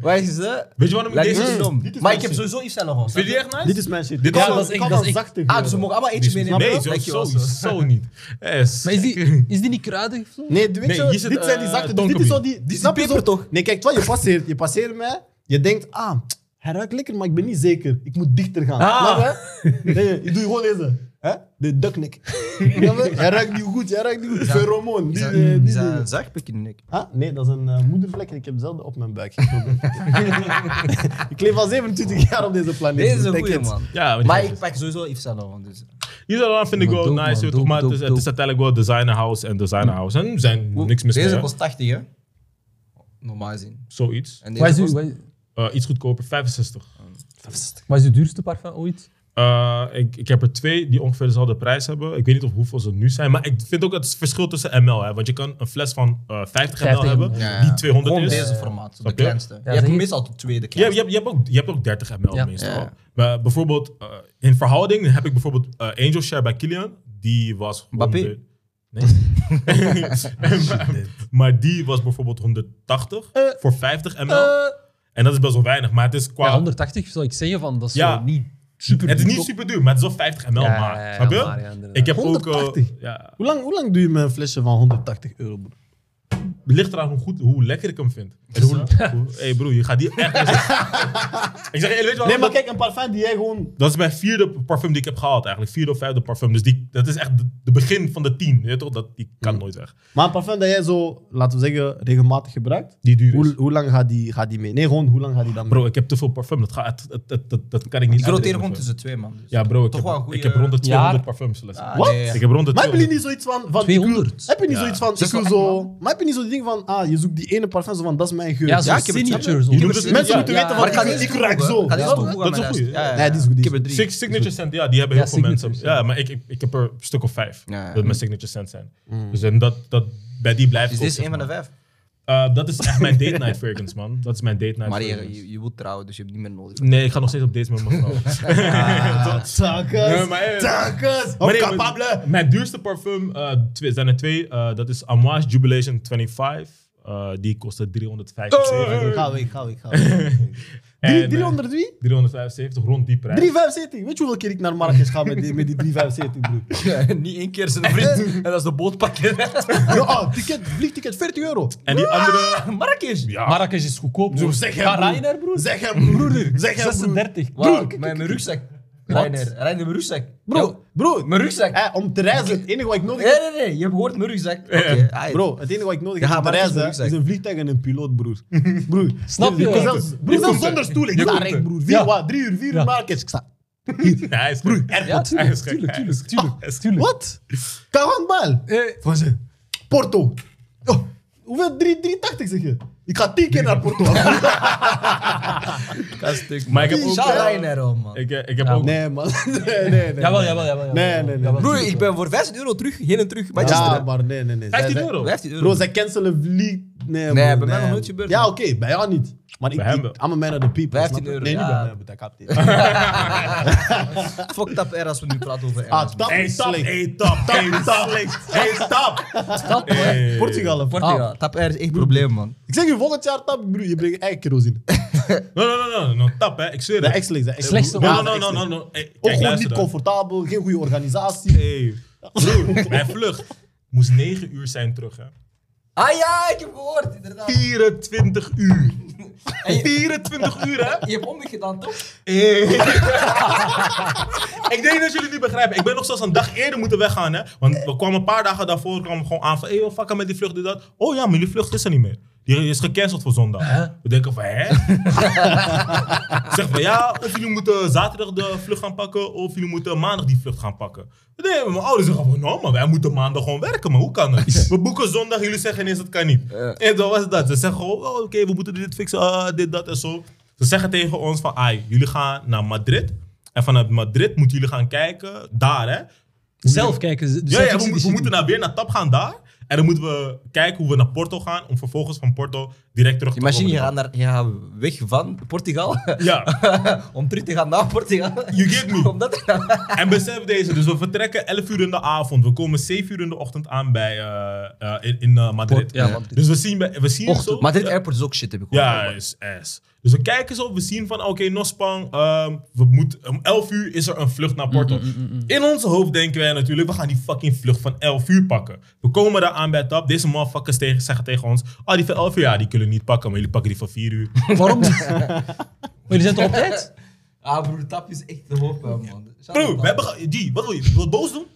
Waar is ze? Weet je waarom ik Lijkt me deze... stom. Dit is Maar mijn ik heb shit. sowieso Yves Saint Laurent. Vind je die echt nice? Dit is mijn shit. Dit Kan is- wel- dat is- kan dat wel is- zachter Ah, dus we worden. mogen allemaal eentje meenemen. Nee, Dank je wel, sowieso zo. sowieso niet. Yes. Maar is die, is die niet kruidig of zo? Nee, weet Nee, je, hier zit, dit zijn eh, die zachte. dus donker dit is zo bier. die, Dit is snap je peper zo? toch? Nee, kijk, terwijl je passeert, je passeert mij, je denkt, ah, hij ruikt lekker, maar ik ben niet zeker. Ik moet dichter gaan. Ah. Snap je? Nee, ik doe gewoon deze. Hè? De duckneck. Snap je? hij ruikt niet goed, hij ruikt niet goed. Pheromoon. Is Die, dat- eh, die Is dat dingen. een zachtpik in de nek? Ah, nee, dat is een eh, moedervlek en ik heb zelden op mijn buik. geprobeerd. ik leef al 27 jaar op deze planeet. Deze is een Denk goeie, het. man. Ja, want Maar die- ik pak sowieso Yves Saint Laurent. Dus. Iedere land vind ik Maar wel dope, nice, man. je weet toch, maar het Dope, is, het dope, is uiteindelijk wel designer house en designer house. En er zijn niks mis Deze mee, hè? kost 80, hè? Normaal gezien. zoiets. En Wat is, deze uw, kost... wat, Eh, iets goedkoper, 65. wat is uw duurste parfum ooit? Eh, ik, ik heb er twee die ongeveer dezelfde prijs hebben. Ik weet niet of hoeveel ze nu zijn. Maar ik vind ook het verschil tussen ml. Hè, want je kan een fles van eh 50 ml 50 hebben, ml. Ja, die ja. 200 Gewoon is. deze formaat, de je? kleinste. je zeg hebt je- meestal de tweede Je, hebt- kleinste. je, hebt- je, hebt ook, je hebt ook 30 ml Ja. meestal. Ja. Maar bijvoorbeeld, eh, in verhouding heb ik bijvoorbeeld eh, Angel Share bij Kilian. Die was... Mbappé? 100 Nee. maar, maar die was bijvoorbeeld 180 Eh, voor 50 ml. Eh, en dat is best wel weinig. Maar het is qua... Ja, 180 zou ik zeggen van, dat is Ja. zo niet super het is niet goedkoop. super duur, maar het is wel 50 ml. Ja, maar, ja, ja, snap je? maar ja, inderdaad. ik heb ook... eh, 180? ja, Hoe lang, hoe lang duur mijn flesje van 180 euro? broer? ligt eraan hoe goed, hoe lekker ik hem vind. En hoe, hoe- hey broer, je gaat die echt... ik zeg, je, weet je wat? Nee, maar kijk, een parfum die jij gewoon... Dat is mijn vierde parfum die ik heb gehaald eigenlijk. Vierde of vijfde parfum. Dus die, dat is echt de, de begin van de tien. Weet je toch? Dat, die kan nooit weg. Maar een parfum dat jij zo, laten we zeggen, regelmatig gebruikt. Die duur Hoe, hoe lang gaat die, gaat die mee? Nee, gewoon hoe lang gaat die dan mee? Bro, ik heb te veel parfum. Dat, gaat, het- het- het- dat, dat kan ik niet Ik roteer uitrekenen, rond bro. tussen twee, man. Dus. Ja bro, ik Toch heb, wel een goeie- eh, ik heb rond de 200 Jaar? parfums. les. Ah, Wat? nee, ja. Ik heb rond de Maar heb je 200. niet zoiets van... van 200. Heb je niet Ja. zoiets van... Ik wil zo, maar heb je niet zo'n ding van... Ah, je zoekt die ene parfum zo van, dat is mijn geur. Ja, zo'n Ja, ik heb het- signature. zo. Je noemt het- Mensen Ja, moeten ja, weten maar wat ik ga ik, deze ik ruik zo. Ga dit Ja, eens toevoegen dat aan is mijn een lijst. goeie. Ja, ja, Nee, die is goed, die Ik is heb er drie. Dus Sig- signature scent, ja, die hebben Ja, heel veel mensen. signatures, ja. Ja, maar ik, ik, ik heb er een stuk of vijf. Ja, ja. Dat mijn signature scent zijn. Dus en dat, dat, bij die blijft Is het dit ook, een zeg van de vijf? maar. Eh, dat is echt mijn date night fragrance, man. Dat is mijn date night Maar je, fragrance. je, je wilt trouwen, dus je hebt niet meer nodig. Nee, ik ga nog steeds op dates met mijn vrouw. Nee, Zakkers. maar, eh, Zakkers. Maar nee, Hoppa, maar- Pablo. Mijn duurste parfum eh, twee, zijn er twee. Eh, dat is Amouage Jubilation 25. Eh, die kostte 375. Ga weg, ga weg, ga weg. Drie- eh, 300 wie? 375, rond die prijs. 375. Weet je hoeveel keer ik naar Marrakesh ga met die, met die 375, broer? niet één keer zijn vriend. en dat is de bootpakket. Ja, ah, ticket, vliegticket, 40 euro. En die andere... Marrakesh. Ja, Marrakesh is goedkoop. Zo zeg hem, Ga broer. Ryanair, broer. Zeg hem, broeder. Zeg hem, broer. 36. Wow, mijn, mijn rugzak. Reiner, Reiner, mijn rugzak. Bro, Yo, bro. Mijn rugzak. Eh, om te reizen, het enige wat ik nodig Nee, heb... nee, nee. Je hebt gehoord mijn rugzak. Oké, aight. Bro, het enige wat ik nodig heb Ja, om te maar dat is reizen mijn rugzak. is een vliegtuig en een piloot, broer. Broer, Snap je? kan zelfs- broer, zelfs zonder stoel. Ik sta komt recht, er. broer. Vier, Ja. wat, drie uur, vier uur Ja. Marrakesh. Ik sta... nee, hij is gek. Ja, Airport, hij tuurlijk, is gek. Hij tuurlijk, tuurlijk, is gek. tuurlijk, Ah, Eh, tuurlijk. Wat? Kawanbal. Van ze. Porto. Oh, hoeveel? 380 zeg je? Ik ga tien keer naar Porto. Maar ik heb ook... Shout eh, Reiner, oh, man. Ik, eh, ik heb ook... nee, man. Nee, nee, nee. Jawel, jawel, jawel. jawel. Nee, nee, nee. Jawel. Broer, ik ben voor 15 euro terug, heen en terug. Manchester. Ja, maar nee, nee, nee. Zij- 15 zij- euro. 15 euro. Bro, zij cancelen vlieg... Nee, broer, bij mij nog nooit gebeurd, Ja, man. oké, bij jou niet. Maar ik, Bij hem ik wel. I'm a man of the people. 15 snap je? euro, Nee, niet ja. bij mij, maar dat kapt niet. Fucked up era als we nu praten over Ah, man. tap Hey, is stop, slecht. hey, stop, hey, stop, hey, stop. Stap, hè. Hey. Portugal, hè, Portugal. Portugal. Tap R is echt probleem, man. Ik zeg je, volgend jaar tap, broer, je brengt eigen kero's in. No, no, no, no, no, tap, hè. Ik zweer De het. ex slechts, hè. ex- Slechtste Ja, No, ooit. no, no, ex- no, no. Hey, Ook Kijk, gewoon luister niet dan. comfortabel, geen goede organisatie. Hey, broer, mijn vlucht moest 9 uur zijn terug, hè. Ah ja, ik heb gehoord, inderdaad. 24 uur. 24 uur, hè? Je hebt omweg gedaan, toch? Ik denk dat jullie het niet begrijpen. Ik ben nog zelfs een dag eerder moeten weggaan, hè? Want we kwamen een paar dagen daarvoor kwamen we gewoon aan van... Hé, hey, joh, fuck hem met die vlucht, dit, dat. Oh ja, maar jullie vlucht is er niet meer. Die is gecanceld voor zondag. We denken van, hè? zeg van, ja, of jullie moeten zaterdag de vlucht gaan pakken... of jullie moeten maandag die vlucht gaan pakken. Nee, mijn ouders zeggen van... Nou, maar wij moeten maandag gewoon werken, maar hoe kan dat? We boeken zondag, jullie zeggen ineens dat kan niet. En zo was dat. Ze zeggen gewoon, oh, oké, we moeten dit fixen, ah, dit, dat en zo. Ze zeggen tegen ons van, ai, jullie gaan naar Madrid... En vanuit Madrid moeten jullie gaan kijken, daar hè. Zelf dus- kijken. ze- Dus Ja, zelf ja, iets- we, mo- iets- we moeten naar, weer naar Tap gaan daar. En dan moeten we kijken hoe we naar Porto gaan, om vervolgens van Porto direct terug te Imagine, je komen. gaat, naar, je gaat weg van Portugal Ja, om terug te gaan naar Portugal. You get me. Omdat, en besef deze. Dus we vertrekken 11 uur in de avond. We komen 7 uur in de ochtend aan bij, eh, eh, in, in eh, Madrid. Port- ja, Madrid. Dus we zien, bij- we zien zo... Ochtend. Maar dit Ja. airport is ook shit, heb ik gehoord. Ja, is ass. Dus we kijken zo, we zien van, oké, Nospang, ehm, we moeten om 11 uur is er een vlucht naar Porto. Mm, In ons hoofd denken wij natuurlijk, we gaan die fucking vlucht van 11 uur pakken. We komen daar aan bij TAP, deze motherfuckers tegen, zeggen tegen ons, ah, die van 11 uur, ja, die kunnen we niet pakken, maar jullie pakken die van 4 uur. Waarom niet? Maar jullie zijn toch op tijd? Ah, broer, tap is echt de hoop, hè, man. Bro, we hebben, ge- die, wat wil je, wil je het boos doen?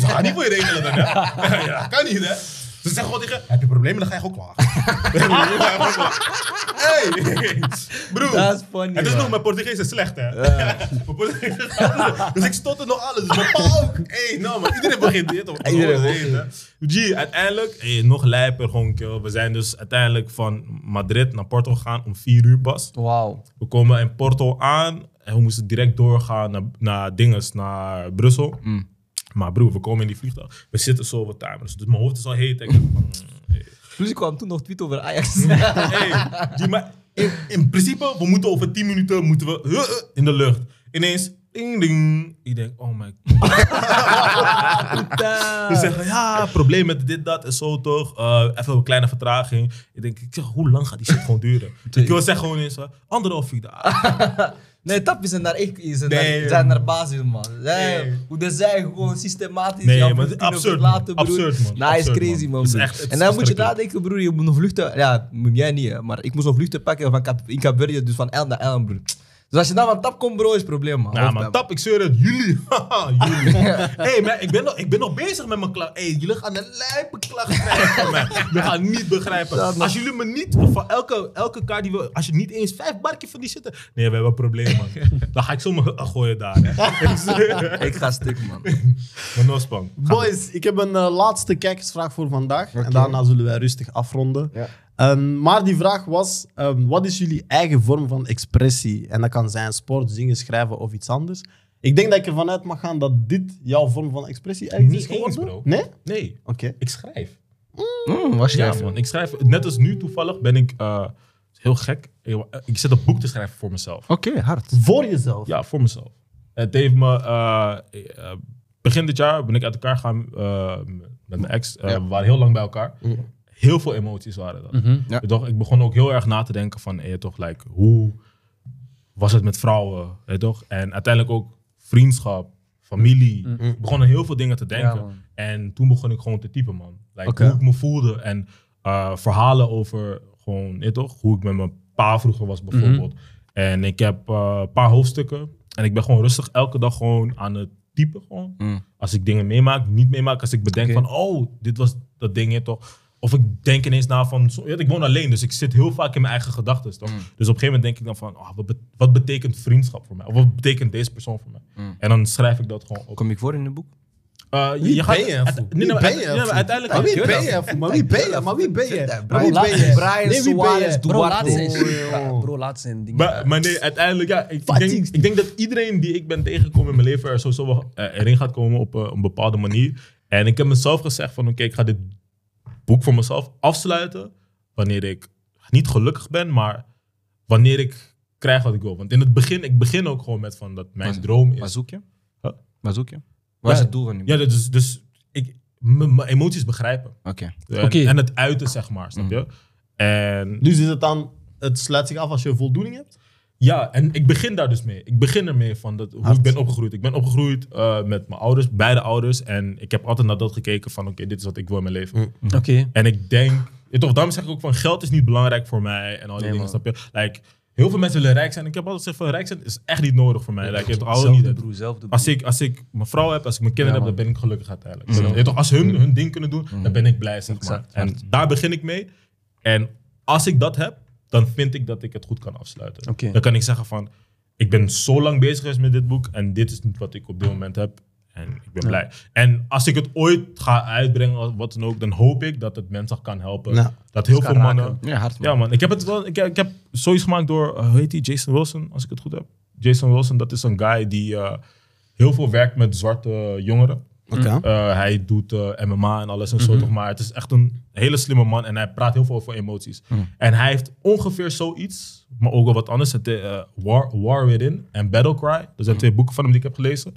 Ze gaan niet voor je regelen dan, hè? ja, kan niet, hè? Ze zeggen gewoon tegen, heb je problemen, dan ga je gewoon klagen. Dan ga je gewoon klagen. Hey, broer. Dat is funny, Het is man. nog, mijn Portugees is slecht, hè? Mijn Portugees is slecht. dus ik stotter nog alles. Dus mijn pa ook. hey, nou, maar iedereen begint dit. toch? Iedereen Alles heet, hè? G, uiteindelijk, hey, nog lijper gewoon, kill. We zijn dus uiteindelijk van Madrid naar Porto gegaan om 4 uur pas. Wauw. We komen in Porto aan En we moesten direct doorgaan naar, naar dinges, naar Brussel. Maar broer, we komen in die vliegtuig. We zitten zo wat timers. Dus mijn hoofd is al heet. Ik denk van, Plus ik kwam toen nog tweet over Ajax. hey, die ma- in, in principe, we moeten over 10 minuten moeten we huh, huh, in de lucht. Ineens, ding ding. Ik denk, oh my god. Ze zeggen, ja, probleem met dit, dat en zo toch. Eh, even een kleine vertraging. Ik denk, ik zeg, hoe lang gaat die shit gewoon duren? ik wil zeggen gewoon eens, eh, anderhalf uur daar. Nee, Tappi zijn daar echt zijn Nee, daar, joh. zijn daar basis, man. Zij, Nee. Hoe dat zij gewoon systematisch Nee, jouw maar het is routine absurd, verlaten, man. broer. Absurd, man. Nou, hij is Absurd, crazy, man. man. Het is broer. echt- het en is dan moet je verschrikkelijk. nadenken, broer, je moet nog vluchten. Ja, moet jij niet, hè, maar ik moest nog vluchten pakken van Cap, in Cap Verde, dus van El naar El, broer. Dus als je dan van Tap komt, bro, is het probleem, man. Ja, maar tap, ik zeur het. Jullie. Haha, jullie. hey, maar ik, ben nog, ik ben nog bezig met mijn klacht. hey, jullie gaan een lijpe klacht krijgen van mij. We gaan niet begrijpen. Als jullie me niet, van elke, elke kaart die we, als je niet eens vijf barkje van die zitten. Nee, we hebben een probleem, man. Dan ga ik zomaar gooien daar. Hè. Ik zweer. Ik ga stuk, man. Mijn nospang. Boys, ik heb een eh, laatste kijkersvraag voor vandaag. En daarna zullen wij rustig afronden. Ehm, maar die vraag was: ehm, wat is jullie eigen vorm van expressie? En dat kan zijn sport, zingen, schrijven of iets anders. Ik denk dat ik ervan uit mag gaan dat dit jouw vorm van expressie eigenlijk Niet is geworden. eens, bro. Nee? Oké. Nee, ik schrijf. was Ja, man. Ik schrijf, net als nu toevallig ben ik eh, heel gek. Ik zit een boek te schrijven voor mezelf. Oké, hard. Voor jezelf. Ja, voor mezelf. Het heeft me. eh, eh, begin dit jaar ben ik uit elkaar gegaan eh, met mijn ex. Eh, We waren heel lang bij elkaar. Heel veel emoties waren dat. Mhm. Ja. Ik, dacht, ik begon ook heel erg na te denken van, eh, toch, like, hoe was het met vrouwen? eh, toch? En uiteindelijk ook vriendschap, familie. Ik begon aan heel veel dingen te denken. Mhm. Ja, man. en toen begon ik gewoon te typen, man. Like, Oké. Hoe ik me voelde en eh, verhalen over gewoon, eh, toch? Hoe ik met mijn pa vroeger Mhm. was bijvoorbeeld. En ik heb eh, een paar hoofdstukken. En ik ben gewoon rustig elke dag gewoon aan het typen. Gewoon. Mm. Als ik dingen meemaak, niet meemaak. Als ik bedenk Oké. van, oh, dit was dat ding, hè, toch? Of ik denk ineens na van, zo- weet je, ik woon alleen, dus ik zit heel vaak in mijn eigen gedachten. Mm. toch? Dus op een gegeven moment denk ik dan van, ah, wat, bet- wat betekent vriendschap voor mij? Of wat betekent deze persoon voor mij? Mm. En dan schrijf ik dat gewoon op. Kom ik voor in het boek? Eh, je- je gaat- uite- nee, nee, maar uite- nee, maar uiteindelijk... Maar wie ben je? Maar wie ben je? Maar wie ben je? Maar wie ben je? Brian Nee, wie ben je? Suarez, Bro, laat Duarte. zijn, ja, bro, laat zijn dingen. Maar, maar nee, uiteindelijk, ja, ik, ik, denk, ik denk dat iedereen die ik ben tegengekomen in mijn leven er sowieso wel eh, erin gaat komen op eh, een bepaalde manier. En ik heb mezelf gezegd van, oké, ik ga dit boek voor mezelf afsluiten wanneer ik niet gelukkig ben, maar wanneer ik krijg wat ik wil. Want in het begin, ik begin ook gewoon met van dat mijn Maar- droom Maar is. zoek je? Huh? Maar zoek je? Wat is Ja. het doel van je boek? Ja, dus, dus ik, m- mijn emoties begrijpen. Oké. En, Oké. en het uiten, zeg maar, snap je? En Dus is het dan, het sluit zich af als je voldoening hebt? Ja, en ik begin daar dus mee. Ik begin ermee van dat, hoe Hard. ik ben opgegroeid. Ik ben opgegroeid eh, met mijn ouders, beide ouders. En ik heb altijd naar dat gekeken van, oké, dit is wat ik wil in mijn leven. Oké. En ik denk, ja, toch, daarom zeg ik ook van, geld is niet belangrijk voor mij. En al die dingen, snap je? Like, heel veel mensen willen rijk zijn. Ik heb altijd gezegd van, rijk zijn is echt niet nodig voor mij. Like, het oude Zelfde niet. broer, zelfde broer. Als ik, als ik mijn vrouw heb, als ik mijn kinderen heb, dan ben ik gelukkig uiteindelijk. Ja, toch, als hun hun ding kunnen doen, dan ben ik blij, zeg maar. Exact. En daar begin ik mee. En als ik dat heb, dan vind ik dat ik het goed kan afsluiten. Oké. Dan kan ik zeggen van, ik ben zo lang bezig geweest met dit boek en dit is niet wat ik op dit moment heb. En ik ben blij. En als ik het ooit ga uitbrengen, of wat dan ook, dan hoop ik dat het mensen kan helpen. Ja. Dat heel veel kan mannen... raken. Ja, hard man. Ja, man. Ik heb, het wel, ik, heb- ik heb zoiets gemaakt door, eh, hoe heet die, Jason Wilson, als ik het goed heb. Jason Wilson, dat is een guy die eh, heel veel werkt met zwarte jongeren. Oké. Eh, hij doet eh, MMA en alles en zo, toch? Maar het is echt een hele slimme man en hij praat heel veel over emoties. En hij heeft ongeveer zoiets, maar ook wel wat anders. Het, eh, War, War Within en Battle Cry. Dat zijn twee boeken van hem die ik heb gelezen.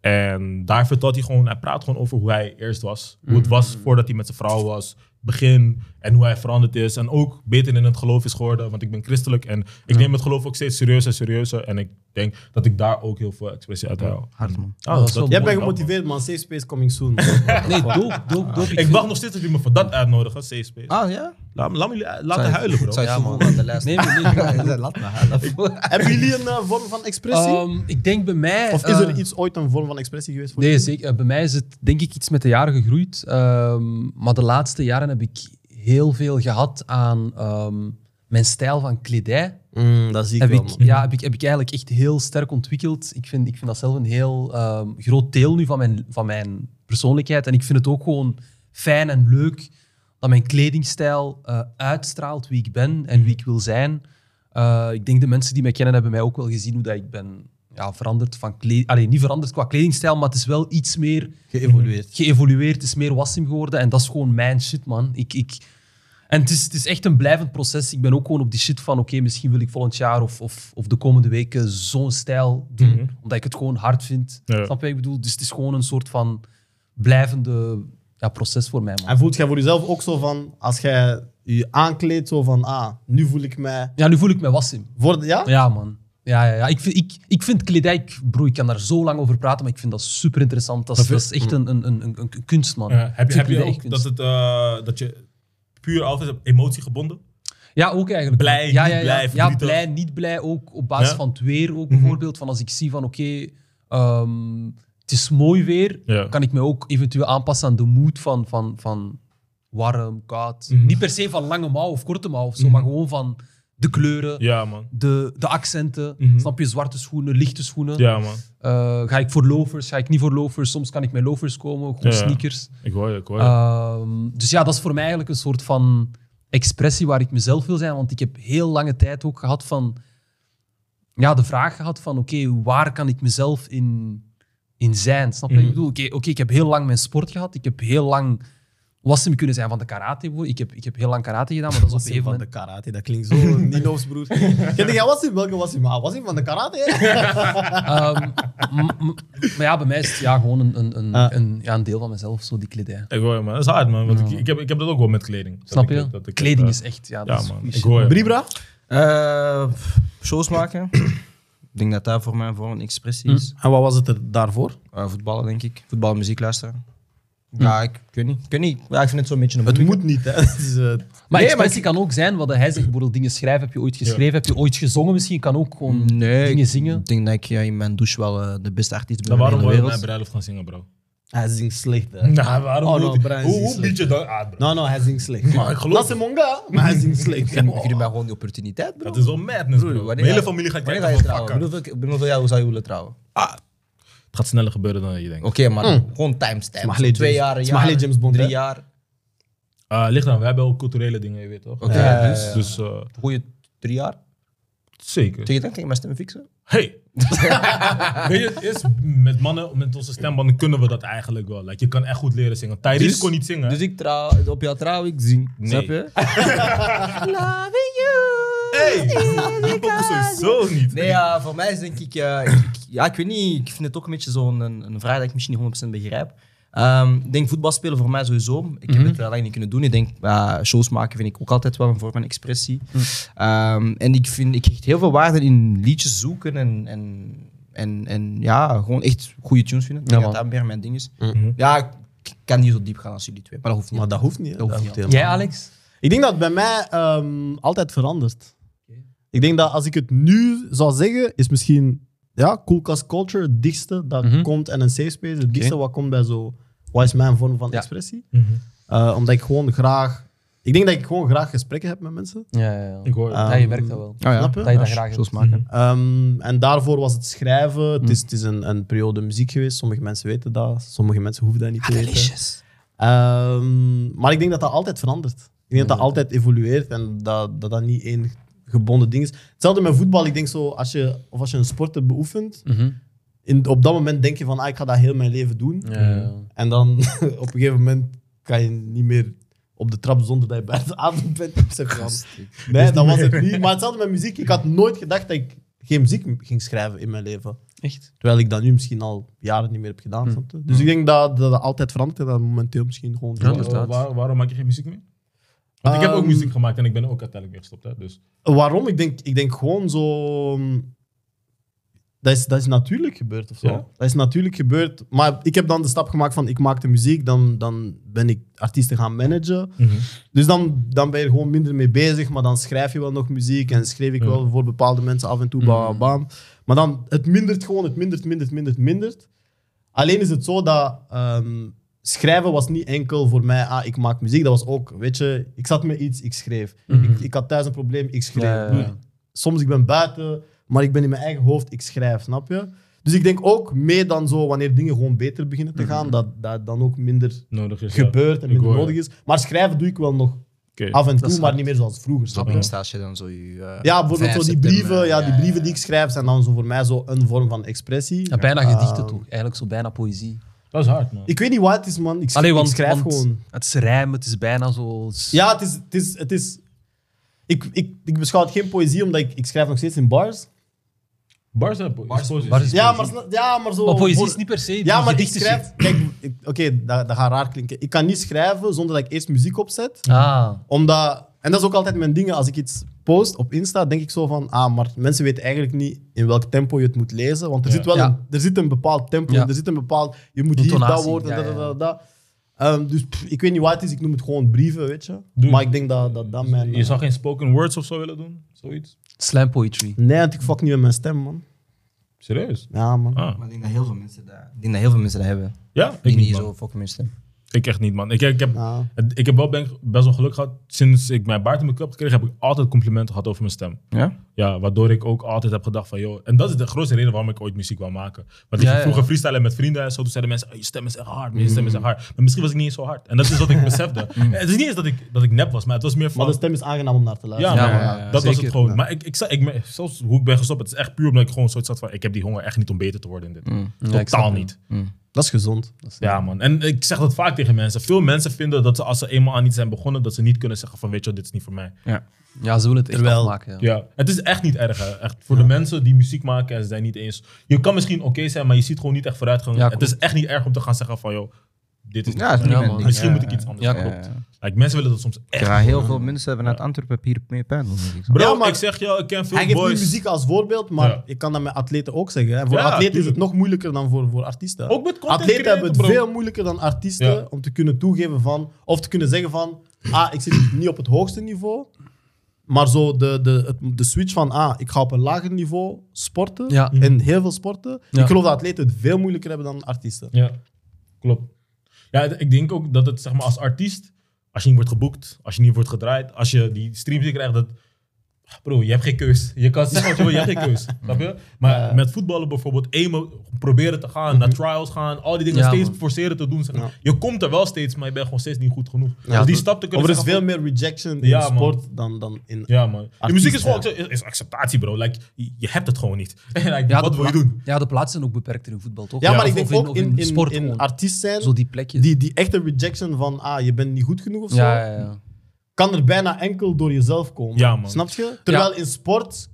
En daar vertelt hij gewoon, hij praat gewoon over hoe hij eerst was. Hoe het was voordat hij met zijn vrouw was. Begin en hoe hij veranderd is. En ook beter in het geloof is geworden, want ik ben christelijk. En ik neem het geloof ook steeds serieuzer en serieuzer. En ik denk dat ik daar ook heel veel expressie uit haal. Hard man. Ah, dat is wel Jij mooi bent dan, man. gemotiveerd, man. Safe space coming soon. man. Nee, doop, doop, doop. Ik wacht nog steeds dat jullie me voor dat uitnodigen, safe space. Ah ja? Laat, me- laat me jullie laten huilen, bro. Zou je Ja, zo man. aan de lijst? Nee, nee, nee. Laat me huilen. Hebben jullie een eh, vorm van expressie? Ehm, ik denk bij mij... of is eh, er iets ooit een vorm van expressie geweest voor Nee, jullie? zeker. Eh, Bij mij is het denk ik iets met de jaren gegroeid. Ehm, maar de laatste jaren heb ik heel veel gehad aan ehm, mijn stijl van kledij. Mm, dat zie ik heb, wel, ik, man. ja, heb, ik, heb ik eigenlijk echt heel sterk ontwikkeld. Ik vind, ik vind dat zelf een heel ehm, groot deel nu van mijn, van mijn persoonlijkheid. En ik vind het ook gewoon fijn en Mhm. leuk dat mijn kledingstijl eh, uitstraalt wie ik ben en wie ik wil zijn. Eh, ik denk de mensen die mij kennen hebben mij ook wel gezien hoe dat ik ben ja, veranderd van kleding. Alleen niet veranderd qua kledingstijl, maar het is wel iets meer Geëvolueerd. geëvolueerd. Het is meer wassim geworden en dat is gewoon mijn shit, man. Ik, ik, en het is, het is echt een blijvend proces. Ik ben ook gewoon op die shit van, oké, misschien wil ik volgend jaar of, of, of de komende weken zo'n stijl doen. Omdat ik het gewoon hard vind. Mhm. Ja. Snap je wat ik bedoel? Dus het is gewoon een soort van blijvende ja, proces voor mij, man. En voelt jij voor jezelf ook zo van, als jij je aankleedt, zo van, ah, nu voel ik mij... Ja, nu voel ik mij wassim. Voor de, ja? Ja, man. Ja, ja, ja. Ik, vind, ik, ik vind kledij, ik- bro, ik kan daar zo lang over praten, maar ik vind dat super interessant. Dat is, dat is echt een, een, een, een, een kunst, man. Ja, Eh, heb Ik je, heb vind je kledij echt ook kunst. dat, het, eh, dat je puur altijd op emotie gebonden? Ja, ook eigenlijk. Blij, ja, niet ja, ja. blij, Ja, verdrietig. blij, niet blij. Ook op basis Ja. Mhm. van het weer ook bijvoorbeeld. Van als ik zie van oké, ehm, het is mooi weer, Ja. kan ik me ook eventueel aanpassen aan de moed van, van, van warm, koud. Mhm. Niet per se van lange mouw of korte mouw of zo, maar gewoon van de kleuren, Ja, man. de, de accenten. Snap je? Zwarte schoenen, lichte schoenen. Ja, man. Eh, ga ik voor loafers, ga ik niet voor loafers. Soms kan ik met loafers komen, gewoon Ja. sneakers. Ik hoor je, ik hoor je. Ehm, dus ja, dat is voor mij eigenlijk een soort van expressie waar ik mezelf wil zijn. Want ik heb heel lange tijd ook gehad van... Ja, de vraag gehad van, oké, waar kan ik mezelf in, in zijn? Snap je Mhm. wat ik bedoel? Oké, oké, ik heb heel lang mijn sport gehad. Ik heb heel lang wassim kunnen zijn van de karate. bijvoorbeeld. Ik heb, ik heb heel lang karate gedaan, maar dat is op een Wassim gegeven van moment... de karate, dat klinkt zo Nino's broer. Kende jij Wassim? Welke Wassim? Ah, Wassim van de karate? Ehm, m- m- maar ja, bij mij is het ja, gewoon een, een, een, Ah. een, ja, een deel van mezelf, zo die kledij. Ik hoor je, man. Dat is hard, man. Want ik, ik, heb, ik heb dat ook wel met kleding. Dat Snap ik- je? dat ik- Kleding eh, is echt... Ja, dat Ja, is man. goeie Ik shit. hoor je. Bribra? Eh, pff, shows maken. ik denk dat dat voor mij vooral een expressie is. En wat was het er daarvoor? Mm. Eh, voetballen, denk ik. Voetbal, muziek luisteren. Ja, ik, ik weet niet. Ik, weet niet. Ja, ik vind het zo'n beetje een Het moeilijke. moet niet, hè. Het is, eh, Maar Nee, maar expressie kan ook zijn wat hij zegt. Bijvoorbeeld dingen schrijven. Heb je ooit geschreven? Heb je ooit gezongen misschien? Kan ook gewoon Nee, dingen ik zingen. denk dat ik ja, in mijn douche wel eh, de beste artiest ben Dan van de waarom wil je hele bij wereld. bruiloft gaan zingen, bro? hij zingt slecht, hè. Nou, waarom Oh, wil no, je- Brian is hoe, hoe slecht. bied je dat aan, bro? Nou, nou, hij zingt slecht. Maar ik geloof Dat is een monga, maar hij zingt slecht. Geef geef mij gewoon die opportuniteit, bro. Oh. Dat is wel madness, bro. Broer, wanneer Mijn hele ga- familie gaat Wanneer kijken ga je van, trouwen? fuck, Ah. Ik bedoel, ik bedoel, ja, hoe zou je willen trouwen? Het gaat sneller gebeuren dan je denkt. Oké, maar Mm. gewoon timestamp. Smahle Zo James- Twee jaar, een Smahle jaar, James Bond, drie hè? jaar. Eh, ligt aan, we hebben ook culturele dingen, je weet toch? Oké, Ja, dus- Dus eh, Goeie drie jaar. zeker. Tegen dan kan je mijn stem fixen. Hey! Weet je, het is met mannen, met onze stembanden kunnen we dat eigenlijk wel. Like, je kan echt goed leren zingen. Tyrese kon niet zingen. Dus ik trouw, op jou trouw, ik zing. Nee. Snap je? hey! Die pokken sowieso niet. Nee, ja, voor mij is denk ik, eh, ik- ik- Ja, ik weet niet. Ik vind het ook een beetje zo'n een, een vraag dat ik misschien niet 100% begrijp. Ehm, ik denk voetbal spelen voor mij sowieso. Ik Mhm. heb het eh, lang niet kunnen doen. Ik denk, eh, shows maken vind ik ook altijd wel een vorm van expressie. Mhm. Ehm, en ik vind, ik hecht heel veel waarde in liedjes zoeken en, en, en, en ja, gewoon echt goede tunes vinden. Ik denk dat dat meer mijn ding is. Mhm. Ja, ik ik kan niet zo diep gaan als jullie twee, maar dat hoeft niet. Maar dat hoeft niet, hè. Dat hoeft niet. Jij, Alex? Ik denk dat het bij mij ehm, altijd verandert. Ik denk dat als ik het nu zou zeggen, is misschien ja, Coolcast Culture het dichtste dat Mhm. komt en een safe space, het dichtste wat komt bij zo. Wat is mijn vorm van Ja. expressie? Eh, omdat ik gewoon graag. Ik denk dat ik gewoon graag gesprekken heb met mensen. Ja, ja, ja. Ik hoor je. Ehm, Ja, je merkt dat wel. Ah, ja. Snap je? Dat je dat graag shows hebt. maken. Ehm, en daarvoor was het schrijven. Het is, het is een, een periode muziek geweest. Sommige mensen weten dat, sommige mensen hoeven dat niet te weten. Ehm, maar ik denk dat dat altijd verandert. Ik denk dat dat altijd evolueert en dat dat, dat niet één gebonden ding is. Hetzelfde met voetbal. Ik denk zo, als je, of als je een sport hebt beoefend, Mhm. in, op dat moment denk je van, ah, ik ga dat heel mijn leven doen. En dan op een gegeven moment kan je niet meer op de trap zonder dat je bij de avond bent. Ik zeg van, Nee, dat was het niet. Maar hetzelfde met muziek. Ik had nooit gedacht dat ik geen muziek m- ging schrijven in mijn leven. Echt? Terwijl ik dat nu misschien al jaren niet meer heb gedaan. snap je? Dus ik denk dat dat, dat altijd verandert en dat het momenteel misschien gewoon... zo Ja, is. inderdaad. Waar- waar- waarom maak je geen muziek meer? Want ik heb ook Ehm, muziek gemaakt en ik ben er ook uiteindelijk weer gestopt. Hè? Dus Waarom? Ik denk, ik denk gewoon zo. mm, Dat is, dat is natuurlijk gebeurd of zo. Ja. Dat is natuurlijk gebeurd. Maar ik heb dan de stap gemaakt van ik maak de muziek, dan, dan ben ik artiesten gaan managen. Dus dan, dan ben je er gewoon minder mee bezig, maar dan schrijf je wel nog muziek en schreef ik wel voor bepaalde mensen af en toe, Mhm. bam, bam. Maar dan, het mindert gewoon, het mindert, mindert, mindert, mindert. Alleen is het zo dat ehm, schrijven was niet enkel voor mij, ah, ik maak muziek. Dat was ook, weet je, ik zat met iets, ik schreef. Ik, ik had thuis een probleem, ik schreef. Mhm. Ja, ja, ja. Broer, Soms ik ben buiten, maar ik ben in mijn eigen hoofd, ik schrijf, snap je? Dus ik denk ook meer dan zo, wanneer dingen gewoon beter Mhm. beginnen te gaan, dat dat dan ook minder nodig is dat. gebeurt Ik en minder hoor je. nodig is. Maar schrijven doe ik wel nog Af en toe, maar niet meer zoals vroeger. Snap je? prestatie dan zo je... eh, Ja, bijvoorbeeld vijf zo die september. eh, brieven, eh, ja, die Ja, brieven die ik schrijf zijn dan zo voor mij zo een vorm van expressie. Ja, bijna gedichten Eh, toch? Eigenlijk zo bijna poëzie. Dat is hard, man. Ik weet niet wat het is, man. Ik, sch- Allee, ik want, schrijf want gewoon. het is rijm, het is bijna zo... Ja, het is. Het is, het is ik, ik, ik beschouw het geen poëzie, omdat ik, ik schrijf nog steeds in bars. Bars zijn po- is poëzie. Bars is- Ja, maar, sna- ja, maar zo. Maar poëzie voor- is niet per se... Ja, maar ik gedichten schrijf. Kijk, ik- oké, dat, dat gaat raar klinken. Ik kan niet schrijven zonder dat ik eerst muziek opzet. zit. Ah. Omdat, en dat is ook altijd mijn ding. Als ik iets post op Insta, denk ik zo van: ah, maar mensen weten eigenlijk niet in welk tempo je het moet lezen. Want er Ja. zit wel Ja. een, er zit een bepaald tempo. Ja. Er zit een bepaald. Je moet Een hier dat tonatie, woord en ja, dat, ja, dat, ja. dat. dat. Ehm, dus pff, ik weet niet wat het is, ik noem het gewoon brieven, weet je. Doe. Maar ik denk dat dat, dat mijn. eh, Je zou geen spoken words of zo willen doen? Zoiets? Slam poetry. Nee, want ik fuck niet met mijn stem, man. Serieus? Ja, man. Ah. Maar ik denk dat heel veel mensen dat, ik denk dat, heel veel mensen dat hebben. Ja, Die ik niet niet, zo man. fucking mensen. Ik echt niet, man. Ik, ik, heb, Ja. het- ik heb wel ben- best wel geluk gehad. Sinds ik mijn baard in mijn kop kreeg, heb ik altijd complimenten gehad over mijn stem. Ja? Ja, waardoor ik ook altijd heb gedacht van, joh... En dat is de grootste reden waarom ik ooit muziek wou maken. Want ik Ja, ging ja. vroeger freestylen met vrienden en zo. Toen zeiden mensen, oh, je stem is echt hard, man, je stem is Mm. echt hard. Maar misschien was ik niet eens zo hard. En dat is wat ik besefte. Het is niet eens dat ik, dat ik nep was, maar het was meer van... Maar de stem is aangenaam om naar te Ja, luisteren. maar Ja, ja, ja, dat was zeker. het gewoon. Maar ik, ik, zag- ik, me- zelfs hoe ik ben gestopt, het is echt puur omdat ik gewoon zoiets had van... Ik heb die honger echt niet om beter te worden in dit. Mm. ik Totaal snap het. niet. Dat is gezond. Dat is- Ja, man. En ik zeg dat vaak tegen mensen. Veel mensen vinden dat ze als ze eenmaal aan iets zijn begonnen, dat ze niet kunnen zeggen van, weet je wat, dit is niet voor mij. Ja, ze willen het echt Terwijl- afmaken. Ja. Ja, het is echt niet erg. Hè. Echt, voor de mensen die muziek maken en ze zijn niet eens... Je kan misschien oké zijn, maar je ziet gewoon niet echt vooruitgang. Ja, het is klopt. echt niet erg om te gaan zeggen van, joh, dit is niet Ja, het is voor mij. niet mijn man. ding. Misschien Ja, moet ik iets anders ja, doen. klopt. Like, mensen willen dat soms echt. Ja, heel veel mensen hebben uit Antwerpen hier mee pijn. Bro, Ja, maar- ik zeg je, ik ken veel Hij geeft nu boys. muziek als voorbeeld, maar Ja. ik kan dat met atleten ook zeggen. hè. Voor Ja, atleten is tuurlijk. het nog moeilijker dan voor, voor artiesten. Ook met content atleten hebben het creator, bro. veel moeilijker dan artiesten Ja. om te kunnen toegeven van, of te kunnen zeggen van, ah, ik zit niet op het hoogste niveau, maar zo de, de, het- de switch van, ah, ik ga op een lager niveau sporten, Ja. Mhm. en heel veel sporten. Ja. Ik geloof dat atleten het veel moeilijker hebben dan artiesten. Ja, klopt. Ja, het- ik denk ook dat het zeg maar als artiest, als je niet wordt geboekt, als je niet wordt gedraaid, als je die streams niet krijgt, dat bro, je hebt geen keus. Je kan zeggen wat je wil, je hebt geen keus. Snap je? Maar met voetballen bijvoorbeeld, eenmaal proberen te gaan, naar trials gaan, al die dingen Ja, steeds man. forceren te doen. zeg maar. Ja. Je komt er wel steeds, maar je bent gewoon steeds niet goed genoeg. Ja, dus die dat- stap te Of kunnen er is zeggen veel van- meer rejection in Ja, de man. sport dan, dan in... Ja, man. de Artiest, muziek is gewoon ja. is, is acceptatie, bro. Like, je je hebt het gewoon niet. Like, Ja, wat de wil je pla- doen? Ja, de plaatsen zijn ook beperkt in voetbal, toch? Ja, maar Of- ik denk of ook of in, in, in, sport gewoon. artiest zijn, Zo die plekjes. die, die echte rejection van, ah, je bent niet goed genoeg of zo, ja, ja, ja. kan er bijna enkel door jezelf komen. Ja, man. Snap je? Terwijl in sport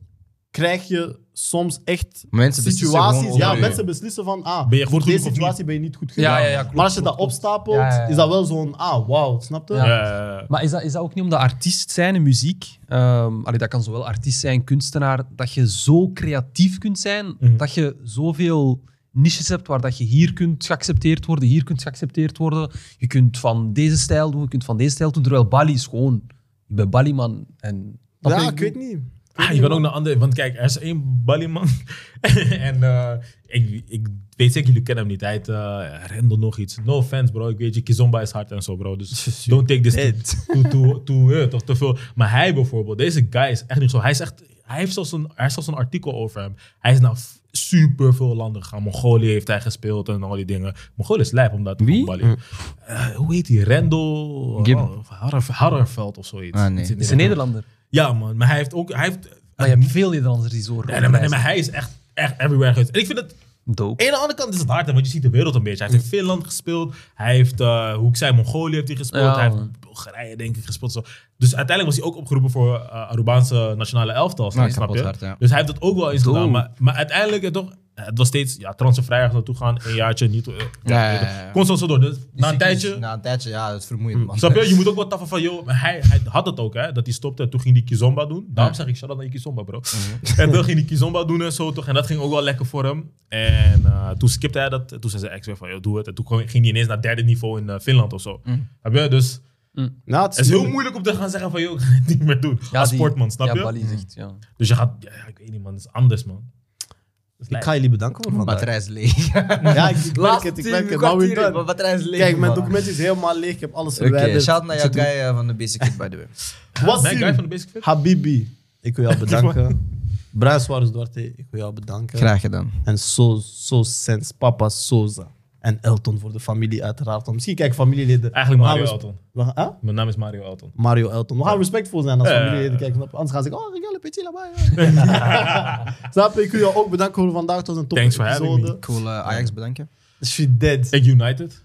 krijg je soms echt Mensen beslissen situaties. gewoon over Ja, je. mensen beslissen van, ah, Ben je goed voor deze genoeg of situatie niet? ben je niet goed genoeg. Ja, ja, ja, klopt, maar als je klopt, dat klopt. opstapelt, Ja, ja, ja. is dat wel zo'n, ah, wauw, snap je? Ja. Ja. Maar is dat, is dat ook niet omdat artiest zijn in muziek, ehm allee, dat kan zowel artiest zijn, kunstenaar, dat je zo creatief kunt zijn, dat je zoveel niches hebt waar dat je hier kunt geaccepteerd worden, hier kunt geaccepteerd worden. Je kunt van deze stijl doen, je kunt van deze stijl doen, terwijl Bali is gewoon, je bent Bali man. En, Ja, Snap je? ik weet niet. Ah, je kan ook naar andere. Want kijk, er is één Ballyman. en eh, ik, ik weet zeker, jullie kennen hem niet. Hij heet eh, Rendel nog iets. No offense, bro. Ik weet je, Kizomba is hard en zo, bro. Dus don't take this too, too, too, too, eh, toch te veel. Maar hij bijvoorbeeld, deze guy is echt niet zo. Hij is echt. Hij heeft zelfs een, hij heeft zelfs een artikel over hem. Hij is naar f- super veel landen gegaan. Mongolië heeft hij gespeeld en al die dingen. Mongolië is lijp, omdat Wie? Bali. Eh, hoe heet die? Rendel Gibbon. Harf- Harreveld of zoiets. Ah, nee. Iets in Het is die richting. een Nederlander. Ja, man. Maar hij heeft ook. Hij heeft, Maar je hebt veel Nederlanders die zo rond ja, nee, maar, nee, maar reizen. hij is echt, echt everywhere geweest. En ik vind het... Dope. Aan de andere kant is het hard, hè, want je ziet de wereld een beetje. Hij heeft in Finland gespeeld. Hij heeft, eh, hoe ik zei, Mongolië heeft hij gespeeld. Ja, hij heeft man. Bulgarije, denk ik, gespeeld. Zo. Dus uiteindelijk was hij ook opgeroepen voor eh Arubaanse nationale elftal. snap Nou, je? kapot hard, ja. Dus hij heeft dat ook wel eens Doe. gedaan. Maar, maar uiteindelijk, eh, toch, het was steeds ja, transfervrij naartoe gaan. Een jaartje, niet... eh, Ja, ja, ja, ja. Constant zo door. Dus na een tijdje... Na een tijdje, Hm. ja, dat is vermoeiend, man. Snap je? Je moet ook wat taffen van, joh, maar hij, hij had het ook, hè? Dat hij stopte en toen ging hij Kizomba doen. Daarom zeg ik, shout out naar je Kizomba, bro. Mhm. En toen ging hij Kizomba doen en zo, toch? En dat ging ook wel lekker voor hem. En eh, toen skipte hij dat. Toen zei zijn ex weer van, joh, doe het. En toen kwam- ging hij ineens naar derde niveau in eh, Finland of zo. Mhm. Snap je? Dus Nou, het het is heel moeilijk om te gaan zeggen van, joh, ik ga het niet meer doen. Ja, Als die- sportman, snap ja, je? Bali is echt, ja. Dus je gaat, ja, ik weet niet, man. Het is anders, man. Ik ga jullie bedanken voor vandaag. Batterij is leeg. Ja, ik, ik merk het, ik merk het. Maar we're nou done. batterij is leeg, Kijk, mijn man. document is helemaal leeg. Ik heb alles Oké, verwijderd. shout naar jouw guy eh, van de Basic Kid, by the way. Mijn guy van de Wassim, Basic Fit? Habibi, ik wil jou bedanken. Bruis Suarez Duarte, ik wil jou bedanken. Graag gedaan. En So, so Sense, Papa Soza. En Elton voor de familie uiteraard. Want misschien kijken familieleden... Eigenlijk We gaan Mario Nou, res- dus- Elton. we gaan- hè? Mijn naam is Mario Elton. Mario Elton. We gaan respectvol zijn als Ja, Eh. ja, ja. familieleden kijken. snap je? Anders gaan ze zeggen, oh, regale petit là-bas. ja. Snap je? Ik wil jou ook bedanken voor vandaag. Het was een top Thanks for having Ik wil eh, Ajax bedanken. She dead. Ik United.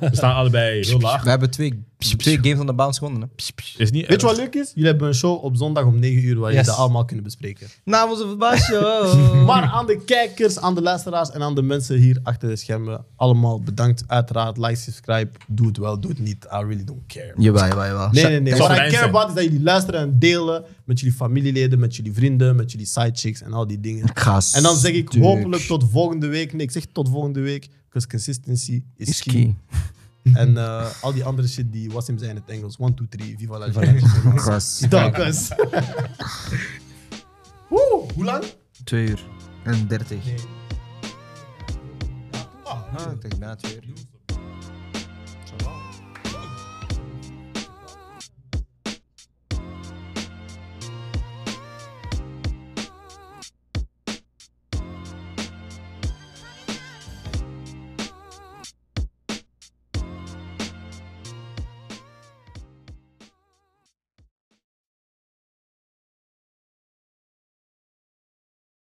We staan allebei heel laag. We hebben twee, twee games on the bounce gewonnen. Hè. Is niet Weet je erg. wat leuk is? Jullie hebben een show op zondag om 9 uur waar Yes. jullie dat allemaal kunnen bespreken. Nou, onze oh. verbasje. Maar aan de kijkers, aan de luisteraars en aan de mensen hier achter de schermen, allemaal bedankt. Uiteraard, like, subscribe. Doe het wel, doe het niet. I really don't care. Jawel, jawel, jawel. Nee, nee, nee. Zou What I fijn care zijn. about is dat jullie luisteren en delen met jullie familieleden, met jullie vrienden, met jullie sidechicks en al die dingen. Gas. En dan zeg ik Tuurlijk. hopelijk tot volgende week. Nee, ik zeg tot volgende week. Because consistency is, Is key. key. En eh, al die andere shit die Wassim zei in het Engels. 1, 2, 3, viva la vida. Gas. Dankes. Woe, hoe lang? Twee uur en dertig. Ah, ik denk bijna twee uur.